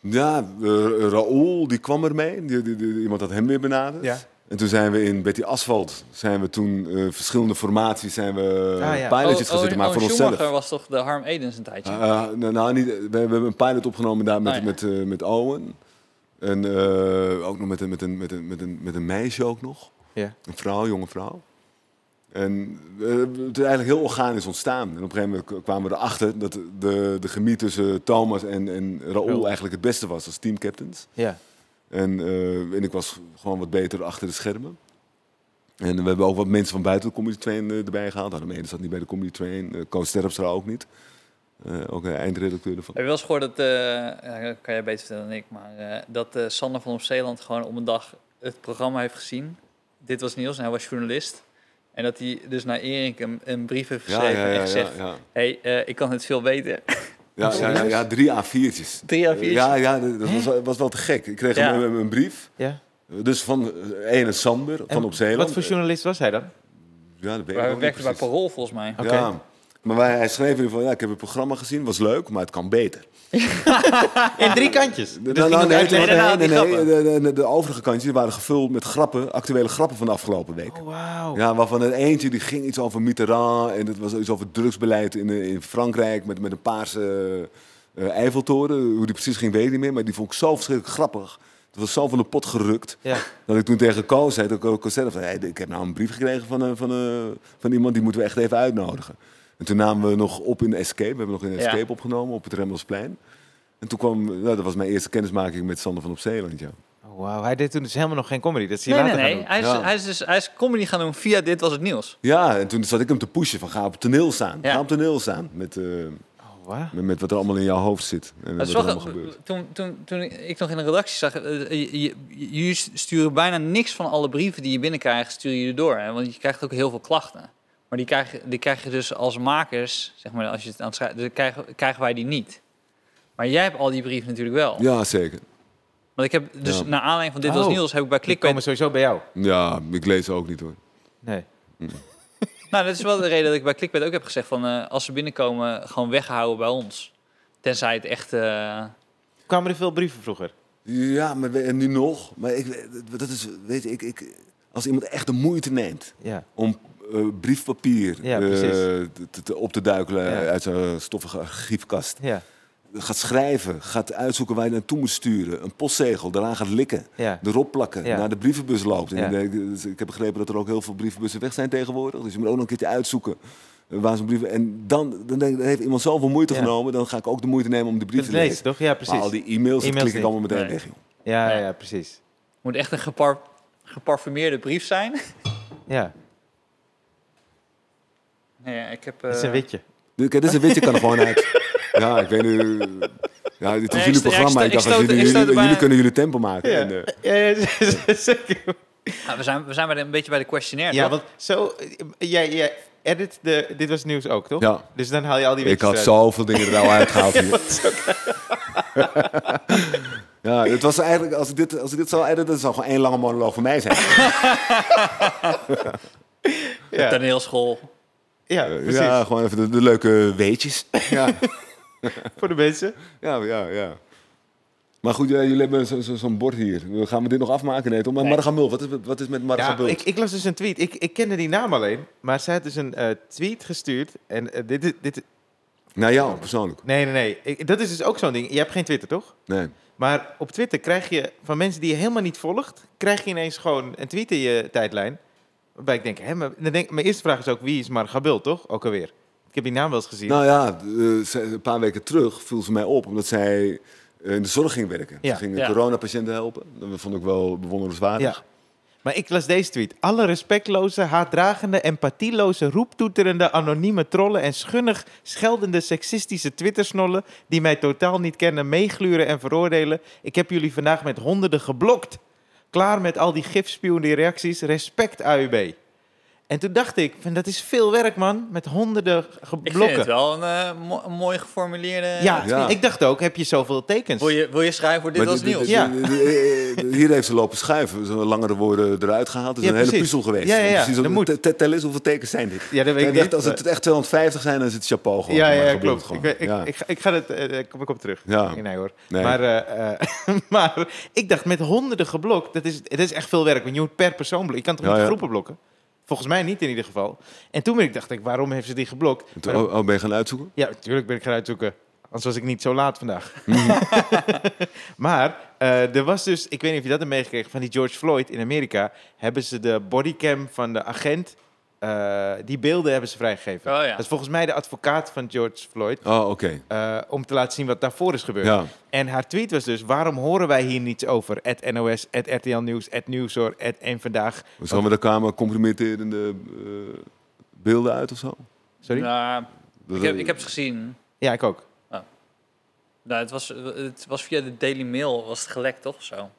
Speaker 3: Ja, eh, Raoul die kwam ermee. Die, die, die- iemand had hem weer benaderd.
Speaker 1: Ja.
Speaker 3: En toen zijn we in Betty Asphalt, zijn we toen eh, verschillende formaties, zijn we eh,
Speaker 1: Ah, ja.
Speaker 3: pilotjes gaan
Speaker 2: Owen-
Speaker 3: zitten maken
Speaker 2: Owen
Speaker 3: voor onszelf.
Speaker 2: Oh, Schumacher was toch de Harm Edens een tijdje?
Speaker 3: Eh, nou, nou, niet, we, we hebben een pilot opgenomen daar met,
Speaker 2: Ah, ja.
Speaker 3: met, eh, met Owen. En eh, ook nog met een, met, een, met, een, met, een, met een meisje ook nog.
Speaker 1: Ja.
Speaker 3: Een vrouw, jonge vrouw. En eh, het is eigenlijk heel organisch ontstaan. En op een gegeven moment k- kwamen we erachter dat de, de chemie tussen Thomas en, en Raoul
Speaker 1: Raoul.
Speaker 3: eigenlijk het beste was als teamcaptains.
Speaker 1: Ja.
Speaker 3: En, eh, en ik was gewoon wat beter achter de schermen. En we hebben ook wat mensen van buiten de Comedy Train eh, erbij gehaald. Nou, de ene zat niet bij de Comedy Train. eh Koos Terpstra ook niet. Eh, ook een eindredacteur ervan.
Speaker 2: Heb je wel eens gehoord dat, eh, ja, dat kan jij beter vertellen dan ik, maar eh, dat eh Sander van op Zeeland gewoon op een dag het programma heeft gezien. Dit was Niels en hij was journalist. En dat hij dus naar Erik een, een brief heeft geschreven en gezegd,
Speaker 3: ja.
Speaker 2: hey, eh, ik kan het veel beter.
Speaker 3: Ja, ja, ja, ja, drie A4'tjes.
Speaker 2: Drie A4'tjes?
Speaker 3: Ja, ja dat dat was, wel- was wel te gek. Ik kreeg
Speaker 2: Ja.
Speaker 3: een, een brief.
Speaker 1: ja.
Speaker 3: Dus van eh, ene Sander, van
Speaker 1: En
Speaker 3: op Zeeland. eh.
Speaker 1: Wat voor journalist was hij dan?
Speaker 3: Ja, dat weet ik ook
Speaker 2: Hij
Speaker 3: niet
Speaker 2: werkte bij
Speaker 3: precies.
Speaker 2: Parool volgens mij.
Speaker 1: Oké.
Speaker 3: Ja. Maar wij, hij schreef in ieder geval, ja, ik heb het programma gezien, was leuk, maar het kan beter.
Speaker 1: In drie kantjes. Dus iemand
Speaker 3: Nou, nou, nee,
Speaker 1: uitleggen-
Speaker 2: nee,
Speaker 3: nee, nee,
Speaker 2: die
Speaker 3: nee, de, de- de- de overige kantjes waren gevuld met grappen, actuele grappen van de afgelopen week.
Speaker 1: Oh, wauw.
Speaker 3: Ja, waarvan een eentje die ging iets over Mitterrand en het was iets over drugsbeleid in, eh, in Frankrijk met, met een paarse eh, Eiffeltoren. Hoe die precies ging weet ik niet meer, maar die vond ik zo verschrikkelijk grappig. Het was zo van de pot gerukt
Speaker 1: Ja.
Speaker 3: dat ik toen tegen Koos zei, dat ik ook al zei, van, hey, ik heb nou een brief gekregen van, eh, van, eh, van iemand, die moeten we echt even uitnodigen. En toen namen we nog op in Escape, we hebben nog in
Speaker 2: Ja.
Speaker 3: Escape opgenomen op het Remmelsplein. En toen kwam, nou, dat was mijn eerste kennismaking met Sander van op Zeeland, ja.
Speaker 1: Oh, wauw. Hij deed toen dus helemaal nog geen comedy. Dat zie je
Speaker 2: Nee, nee,
Speaker 1: later
Speaker 2: nee.
Speaker 1: gaan
Speaker 2: Hij is,
Speaker 3: Ja.
Speaker 2: hij, is dus, hij is comedy gaan doen via Dit Was Het Nieuws.
Speaker 3: Ja, en toen zat ik hem te pushen van ga op toneel staan,
Speaker 2: Ja.
Speaker 3: ga op toneel staan. Met, eh,
Speaker 1: doen. Oh, Wat?
Speaker 3: Met, met wat er allemaal in jouw hoofd zit. En
Speaker 2: Dat is
Speaker 3: wat
Speaker 2: wel
Speaker 3: er allemaal
Speaker 2: ge-
Speaker 3: gebeurt.
Speaker 2: toen, toen, toen ik nog in de redactie zag, eh, je- je- jullie sturen bijna niks van alle brieven die je binnenkrijgt, sturen jullie door. Hè? Want je krijgt ook heel veel klachten. Maar die krijg, je- die krijg je dus als makers, zeg maar, als je het aan het schrijven, dus krijgen, krijgen wij die niet. Maar jij hebt al die brieven natuurlijk wel.
Speaker 3: Ja, zeker.
Speaker 2: Want ik heb dus
Speaker 3: Ja.
Speaker 2: naar aanleiding van dit
Speaker 1: Oh.
Speaker 2: was nieuws heb ik bij
Speaker 1: Die
Speaker 2: Clickbait.
Speaker 1: komen sowieso bij jou.
Speaker 3: Ja, ik lees ook niet hoor.
Speaker 1: Nee.
Speaker 2: Nou, dat is wel de reden dat ik bij Clickbait ook heb gezegd van eh, als ze binnenkomen, gewoon weghouden bij ons. Tenzij het echt. eh,
Speaker 1: Kwamen er veel brieven vroeger?
Speaker 3: Ja, maar we- en nu nog. Maar ik, dat is, weet je, ik, ik, als iemand echt de moeite neemt
Speaker 1: Ja.
Speaker 3: om eh, briefpapier
Speaker 1: Ja,
Speaker 3: eh,
Speaker 1: precies.
Speaker 3: te, te- op te duikelen
Speaker 1: Ja.
Speaker 3: uit zijn stoffige archiefkast.
Speaker 1: Ja.
Speaker 3: Gaat schrijven, gaat uitzoeken waar je naartoe moet sturen. Een postzegel, daaraan gaat likken.
Speaker 1: Ja.
Speaker 3: Erop plakken,
Speaker 1: Ja.
Speaker 3: naar de brievenbus loopt. En
Speaker 1: Ja.
Speaker 3: ik denk, dus ik heb begrepen dat er ook heel veel brievenbussen weg zijn tegenwoordig. Dus je moet ook nog een keertje uitzoeken eh, waar zo'n brief... En dan, dan denk ik, dan heeft iemand zoveel moeite
Speaker 1: Ja.
Speaker 3: genomen... dan ga ik ook de moeite nemen om de brief
Speaker 1: Het
Speaker 3: te lezen.
Speaker 1: lezen, toch? Ja,
Speaker 3: Maar al
Speaker 1: precies.
Speaker 3: die
Speaker 1: E-mails
Speaker 3: e-mails, dat klik ik
Speaker 1: niet.
Speaker 3: allemaal meteen
Speaker 2: Nee.
Speaker 3: weg, joh.
Speaker 1: Ja, ja, precies.
Speaker 2: moet echt een gepar, geparfumeerde brief zijn.
Speaker 1: Ja,
Speaker 2: Nee, ik heb.
Speaker 1: het is
Speaker 2: eh,
Speaker 1: een witje.
Speaker 3: Dit- Kijk, dit is een witje, kan er gewoon uit. Ja, ik weet nu... Ja, dit
Speaker 2: Nee,
Speaker 3: is
Speaker 2: ik
Speaker 3: jullie
Speaker 2: sto-
Speaker 3: programma.
Speaker 2: ik
Speaker 3: Ik dacht,
Speaker 2: sto- ik
Speaker 3: als
Speaker 2: stoot-
Speaker 3: jullie,
Speaker 2: ik
Speaker 3: jullie,
Speaker 2: stoot erbij.
Speaker 3: jullie kunnen jullie tempo maken. En, eh,
Speaker 1: Ja, ja, zeker.
Speaker 2: nou, we, zijn, we zijn bij de- een beetje bij de questionnaire.
Speaker 1: Ja,
Speaker 2: toch?
Speaker 1: want zo... eh, Jij, jij edit de... Dit was nieuws ook, toch?
Speaker 3: Ja.
Speaker 1: Dus dan haal je al die
Speaker 3: ik
Speaker 1: witjes
Speaker 3: had
Speaker 1: eruit.
Speaker 3: zoveel dingen er nou uitgehaald hier. Ja, het was eigenlijk, als ik dit, als ik dit zou editen, dat zou gewoon één lange monoloog voor mij zijn.
Speaker 1: Ja,
Speaker 2: toneelschool.
Speaker 1: ja precies.
Speaker 3: Eh, Ja, gewoon even de, de leuke weetjes. Ja,
Speaker 1: Voor de mensen.
Speaker 3: ja, ja. ja. Maar goed, ja, jullie hebben zo- zo- zo'n bord hier. Gaan we dit nog afmaken? Nee, toch? Maar Margamul, wat is, wat is met
Speaker 1: Ja,
Speaker 3: Margamul?
Speaker 1: ik, ik las dus een tweet. Ik, ik kende die naam alleen. Maar zij had dus een eh, tweet gestuurd. En eh, dit, is- dit...
Speaker 3: Naar jou, persoonlijk.
Speaker 1: Nee, nee, nee. Ik- dat is dus ook zo'n ding. Je hebt geen Twitter, toch?
Speaker 3: Nee.
Speaker 1: Maar op Twitter krijg je van mensen die je helemaal niet volgt, krijg je ineens gewoon een tweet in je tijdlijn. Waarbij ik denk, hè, maar, dan denk mijn eerste vraag is ook, wie is Margabul, toch? Ook alweer. Ik heb die naam wel eens gezien.
Speaker 3: Nou ja, eh, ze- een paar weken terug viel ze mij op omdat zij eh, in de zorg ging werken.
Speaker 1: Ja.
Speaker 3: Ze ging
Speaker 2: Ja.
Speaker 3: coronapatiënten helpen. Dat vond ik wel bewonderenswaardig.
Speaker 1: ja. Maar ik las deze tweet. Alle respectloze, haatdragende, empathieloze, roeptoeterende, anonieme trollen en schunnig scheldende, seksistische twittersnollen die mij totaal niet kennen, meegluren en veroordelen. Ik heb jullie vandaag met honderden geblokt. Klaar met al die gifspuwende reacties. Respect AUB. En toen dacht ik, van, dat is veel werk man, met honderden ge-
Speaker 2: Ik vind
Speaker 1: blokken.
Speaker 2: het wel een, eh, mo- een mooi geformuleerde.
Speaker 1: ja,
Speaker 3: Ja.
Speaker 1: ik dacht ook, heb je zoveel tekens?
Speaker 2: Wil je, wil je schrijven voor dit
Speaker 3: Maar
Speaker 2: als
Speaker 3: dit-
Speaker 2: nieuws?
Speaker 3: dit-
Speaker 1: Ja.
Speaker 3: dit- dit- dit- Hier heeft ze lopen schuiven. Ze hebben langere woorden eruit gehaald. Het is
Speaker 1: Ja,
Speaker 3: een hele
Speaker 1: precies.
Speaker 3: puzzel geweest.
Speaker 1: Ja, ja, ja.
Speaker 3: Om precies op-
Speaker 1: Dat moet.
Speaker 3: te- te- Tel eens hoeveel tekens zijn dit.
Speaker 1: Ja, dat weet
Speaker 3: Kijk,
Speaker 1: ik niet.
Speaker 3: echt, als het echt 250 zijn, dan is het chapeau gewoon.
Speaker 1: Ja,
Speaker 3: Maar
Speaker 1: ja,
Speaker 3: gebeurt het
Speaker 1: klopt.
Speaker 3: gewoon.
Speaker 1: Ik, weet- ik,
Speaker 3: Ja.
Speaker 1: ik, ga- ik ga het, eh, eh, kom ik op terug.
Speaker 3: Ja.
Speaker 1: Nee, nee hoor.
Speaker 3: Nee.
Speaker 1: Maar, eh, eh, maar ik dacht met honderden geblokt, dat is, dat is echt veel werk. Want je moet per persoon blokken. Je kan toch
Speaker 3: Ja,
Speaker 1: niet
Speaker 3: ja.
Speaker 1: groepen blokken? Volgens mij niet in ieder geval. En toen ben ik, dacht ik, waarom heeft ze die geblokt?
Speaker 3: En toen-
Speaker 1: Maar-
Speaker 3: oh, oh, ben je gaan uitzoeken?
Speaker 1: ja, natuurlijk ben ik gaan uitzoeken. Anders was ik niet zo laat vandaag. maar eh, er was dus, ik weet niet of je dat hebt meegekregen, van die George Floyd in Amerika. Hebben ze de bodycam van de agent, eh, die beelden hebben ze vrijgegeven.
Speaker 2: Oh, ja.
Speaker 1: Dat is volgens mij de advocaat van George Floyd.
Speaker 3: Oh, oké.
Speaker 1: Eh, om te laten zien wat daarvoor is gebeurd.
Speaker 3: Ja.
Speaker 1: En haar tweet was dus: waarom horen wij hier niets over? At NOS, at RTL Nieuws, at Nieuwsor, at Eén Vandaag.
Speaker 3: Dus dan er kwamen compromitterende eh, beelden uit of zo?
Speaker 1: Sorry? Ja,
Speaker 2: Nou,
Speaker 3: Dat-
Speaker 2: ik, heb, ik heb ze gezien.
Speaker 1: ik ook.
Speaker 2: Nou, het, was, het was via de Daily Mail, was het gelekt toch? of Zo.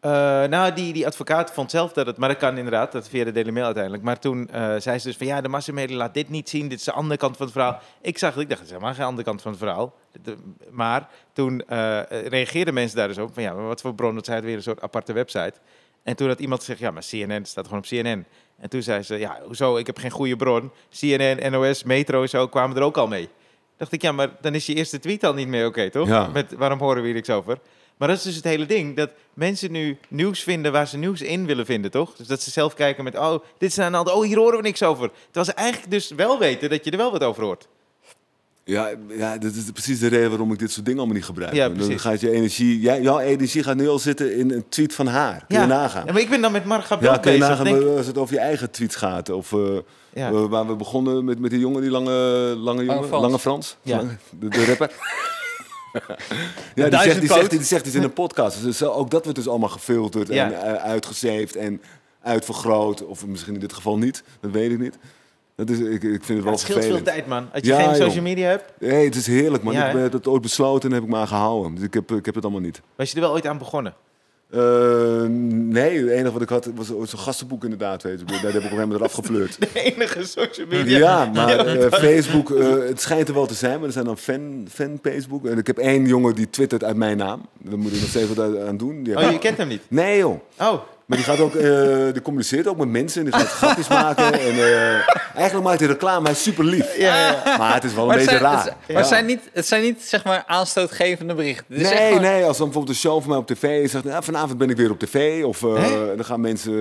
Speaker 1: Eh, nou, die, die advocaat vond zelf dat het, maar dat kan inderdaad, dat via de Daily Mail uiteindelijk. Maar toen eh, zei ze dus van ja, de massamedia laat dit niet zien, dit is de andere kant van het verhaal. Ik zag het, ik dacht, dat is helemaal geen andere kant van het verhaal. De- maar toen eh, reageerden mensen daar dus op van ja, maar wat voor bron, dat zei het weer een soort aparte website. En toen had iemand gezegd, ja, maar CNN het staat gewoon op CNN. En toen zei ze, ja, hoezo, ik heb geen goede bron. CNN, NOS, Metro en zo kwamen er ook al mee. Dacht ik, ja, maar dan is je eerste tweet al niet meer oké, toch?
Speaker 3: Ja.
Speaker 1: Met waarom horen we hier niks over? Maar dat is dus het hele ding, dat mensen nu nieuws vinden waar ze nieuws in willen vinden, toch? Dus dat ze zelf kijken met, oh, dit is aan de hand, oh, hier horen we niks over. Terwijl ze eigenlijk dus wel weten dat je er wel wat over hoort.
Speaker 3: Ja, ja, dat is precies de reden waarom ik dit soort dingen allemaal niet gebruik.
Speaker 1: Ja,
Speaker 3: dan
Speaker 1: precies.
Speaker 3: gaat je energie, jij, jouw energie gaat nu al zitten in een tweet van haar. Kun je nagaan.
Speaker 1: Ja, maar ik ben dan met Marga
Speaker 3: Ja,
Speaker 1: Bel
Speaker 3: kun je
Speaker 1: bezig.
Speaker 3: nagaan
Speaker 1: Denk,
Speaker 3: als het over je eigen tweets gaat. Of eh,
Speaker 1: Ja.
Speaker 3: eh, waar we begonnen met, met die jongen, die lange, lange jongen.
Speaker 2: Frans.
Speaker 3: Lange Frans.
Speaker 1: Ja.
Speaker 3: Lange- De, de rapper. ja, die zegt,
Speaker 2: duizendpoot.
Speaker 3: die, zegt, die zegt iets in een podcast. Dus eh, ook dat wordt dus allemaal gefilterd
Speaker 1: Ja.
Speaker 3: en eh, uitgezeefd en uitvergroot. Of misschien in dit geval niet, dat weet ik niet. Dat is, ik, ik vind het wel
Speaker 1: Het scheelt veel
Speaker 3: vervelend.
Speaker 1: tijd, man. Als je
Speaker 3: Ja,
Speaker 1: geen social
Speaker 3: joh.
Speaker 1: media hebt,
Speaker 3: Nee, het is heerlijk, man.
Speaker 1: Ja,
Speaker 3: ik
Speaker 1: hè?
Speaker 3: heb dat ooit besloten en heb ik maar gehouden. Dus ik heb, ik heb het allemaal niet.
Speaker 1: was je er wel ooit aan begonnen.
Speaker 3: Eh, nee, het enige wat ik had was ooit zo'n gastenboek inderdaad. Weet je. Daar heb ik op een gegeven moment eraf gepleurd.
Speaker 1: De enige social media.
Speaker 3: Ja, maar eh, Facebook, eh, het schijnt er wel te zijn, maar er zijn dan fan, fan Facebook. En ik heb één jongen die twittert uit mijn naam. Daar moet ik nog steeds wat aan doen. Die
Speaker 1: Oh,
Speaker 3: heeft-
Speaker 1: je kent hem niet.
Speaker 3: Nee joh.
Speaker 1: Oh,
Speaker 3: Maar die, gaat ook, eh, die communiceert ook met mensen. Die gaat grapjes maken. En, eh, eigenlijk maakt hij reclame. Hij is super lief.
Speaker 1: ja, ja, ja.
Speaker 3: Maar het is wel een
Speaker 2: Maar, het
Speaker 3: beetje
Speaker 2: zijn,
Speaker 3: raar.
Speaker 2: het zijn- maar het zijn niet, het zijn niet zeg maar aanstootgevende berichten. Het is echt
Speaker 3: Nee,
Speaker 2: gewoon-
Speaker 3: nee, als dan bijvoorbeeld een show van mij op tv zegt, ja, vanavond ben ik weer op tv. Of eh,
Speaker 1: Hè?
Speaker 3: dan gaan mensen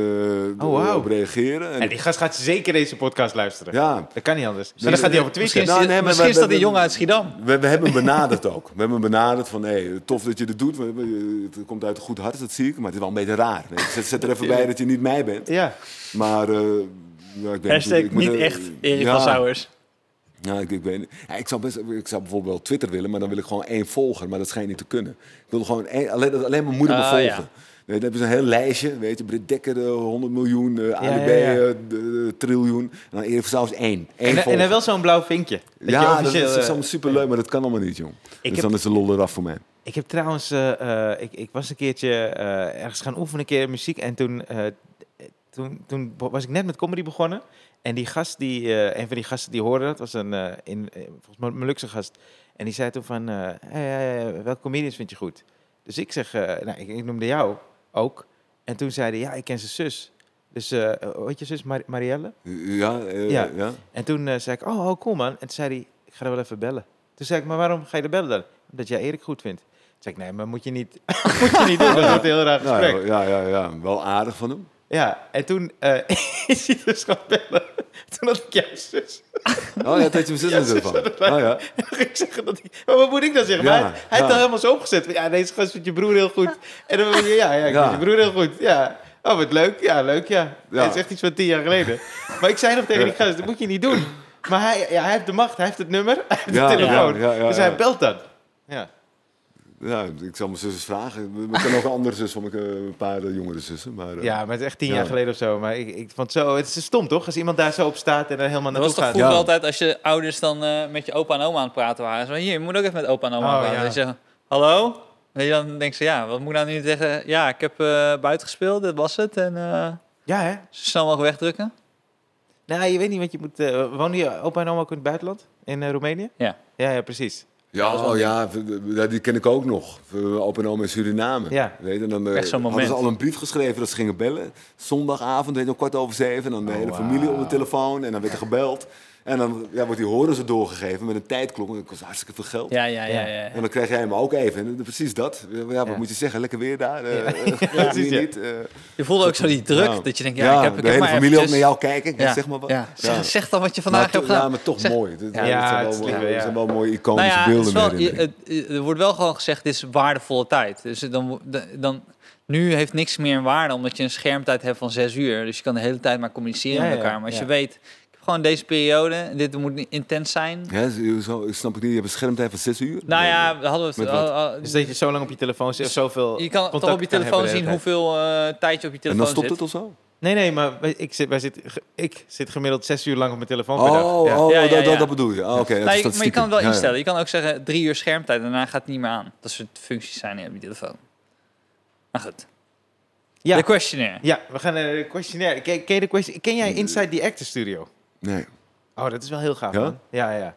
Speaker 3: eh,
Speaker 1: Oh, wauw.
Speaker 3: op reageren. En-
Speaker 1: En die gast gaat zeker deze podcast luisteren.
Speaker 3: ja,
Speaker 1: Dat kan niet anders. Maar dan gaat hij over
Speaker 2: Misschien,
Speaker 1: Twitter.
Speaker 2: is,
Speaker 3: Nou,
Speaker 2: die-
Speaker 3: nee, maar
Speaker 2: misschien
Speaker 3: we-
Speaker 2: is dat
Speaker 3: we-
Speaker 2: die
Speaker 3: we-
Speaker 2: jongen uit Schiedam.
Speaker 3: we, we hebben hem benaderd ook. We hebben hem benaderd van, hey, tof dat je dit doet. We- we- Het komt uit een goed hart, dat zie ik. Maar het is wel een beetje raar. Weet je. Zet, zet er even bij dat je niet mij bent.
Speaker 1: Ja.
Speaker 3: Maar... eh, ja, ik weet
Speaker 2: Hashtag
Speaker 3: ik moet,
Speaker 2: niet
Speaker 3: eh,
Speaker 2: echt Erik
Speaker 3: ja.
Speaker 2: van Sauers.
Speaker 3: Ja, ik, ik, weet, niet. ja, ik, zou best, ik zou bijvoorbeeld wel Twitter willen, maar dan wil ik gewoon één volger. Maar dat schijnt niet te kunnen. Ik wil gewoon één, alleen, dat alleen mijn moeder me
Speaker 2: Ah,
Speaker 3: volgen.
Speaker 2: ja.
Speaker 3: Weet, je, dan hebben ze een heel lijstje. Weet je, Britt Dekker, eh, 100 miljoen, eh ADB,
Speaker 1: ja, ja.
Speaker 3: eh, d- eh, triljoen. En dan Erik van Sauers één. Eén
Speaker 1: En, en
Speaker 3: volger.
Speaker 1: dan wel zo'n blauw vinkje. Dat je
Speaker 3: ja, dat,
Speaker 1: officieel,
Speaker 3: is- dat is
Speaker 1: eh,
Speaker 3: allemaal superleuk, maar dat kan allemaal niet, jong.
Speaker 1: Ik
Speaker 3: Dus
Speaker 1: heb-
Speaker 3: dan is de lol eraf voor mij.
Speaker 1: Ik heb trouwens, eh, eh, ik, ik was een keertje eh, ergens gaan oefenen, een keer in muziek. En toen, eh, toen, toen be- was ik net met comedy begonnen. En die gast, die, eh, een van die gasten die hoorde dat, was een, eh, in, eh, volgens mij een Molukse gast. En die zei toen van, eh hey, eh, welke comedians vind je goed? Dus ik zeg, eh, nou, ik, ik noemde jou ook. En toen zei hij, ja, ik ken zijn zus. Dus, eh hoe heet je zus? Mar- Marielle?
Speaker 3: Ja, eh,
Speaker 1: Ja.
Speaker 3: ja.
Speaker 1: En toen eh, zei ik, oh, oh, cool man. En toen zei hij, ik ga er wel even bellen. Toen zei ik, maar waarom ga je er bellen dan? Omdat jij Erik goed vindt. Toen zei ik, nee, maar moet je niet, moet je niet doen. Dat wordt een heel raar
Speaker 3: Nou,
Speaker 1: gesprek.
Speaker 3: ja, ja, ja, ja, wel aardig van hem.
Speaker 1: Ja, en toen eh is hij dus gaan bellen. Toen had ik dus- jouw zus.
Speaker 3: Oh ja, dat je mijn zus ervan. Oh
Speaker 1: En
Speaker 3: ja.
Speaker 1: toen ging ik zeggen dat hij... Maar wat moet ik dan zeggen?
Speaker 3: Ja,
Speaker 1: Maar hij, hij
Speaker 3: ja.
Speaker 1: had al helemaal zo opgezet. van, Ja, deze gast vindt je broer heel goed. En dan ben je, ja, ja, ik
Speaker 3: Ja.
Speaker 1: vind je broer heel goed. Ja. Oh, wat leuk. Ja, leuk, ja.
Speaker 3: Ja.
Speaker 1: Het is echt iets van tien jaar geleden. Maar ik zei nog tegen die gast, dat moet je niet doen. Maar hij, ja, hij heeft de macht, hij heeft het nummer, hij heeft
Speaker 3: Ja,
Speaker 1: de telefoon.
Speaker 3: ja, ja, ja,
Speaker 1: dus hij
Speaker 3: ja.
Speaker 1: belt dan. Ja.
Speaker 3: Ja, ik zal mijn zus eens vragen. Ik ken ook een andere zus van ik, eh, een paar eh, jongere zussen. Maar, eh,
Speaker 1: ja, maar het is echt tien
Speaker 3: Ja.
Speaker 1: jaar geleden of zo. Maar ik, ik vond het zo... Het is stom, toch? Als iemand daar zo op staat en er helemaal
Speaker 2: Dat was
Speaker 1: naartoe
Speaker 2: toch vroeger
Speaker 1: gaat.
Speaker 3: Ja.
Speaker 2: altijd als je ouders dan eh, met je opa en oma aan het praten waren. Zo, hier, je moet ook even met opa en oma
Speaker 1: Oh,
Speaker 2: praten.
Speaker 1: ja.
Speaker 2: Dan zeg je, hallo? En dan denkt ze, ja, wat moet ik nou nu zeggen? Ja, ik heb eh buiten gespeeld, dit was het. En eh,
Speaker 1: Ja, hè?
Speaker 2: zo snel mogelijk wegdrukken.
Speaker 1: Nou, je weet niet wat je moet... eh wonen je opa en oma ook in het buitenland? In eh, Roemenië?
Speaker 2: Ja.
Speaker 1: Ja, ja, precies.
Speaker 3: Ja,
Speaker 2: Dat is wel
Speaker 3: oh, ja, v- ja, die ken ik ook nog. V- Open en oma in Suriname.
Speaker 1: Ja.
Speaker 3: Weet, je, en dan eh,
Speaker 2: Echt zo'n
Speaker 3: hadden ze
Speaker 2: moment.
Speaker 3: al een brief geschreven dat ze gingen bellen. Zondagavond, weet je, om kwart over zeven. En dan de
Speaker 1: Oh,
Speaker 3: hele
Speaker 1: wauw.
Speaker 3: familie op de telefoon. En dan werd er gebeld. En dan ja, wordt die horen ze doorgegeven met een tijdklok. En dat kost hartstikke veel geld.
Speaker 2: Ja, ja, ja. ja.
Speaker 3: En dan krijg jij hem ook even. En, eh, precies dat. Ja, wat
Speaker 1: Ja.
Speaker 3: moet je zeggen? Lekker weer daar. eh, eh,
Speaker 1: precies,
Speaker 3: hier
Speaker 1: ja.
Speaker 3: niet. eh. Nou.
Speaker 2: Je voelde ook zo die druk,
Speaker 3: Ja.
Speaker 2: dat je denkt, ja, ik heb, ik
Speaker 3: de
Speaker 2: heb
Speaker 3: hele
Speaker 2: maar
Speaker 3: familie ook
Speaker 2: eventjes-
Speaker 3: naar jou kijken.
Speaker 2: Ja,
Speaker 3: Zeg maar wat.
Speaker 2: ja. Zeg,
Speaker 3: Ja.
Speaker 2: zeg dan wat je vandaag
Speaker 3: Maar,
Speaker 2: hebt
Speaker 3: to- ja,
Speaker 2: gedaan.
Speaker 3: maar toch
Speaker 2: Zeg-
Speaker 3: mooi.
Speaker 2: Ja,
Speaker 3: Dat, dat zijn
Speaker 1: het is
Speaker 3: wel,
Speaker 1: lief,
Speaker 3: mooie-
Speaker 1: ja.
Speaker 3: dat zijn wel mooie
Speaker 2: Nou
Speaker 3: iconische
Speaker 2: ja, het is
Speaker 3: beelden.
Speaker 2: wel,
Speaker 3: meer in, denk
Speaker 2: je-
Speaker 3: ik.
Speaker 2: het- er wordt wel gewoon gezegd, dit is waardevolle tijd. Dus dan, wo- da- dan, nu heeft niks meer een waarde, omdat je een schermtijd hebt van zes uur. Dus je kan de hele tijd maar communiceren
Speaker 1: Ja,
Speaker 2: met
Speaker 1: ja,
Speaker 2: elkaar. Maar als
Speaker 1: ja.
Speaker 2: je weet, ik heb gewoon deze periode, en dit moet niet intens zijn.
Speaker 3: Ja, zo- zo, ik snap ik niet. Je hebt een schermtijd van 6 uur.
Speaker 2: Nou ja, we hadden we
Speaker 3: Met
Speaker 2: het...
Speaker 3: wat?
Speaker 2: al- al-
Speaker 1: Dus dat je zo lang op je telefoon zit of zoveel...
Speaker 2: je kan toch
Speaker 1: contact
Speaker 2: op je
Speaker 1: kan
Speaker 2: telefoon
Speaker 1: hebben de
Speaker 2: zien
Speaker 1: hele tijd.
Speaker 2: hoeveel eh, tijd je op je
Speaker 3: En
Speaker 2: telefoon
Speaker 3: dan stopt
Speaker 2: zit.
Speaker 3: het of zo?
Speaker 1: Nee, nee, maar wij- ik zit, wij zit, ge- ik zit gemiddeld zes uur lang op mijn telefoon per dag.
Speaker 3: Oh,
Speaker 1: Ja.
Speaker 3: oh
Speaker 2: Ja, ja, ja.
Speaker 3: dat, dat, dat bedoel je. Oh, Oké, dat
Speaker 2: Nee,
Speaker 3: is
Speaker 2: maar je kan het wel
Speaker 3: statistieken. Ja, ja.
Speaker 2: instellen. Je kan ook zeggen drie uur schermtijd en daarna gaat het niet meer aan. Dat soort functies zijn in je telefoon. Maar goed.
Speaker 1: Ja.
Speaker 2: De questionnaire.
Speaker 1: Ja, we gaan naar de questionnaire. Ken, ken, je de question, ken jij Inside the Actor Studio?
Speaker 3: Nee.
Speaker 1: Oh, dat is wel heel gaaf,
Speaker 3: Ja?
Speaker 1: man. Ja, ja.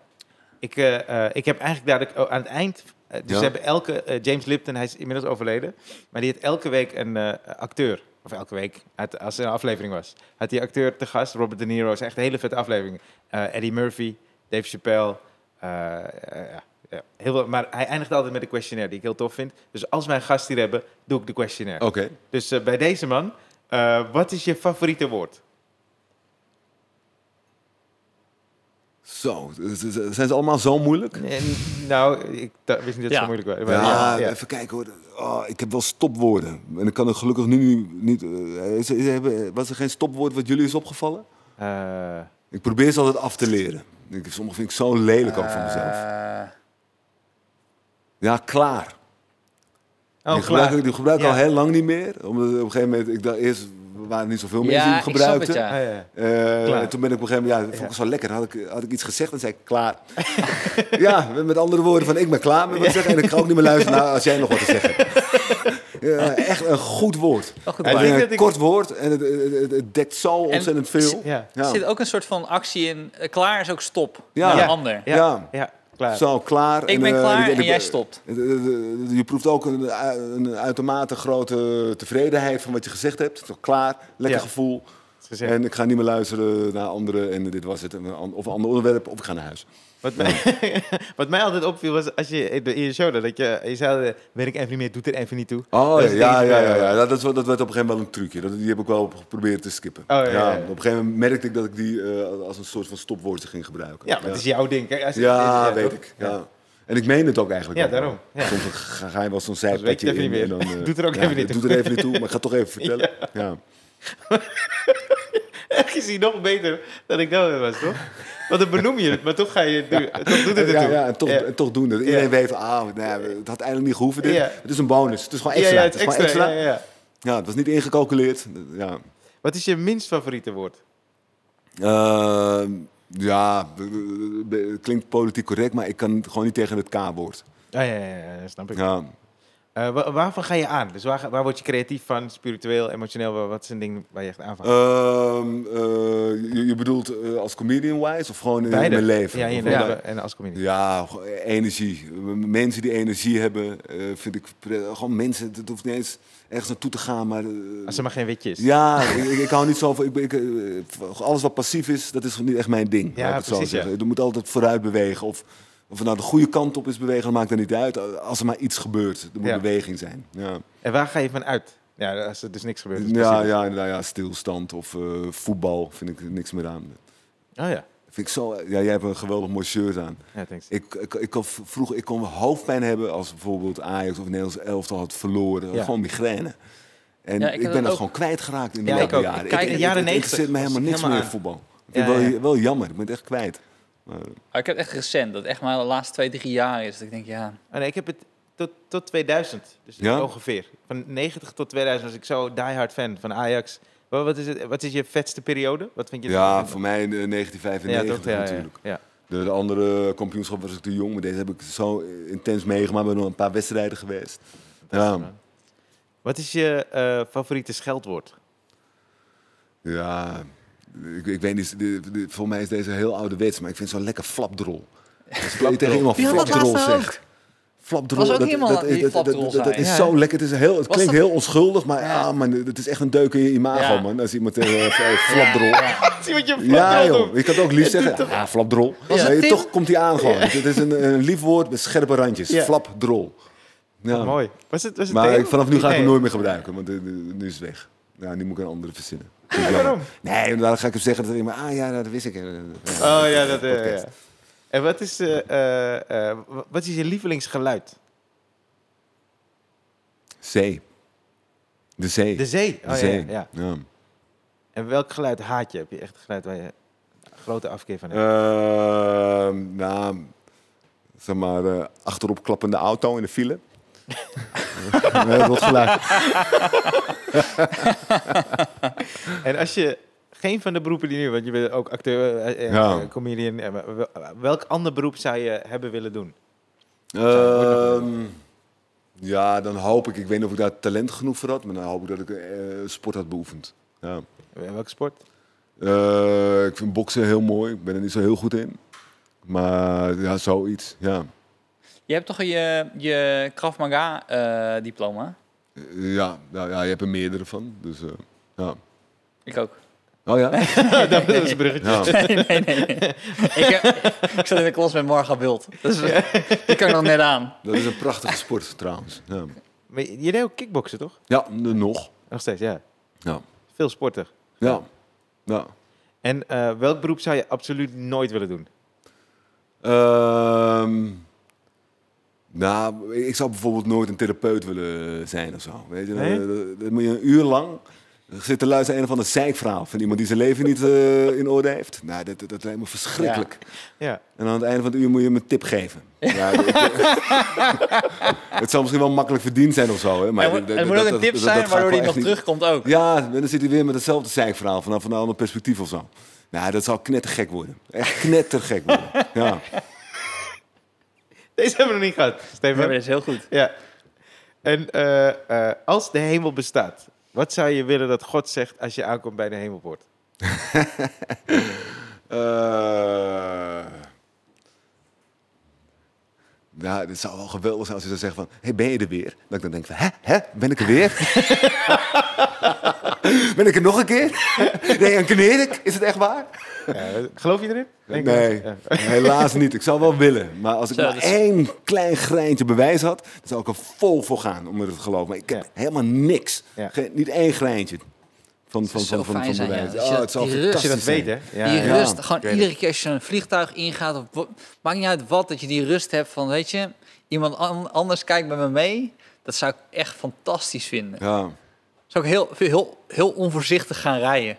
Speaker 1: Ik, eh, eh, ik heb eigenlijk daar de- oh, aan het eind... eh, dus
Speaker 3: Ja.
Speaker 1: ze hebben elke... eh, James Lipton, hij is inmiddels overleden. Maar die had elke week een eh, acteur. Of elke week, uit, als er een aflevering was. Had die acteur te gast, Robert De Niro. is echt een hele vette aflevering. Eh, Eddie Murphy, Dave Chappelle. eh, eh, ja, ja, heel veel, maar hij eindigt altijd met een questionnaire, die ik heel tof vind. Dus als wij een gast hier hebben, doe ik de questionnaire.
Speaker 3: Oké.
Speaker 1: Dus eh, bij deze man, eh, wat is je favoriete woord?
Speaker 3: Zo, z- z- zijn ze allemaal zo moeilijk?
Speaker 1: En, nou, ik da- wist niet dat het
Speaker 2: Ja.
Speaker 1: zo moeilijk was.
Speaker 3: Ja,
Speaker 1: Maar ja, ja.
Speaker 3: even kijken hoor. Oh, ik heb wel stopwoorden. En ik kan er gelukkig nu niet... eh, is- is- hebben- was er geen stopwoord wat jullie is opgevallen?
Speaker 1: Eh,
Speaker 3: Ik probeer ze altijd af te leren. Ik, sommige vind ik zo lelijk ook van mezelf.
Speaker 2: Eh,
Speaker 3: Ja, klaar.
Speaker 1: oh,
Speaker 3: die gebruik,
Speaker 1: klaar.
Speaker 2: Oh,
Speaker 3: ik- die gebruik ik
Speaker 1: Ja.
Speaker 3: al heel lang niet meer. Omdat op een gegeven moment, ik dacht eerst, waren niet zoveel mensen die
Speaker 2: Ja,
Speaker 3: hem
Speaker 2: ik snap
Speaker 3: gebruikten.
Speaker 2: het, ja.
Speaker 1: Ah, ja.
Speaker 3: Eh,
Speaker 1: Klaar.
Speaker 3: en toen ben ik op een gegeven moment, ja, dat vond ik zo lekker. Dan had ik, had ik iets gezegd en zei ik, klaar. ja, met andere woorden van, ik ben klaar met wat ik zeg. En ik ga ook niet meer luisteren naar als jij nog wat te zeggen hebt. Ja, echt een goed woord.
Speaker 2: Wel goed
Speaker 3: Het
Speaker 2: waar.
Speaker 3: is
Speaker 1: Ik denk
Speaker 3: een
Speaker 1: dat ik-
Speaker 3: kort woord en het, het- het- het dekt zo ontzettend veel.
Speaker 1: Ja.
Speaker 2: Er zit ook een soort van actie in. eh, Klaar is ook stop.
Speaker 3: Ja.
Speaker 2: Naar
Speaker 3: Ja.
Speaker 2: een ander.
Speaker 1: Ja,
Speaker 3: Ja.
Speaker 1: ja, klaar.
Speaker 3: Zo, klaar.
Speaker 2: Ik ben
Speaker 3: eh,
Speaker 2: klaar
Speaker 3: ik-
Speaker 2: en
Speaker 3: ik-
Speaker 2: jij stopt.
Speaker 3: eh, eh, eh, Je proeft ook een, een uitermate grote tevredenheid van wat je gezegd hebt. Toch klaar, lekker
Speaker 1: Ja.
Speaker 3: gevoel.
Speaker 1: is gezegd.
Speaker 3: En ik ga niet meer luisteren naar anderen en dit was het. En een an- Of een ander onderwerp, of ik ga naar huis.
Speaker 1: Wat, mij, wat mij altijd opviel was als je in je show dat je, je zei, eh, weet ik even niet meer, doet er even niet toe.
Speaker 3: Oh
Speaker 1: Dat is eh,
Speaker 3: ja,
Speaker 1: het enige
Speaker 3: ja, ja,
Speaker 1: bij-
Speaker 3: ja, ja. Dat, is wel- dat werd op een gegeven moment wel een trucje. Dat, die heb ik wel geprobeerd te skippen.
Speaker 1: Oh, ja, ja, ja.
Speaker 3: Op een gegeven moment merkte ik dat ik die eh, als een soort van stopwoordje ging gebruiken.
Speaker 1: Ja, maar het is jouw ding. Kijk, als je-
Speaker 3: Ja,
Speaker 1: ja,
Speaker 3: weet
Speaker 1: toch?
Speaker 3: ik. Ja. En ik meen het ook eigenlijk
Speaker 1: Ja,
Speaker 3: wel.
Speaker 1: daarom. Ja.
Speaker 3: Soms ga, ga je wel zo'n
Speaker 1: je het
Speaker 3: zijpetje
Speaker 1: even
Speaker 3: in.
Speaker 1: niet
Speaker 3: en
Speaker 1: meer.
Speaker 3: dan, eh,
Speaker 1: Doet er ook
Speaker 3: ja,
Speaker 1: even niet toe.
Speaker 3: Doet er even niet toe, maar ik ga het toch even vertellen. Ja.
Speaker 1: Ergens is hij nog beter dan ik dat was, toch? Want dan benoem je het, maar toch ga je het doen. Toch doet het
Speaker 3: Ja,
Speaker 1: ertoe.
Speaker 3: ja, en toch,
Speaker 1: Ja.
Speaker 3: en toch doen het. Iedereen weet van, ah, nou ja, het had eigenlijk niet gehoeven dit.
Speaker 1: Ja.
Speaker 3: Het is een bonus. Het is gewoon
Speaker 1: Ja,
Speaker 3: extra.
Speaker 1: ja,
Speaker 3: het
Speaker 1: het
Speaker 3: is gewoon
Speaker 1: extra.
Speaker 3: extra.
Speaker 1: Ja, ja, ja.
Speaker 3: Ja, het was niet ingecalculeerd. Ja,
Speaker 1: Wat is je minst favoriete woord?
Speaker 3: Eh, ja d- d- d- het klinkt politiek correct, maar ik kan gewoon niet tegen het K-woord.
Speaker 1: Ah, ja, ja, ja, snap ik.
Speaker 3: Ja.
Speaker 1: Eh, wa- waarvan ga je aan? Dus waar, ga- waar word je creatief van, spiritueel, emotioneel? Wa- Wat is een ding waar je echt
Speaker 3: Eh,
Speaker 1: aan van?
Speaker 3: Ehm, eh, je, je bedoelt eh, als comedian-wise of gewoon in
Speaker 1: Beide.
Speaker 3: mijn leven?
Speaker 1: Ja, in je
Speaker 3: Of-
Speaker 1: leven en als comedian.
Speaker 3: Ja, gewoon energie. M- Mensen die energie hebben, eh, vind ik prettig. Gewoon mensen, het hoeft niet eens ergens naartoe te gaan, maar... eh,
Speaker 1: Als er maar geen witje is.
Speaker 3: ja, ik, ik hou niet zo van... Ik, ben- ik, eh, alles wat passief is, dat is niet echt mijn ding.
Speaker 1: Ja,
Speaker 3: laat ik het zo
Speaker 1: precies, ja.
Speaker 3: zeggen. Je moet altijd vooruit bewegen. Of, of het nou de goede kant op is bewegen, dat maakt er niet uit. Als er maar iets gebeurt, er moet
Speaker 1: Ja.
Speaker 3: beweging zijn. Ja,
Speaker 1: En waar ga je van uit? Ja, als er dus niks gebeurt. is het
Speaker 3: ja,
Speaker 1: passief.
Speaker 3: ja, nou ja stilstand of eh, voetbal vind ik niks meer aan.
Speaker 1: Oh ja.
Speaker 3: Vind ik zo, ja, jij hebt een geweldig mooi shirt aan.
Speaker 1: Ja, thanks.
Speaker 3: Ik, ik, ik kon v- vroeger ik kon hoofdpijn hebben als bijvoorbeeld Ajax of Nederlands elftal had verloren.
Speaker 1: Ja.
Speaker 3: Gewoon migraine. En
Speaker 2: Ja, ik
Speaker 3: ik,
Speaker 2: heb
Speaker 3: ben
Speaker 2: dat
Speaker 3: dat
Speaker 2: ook.
Speaker 3: gewoon kwijtgeraakt in de
Speaker 1: Ja, ik
Speaker 3: jaren.
Speaker 1: ook.
Speaker 3: jaren.
Speaker 2: Ik kijk in de
Speaker 3: het-
Speaker 1: jaren
Speaker 3: het interesseert me
Speaker 1: 90
Speaker 3: helemaal niks
Speaker 1: was ik
Speaker 3: meer in
Speaker 1: helemaal
Speaker 3: voetbal. Ik vind
Speaker 1: Ja,
Speaker 3: het
Speaker 1: ja.
Speaker 3: wel, wel jammer, ik ben het echt kwijt.
Speaker 2: Maar ik heb het echt recent. Dat het echt maar de laatste twee, drie jaar is. Dat ik denk, ja...
Speaker 1: Oh, nee, ik heb het tot, tot 2000. Dus
Speaker 3: Ja?
Speaker 1: ongeveer. Van 90 tot 2000 was ik zo diehard fan van Ajax. Wat, wat, is, het, wat is je vetste periode? Wat vind je
Speaker 3: Ja,
Speaker 1: het-
Speaker 3: voor mij eh,
Speaker 1: Ja,
Speaker 3: 1995
Speaker 1: toch? Ja, ja,
Speaker 3: natuurlijk.
Speaker 1: ja.
Speaker 3: De, de andere kampioenschap was ik te jong, maar deze heb ik zo intens meegemaakt. Ik ben nog een paar wedstrijden geweest. Ja,
Speaker 1: man. Wat is je eh, favoriete scheldwoord?
Speaker 3: ja ik, ik weet niet, de- de- voor mij is deze heel ouderwets, maar ik vind het zo lekker flapdrol. Als je tegen iemand
Speaker 2: Die had dat
Speaker 3: flapdrol
Speaker 2: laatst ook.
Speaker 3: zegt. Flapdrol,
Speaker 2: Was ook iemand die
Speaker 3: dat, dat,
Speaker 2: flapdrol
Speaker 3: dat- dat
Speaker 2: zei.
Speaker 3: is
Speaker 1: Ja.
Speaker 3: zo lekker. Het, is heel, het klinkt
Speaker 2: dat-
Speaker 3: heel onschuldig, maar
Speaker 2: Ja.
Speaker 3: ah, man, het is echt een deuk in je imago,
Speaker 2: Ja.
Speaker 3: man. Als iemand tegen eh, flapdrol. Ja,
Speaker 1: Zie wat je
Speaker 3: joh. Je kan het ook lief zeggen. Ja, flapdrol.
Speaker 2: Was
Speaker 3: Ja,
Speaker 2: het
Speaker 3: je-
Speaker 2: Tim?
Speaker 3: toch komt hij aan gewoon. Het is een, een lief woord met scherpe randjes.
Speaker 1: Ja.
Speaker 3: Flapdrol. Ja.
Speaker 1: Mooi. Was het, was het
Speaker 3: Maar
Speaker 1: Theo?
Speaker 3: ik- vanaf nu ga ik
Speaker 1: Nee.
Speaker 3: hem nooit meer gebruiken, want eh, nu is het weg. Ja, nu moet ik een andere verzinnen. Ja,
Speaker 1: waarom?
Speaker 3: Nee, dan ga ik hem zeggen. Dat hij maar, ah ja, dat wist ik. eh, ja.
Speaker 1: Oh ja, dat eh,
Speaker 3: Podcast.
Speaker 1: ja. En wat is, eh, eh, eh, wa- wat is je lievelingsgeluid?
Speaker 3: Zee. De zee.
Speaker 1: De zee.
Speaker 3: De
Speaker 1: Oh, ja,
Speaker 3: zee.
Speaker 1: Ja, ja.
Speaker 3: Ja.
Speaker 1: En welk geluid haat je? Heb je echt geluid waar je grote afkeer van hebt?
Speaker 3: Ehm, nou, zeg maar, eh, achterop klappende auto in de file. nee, dat geluid.
Speaker 1: En als je geen van de beroepen die nu, want je bent ook acteur, eh, eh,
Speaker 3: Ja.
Speaker 1: comedian, eh, maar wel- welk ander beroep zou je hebben willen doen?
Speaker 3: Ehm, ja, dan hoop ik, ik weet niet of ik daar talent genoeg voor had, maar dan hoop ik dat ik eh, sport had beoefend. Ja.
Speaker 1: Eh, Welke sport?
Speaker 3: Eh, ik vind boksen heel mooi, ik ben er niet zo heel goed in. Maar ja, zoiets, ja.
Speaker 2: Je hebt toch je, je Krav Maga eh, diploma?
Speaker 3: Eh, ja, nou, ja, je hebt er meerdere van, dus eh, ja.
Speaker 2: Ik ook.
Speaker 3: Oh ja?
Speaker 1: dat dat is een bruggetje.
Speaker 3: ja.
Speaker 2: Nee, nee, nee. ik, heb, ik zat in de klas met Marga Bult. Dus, Die kan ik nog net aan.
Speaker 3: Dat is een prachtige sport trouwens. Ja,
Speaker 1: Maar je je deed ook kickboksen, toch?
Speaker 3: ja n- nog.
Speaker 1: Nog steeds, ja.
Speaker 3: Ja.
Speaker 1: Veel sporter.
Speaker 3: Ja. ja.
Speaker 1: En eh, welk beroep zou je absoluut nooit willen doen?
Speaker 3: Ehm, nou, ik zou bijvoorbeeld nooit een therapeut willen zijn of zo. Weet je? Dan,
Speaker 1: Nee?
Speaker 3: dan- dan moet je een uur lang zit te luisteren naar een of ander zeikverhaal van iemand die zijn leven niet eh, in orde heeft. Nou, dat, dat, dat lijkt me verschrikkelijk.
Speaker 1: Ja.
Speaker 3: En aan het einde van het uur moet je hem een tip geven. Ja, dat- het zal misschien wel makkelijk verdiend zijn of zo. Hè, maar
Speaker 2: Er moet,
Speaker 3: dat- dat-
Speaker 2: er moet
Speaker 3: dat-
Speaker 2: ook een
Speaker 3: dat-
Speaker 2: tip
Speaker 3: dat-
Speaker 2: zijn
Speaker 3: dat ga ik
Speaker 2: waardoor
Speaker 3: wel
Speaker 2: hij nog
Speaker 3: echt niet-
Speaker 2: terugkomt ook.
Speaker 3: Ja, en dan zit hij weer met hetzelfde zeikverhaal vanaf een ander perspectief of zo. Nou, dat zal knettergek worden. Echt knettergek worden. Ja.
Speaker 1: Deze hebben we nog niet gehad,
Speaker 2: Ja, maar
Speaker 1: Stefan.
Speaker 2: dat is heel goed.
Speaker 1: Ja. En eh, eh, als de hemel bestaat, wat zou je willen dat God zegt als je aankomt bij de hemelpoort?
Speaker 3: Eh. Ja, nou, het zou wel geweldig zijn als je zou zeggen van... hey, ben je er weer? Dat ik dan denk van, hè? Hè? Ben ik er weer? ben ik er nog een keer? nee, een Knerik? Is het echt waar?
Speaker 1: Ja, Eh, geloof je erin? Denk je- Eh,
Speaker 3: Nee,
Speaker 1: Ja.
Speaker 3: helaas niet. Ik zou wel willen. Maar als ik
Speaker 2: Zo, dus-
Speaker 3: maar
Speaker 2: dat is-
Speaker 3: één klein greintje bewijs had... dan zou ik er vol voor gaan om er te geloven. Maar ik heb
Speaker 1: Ja.
Speaker 3: helemaal niks.
Speaker 1: Ja.
Speaker 3: Geen- niet één greintje van, van,
Speaker 2: zou
Speaker 3: van,
Speaker 2: zo
Speaker 3: van,
Speaker 2: fijn
Speaker 3: van
Speaker 2: zijn, ja.
Speaker 3: bewijs.
Speaker 2: Als je
Speaker 3: Oh,
Speaker 2: dat-
Speaker 3: het zou
Speaker 2: die rust-
Speaker 1: Als je dat
Speaker 3: fantastisch zijn.
Speaker 1: weet, hè? Ja,
Speaker 2: die
Speaker 1: ja.
Speaker 3: ja.
Speaker 2: rust,
Speaker 1: Ik weet
Speaker 2: gewoon
Speaker 1: het.
Speaker 2: iedere keer als je een vliegtuig ingaat, of, wa- maakt niet uit wat, dat je die rust hebt van, weet je, iemand an- anders kijkt met me mee. Dat zou ik echt fantastisch vinden.
Speaker 3: Ja.
Speaker 2: Zou ik heel, heel, heel onvoorzichtig gaan rijden.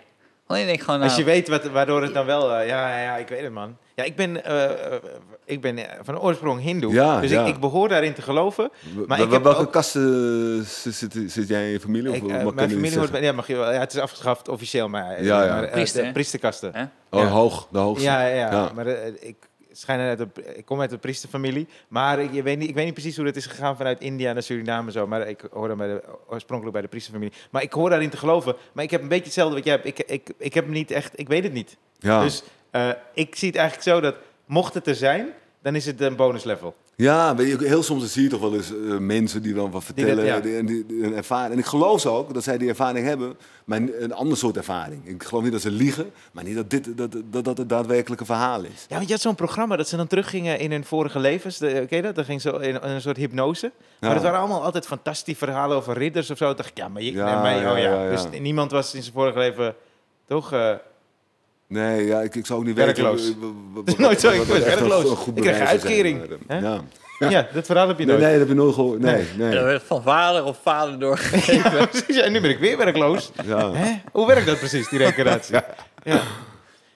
Speaker 2: Alleen denk ik gewoon, nou,
Speaker 1: Als je weet wat, waardoor het dan wel... eh, ja, ja, ik weet het, man. Ja, ik ben, eh, eh, ik ben eh, van oorsprong hindoe.
Speaker 3: Ja,
Speaker 1: dus
Speaker 3: ja.
Speaker 1: Ik, ik behoor daarin te geloven. Maar
Speaker 3: Maar
Speaker 1: ik heb
Speaker 3: welke
Speaker 1: ook-
Speaker 3: kasten zit, zit, zit jij in je familie? Of,
Speaker 1: Ik, eh,
Speaker 3: mag ik dat
Speaker 1: mijn
Speaker 3: niet
Speaker 1: familie hoort
Speaker 3: zeggen?
Speaker 1: bij... Ja, mag je wel, ja, het is afgeschaft officieel, maar... eh,
Speaker 3: Ja, ja.
Speaker 1: maar, eh, de
Speaker 2: Priester, hè?
Speaker 1: priesterkasten.
Speaker 2: Hè?
Speaker 1: bij-
Speaker 3: Oh, hoog, de hoogste.
Speaker 1: Ja, ja,
Speaker 3: Ja.
Speaker 1: maar eh, ik, schijn uit de, ik kom uit een priesterfamilie. Maar ik, je weet niet, ik weet niet precies hoe dat is gegaan vanuit India naar Suriname en zo. Maar ik hoor dan bij de, oorspronkelijk bij de priesterfamilie. Maar ik hoor daarin te geloven. Maar ik heb een beetje hetzelfde wat jij hebt. Ik, ik, ik heb niet echt, ik weet het niet.
Speaker 3: Ja.
Speaker 1: Dus eh, ik zie het eigenlijk zo dat mocht het er zijn, dan is het een bonus level.
Speaker 3: ja, weet je, heel soms zie je toch wel eens eh, mensen die dan wat
Speaker 1: dat-
Speaker 3: vertellen. Die
Speaker 1: ja.
Speaker 3: en die, die een ervaring. En ik geloof ze ook dat zij die ervaring hebben, maar een een ander soort ervaring. Ik geloof niet dat ze liegen, maar niet dat dit, dat, dat, dat het daadwerkelijke verhaal is.
Speaker 1: Ja, want je had zo'n programma dat ze dan teruggingen in hun vorige levens. De, ken je dat? Dan ging ze in, in een soort hypnose. Maar
Speaker 3: Ja.
Speaker 1: het waren allemaal altijd fantastische verhalen over ridders of zo. Toen dacht ik, ja, maar, je,
Speaker 3: Ja,
Speaker 1: nee, maar- oh,
Speaker 3: ja,
Speaker 1: ja.
Speaker 3: ja, ja.
Speaker 1: Dus niemand was in zijn vorige leven toch... eh,
Speaker 3: Nee, ja, ik, ik zou ook niet
Speaker 1: Werkloos.
Speaker 3: weten. w- w- w-
Speaker 1: is nooit zo,
Speaker 3: wat-
Speaker 1: ik
Speaker 3: wat
Speaker 1: was
Speaker 3: echt een
Speaker 1: werkloos.
Speaker 3: go- goed
Speaker 1: Ik kreeg
Speaker 3: bewijs zou zijn,
Speaker 1: uitkering.
Speaker 3: maar, eh,
Speaker 1: Hè?
Speaker 3: Ja.
Speaker 1: Ja, dat verhaal heb je
Speaker 3: Nee,
Speaker 1: nooit.
Speaker 3: nee, dat heb je nooit gehoord. Nee,
Speaker 2: En dan
Speaker 3: nee.
Speaker 2: werd het van vader of vader door.
Speaker 1: Dus Ja, precies. En nu ben ik weer werkloos.
Speaker 3: Ja.
Speaker 1: Hè? Hoe werkt dat precies, die recreatie? Ja.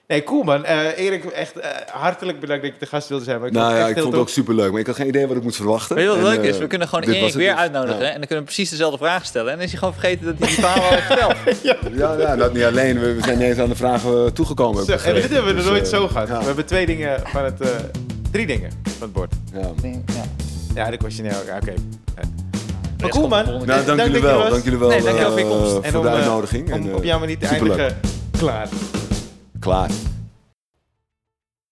Speaker 1: Nee, cool man. Eh, Erik, echt eh, hartelijk bedankt dat je te gast wilde zijn. Maar ik
Speaker 3: Nou
Speaker 1: vond het
Speaker 3: ja,
Speaker 1: echt
Speaker 3: ik
Speaker 1: heel
Speaker 3: vond het ook superleuk, maar ik had geen idee wat ik moest verwachten.
Speaker 2: Weet je wat
Speaker 3: En,
Speaker 2: leuk is?
Speaker 3: eh,
Speaker 2: We kunnen gewoon
Speaker 3: dit
Speaker 2: Erik
Speaker 3: was het
Speaker 2: weer
Speaker 3: dus.
Speaker 2: uitnodigen.
Speaker 3: Ja.
Speaker 2: En dan kunnen we precies dezelfde vraag stellen. En dan is hij gewoon vergeten dat hij die verhaal al heeft verteld.
Speaker 3: Ja, ja, dat niet alleen. We, we zijn ineens aan de vragen eh, toegekomen.
Speaker 1: tof. Zo, en dit hebben we er
Speaker 3: Dus,
Speaker 1: nooit
Speaker 3: eh,
Speaker 1: zo gehad.
Speaker 3: ja.
Speaker 1: We hebben twee dingen van het... eh, drie dingen van het bord.
Speaker 3: Ja.
Speaker 2: Ja.
Speaker 1: Ja, de questionnaire ook. Ja, Oké. Ja. Maar
Speaker 2: Rest
Speaker 1: cool
Speaker 2: komt de
Speaker 1: man.
Speaker 2: volgende
Speaker 3: Nou, dank, jullie
Speaker 1: dat je
Speaker 3: wel.
Speaker 1: was.
Speaker 3: Dank jullie wel
Speaker 2: Nee, dank je wel voor
Speaker 3: eh,
Speaker 2: je komst.
Speaker 3: voor
Speaker 1: om,
Speaker 3: de
Speaker 1: eh,
Speaker 3: uitnodiging.
Speaker 1: Om
Speaker 3: en, eh,
Speaker 1: op jouw manier te
Speaker 3: superleuk.
Speaker 1: eindigen. Klaar.
Speaker 3: Klaar.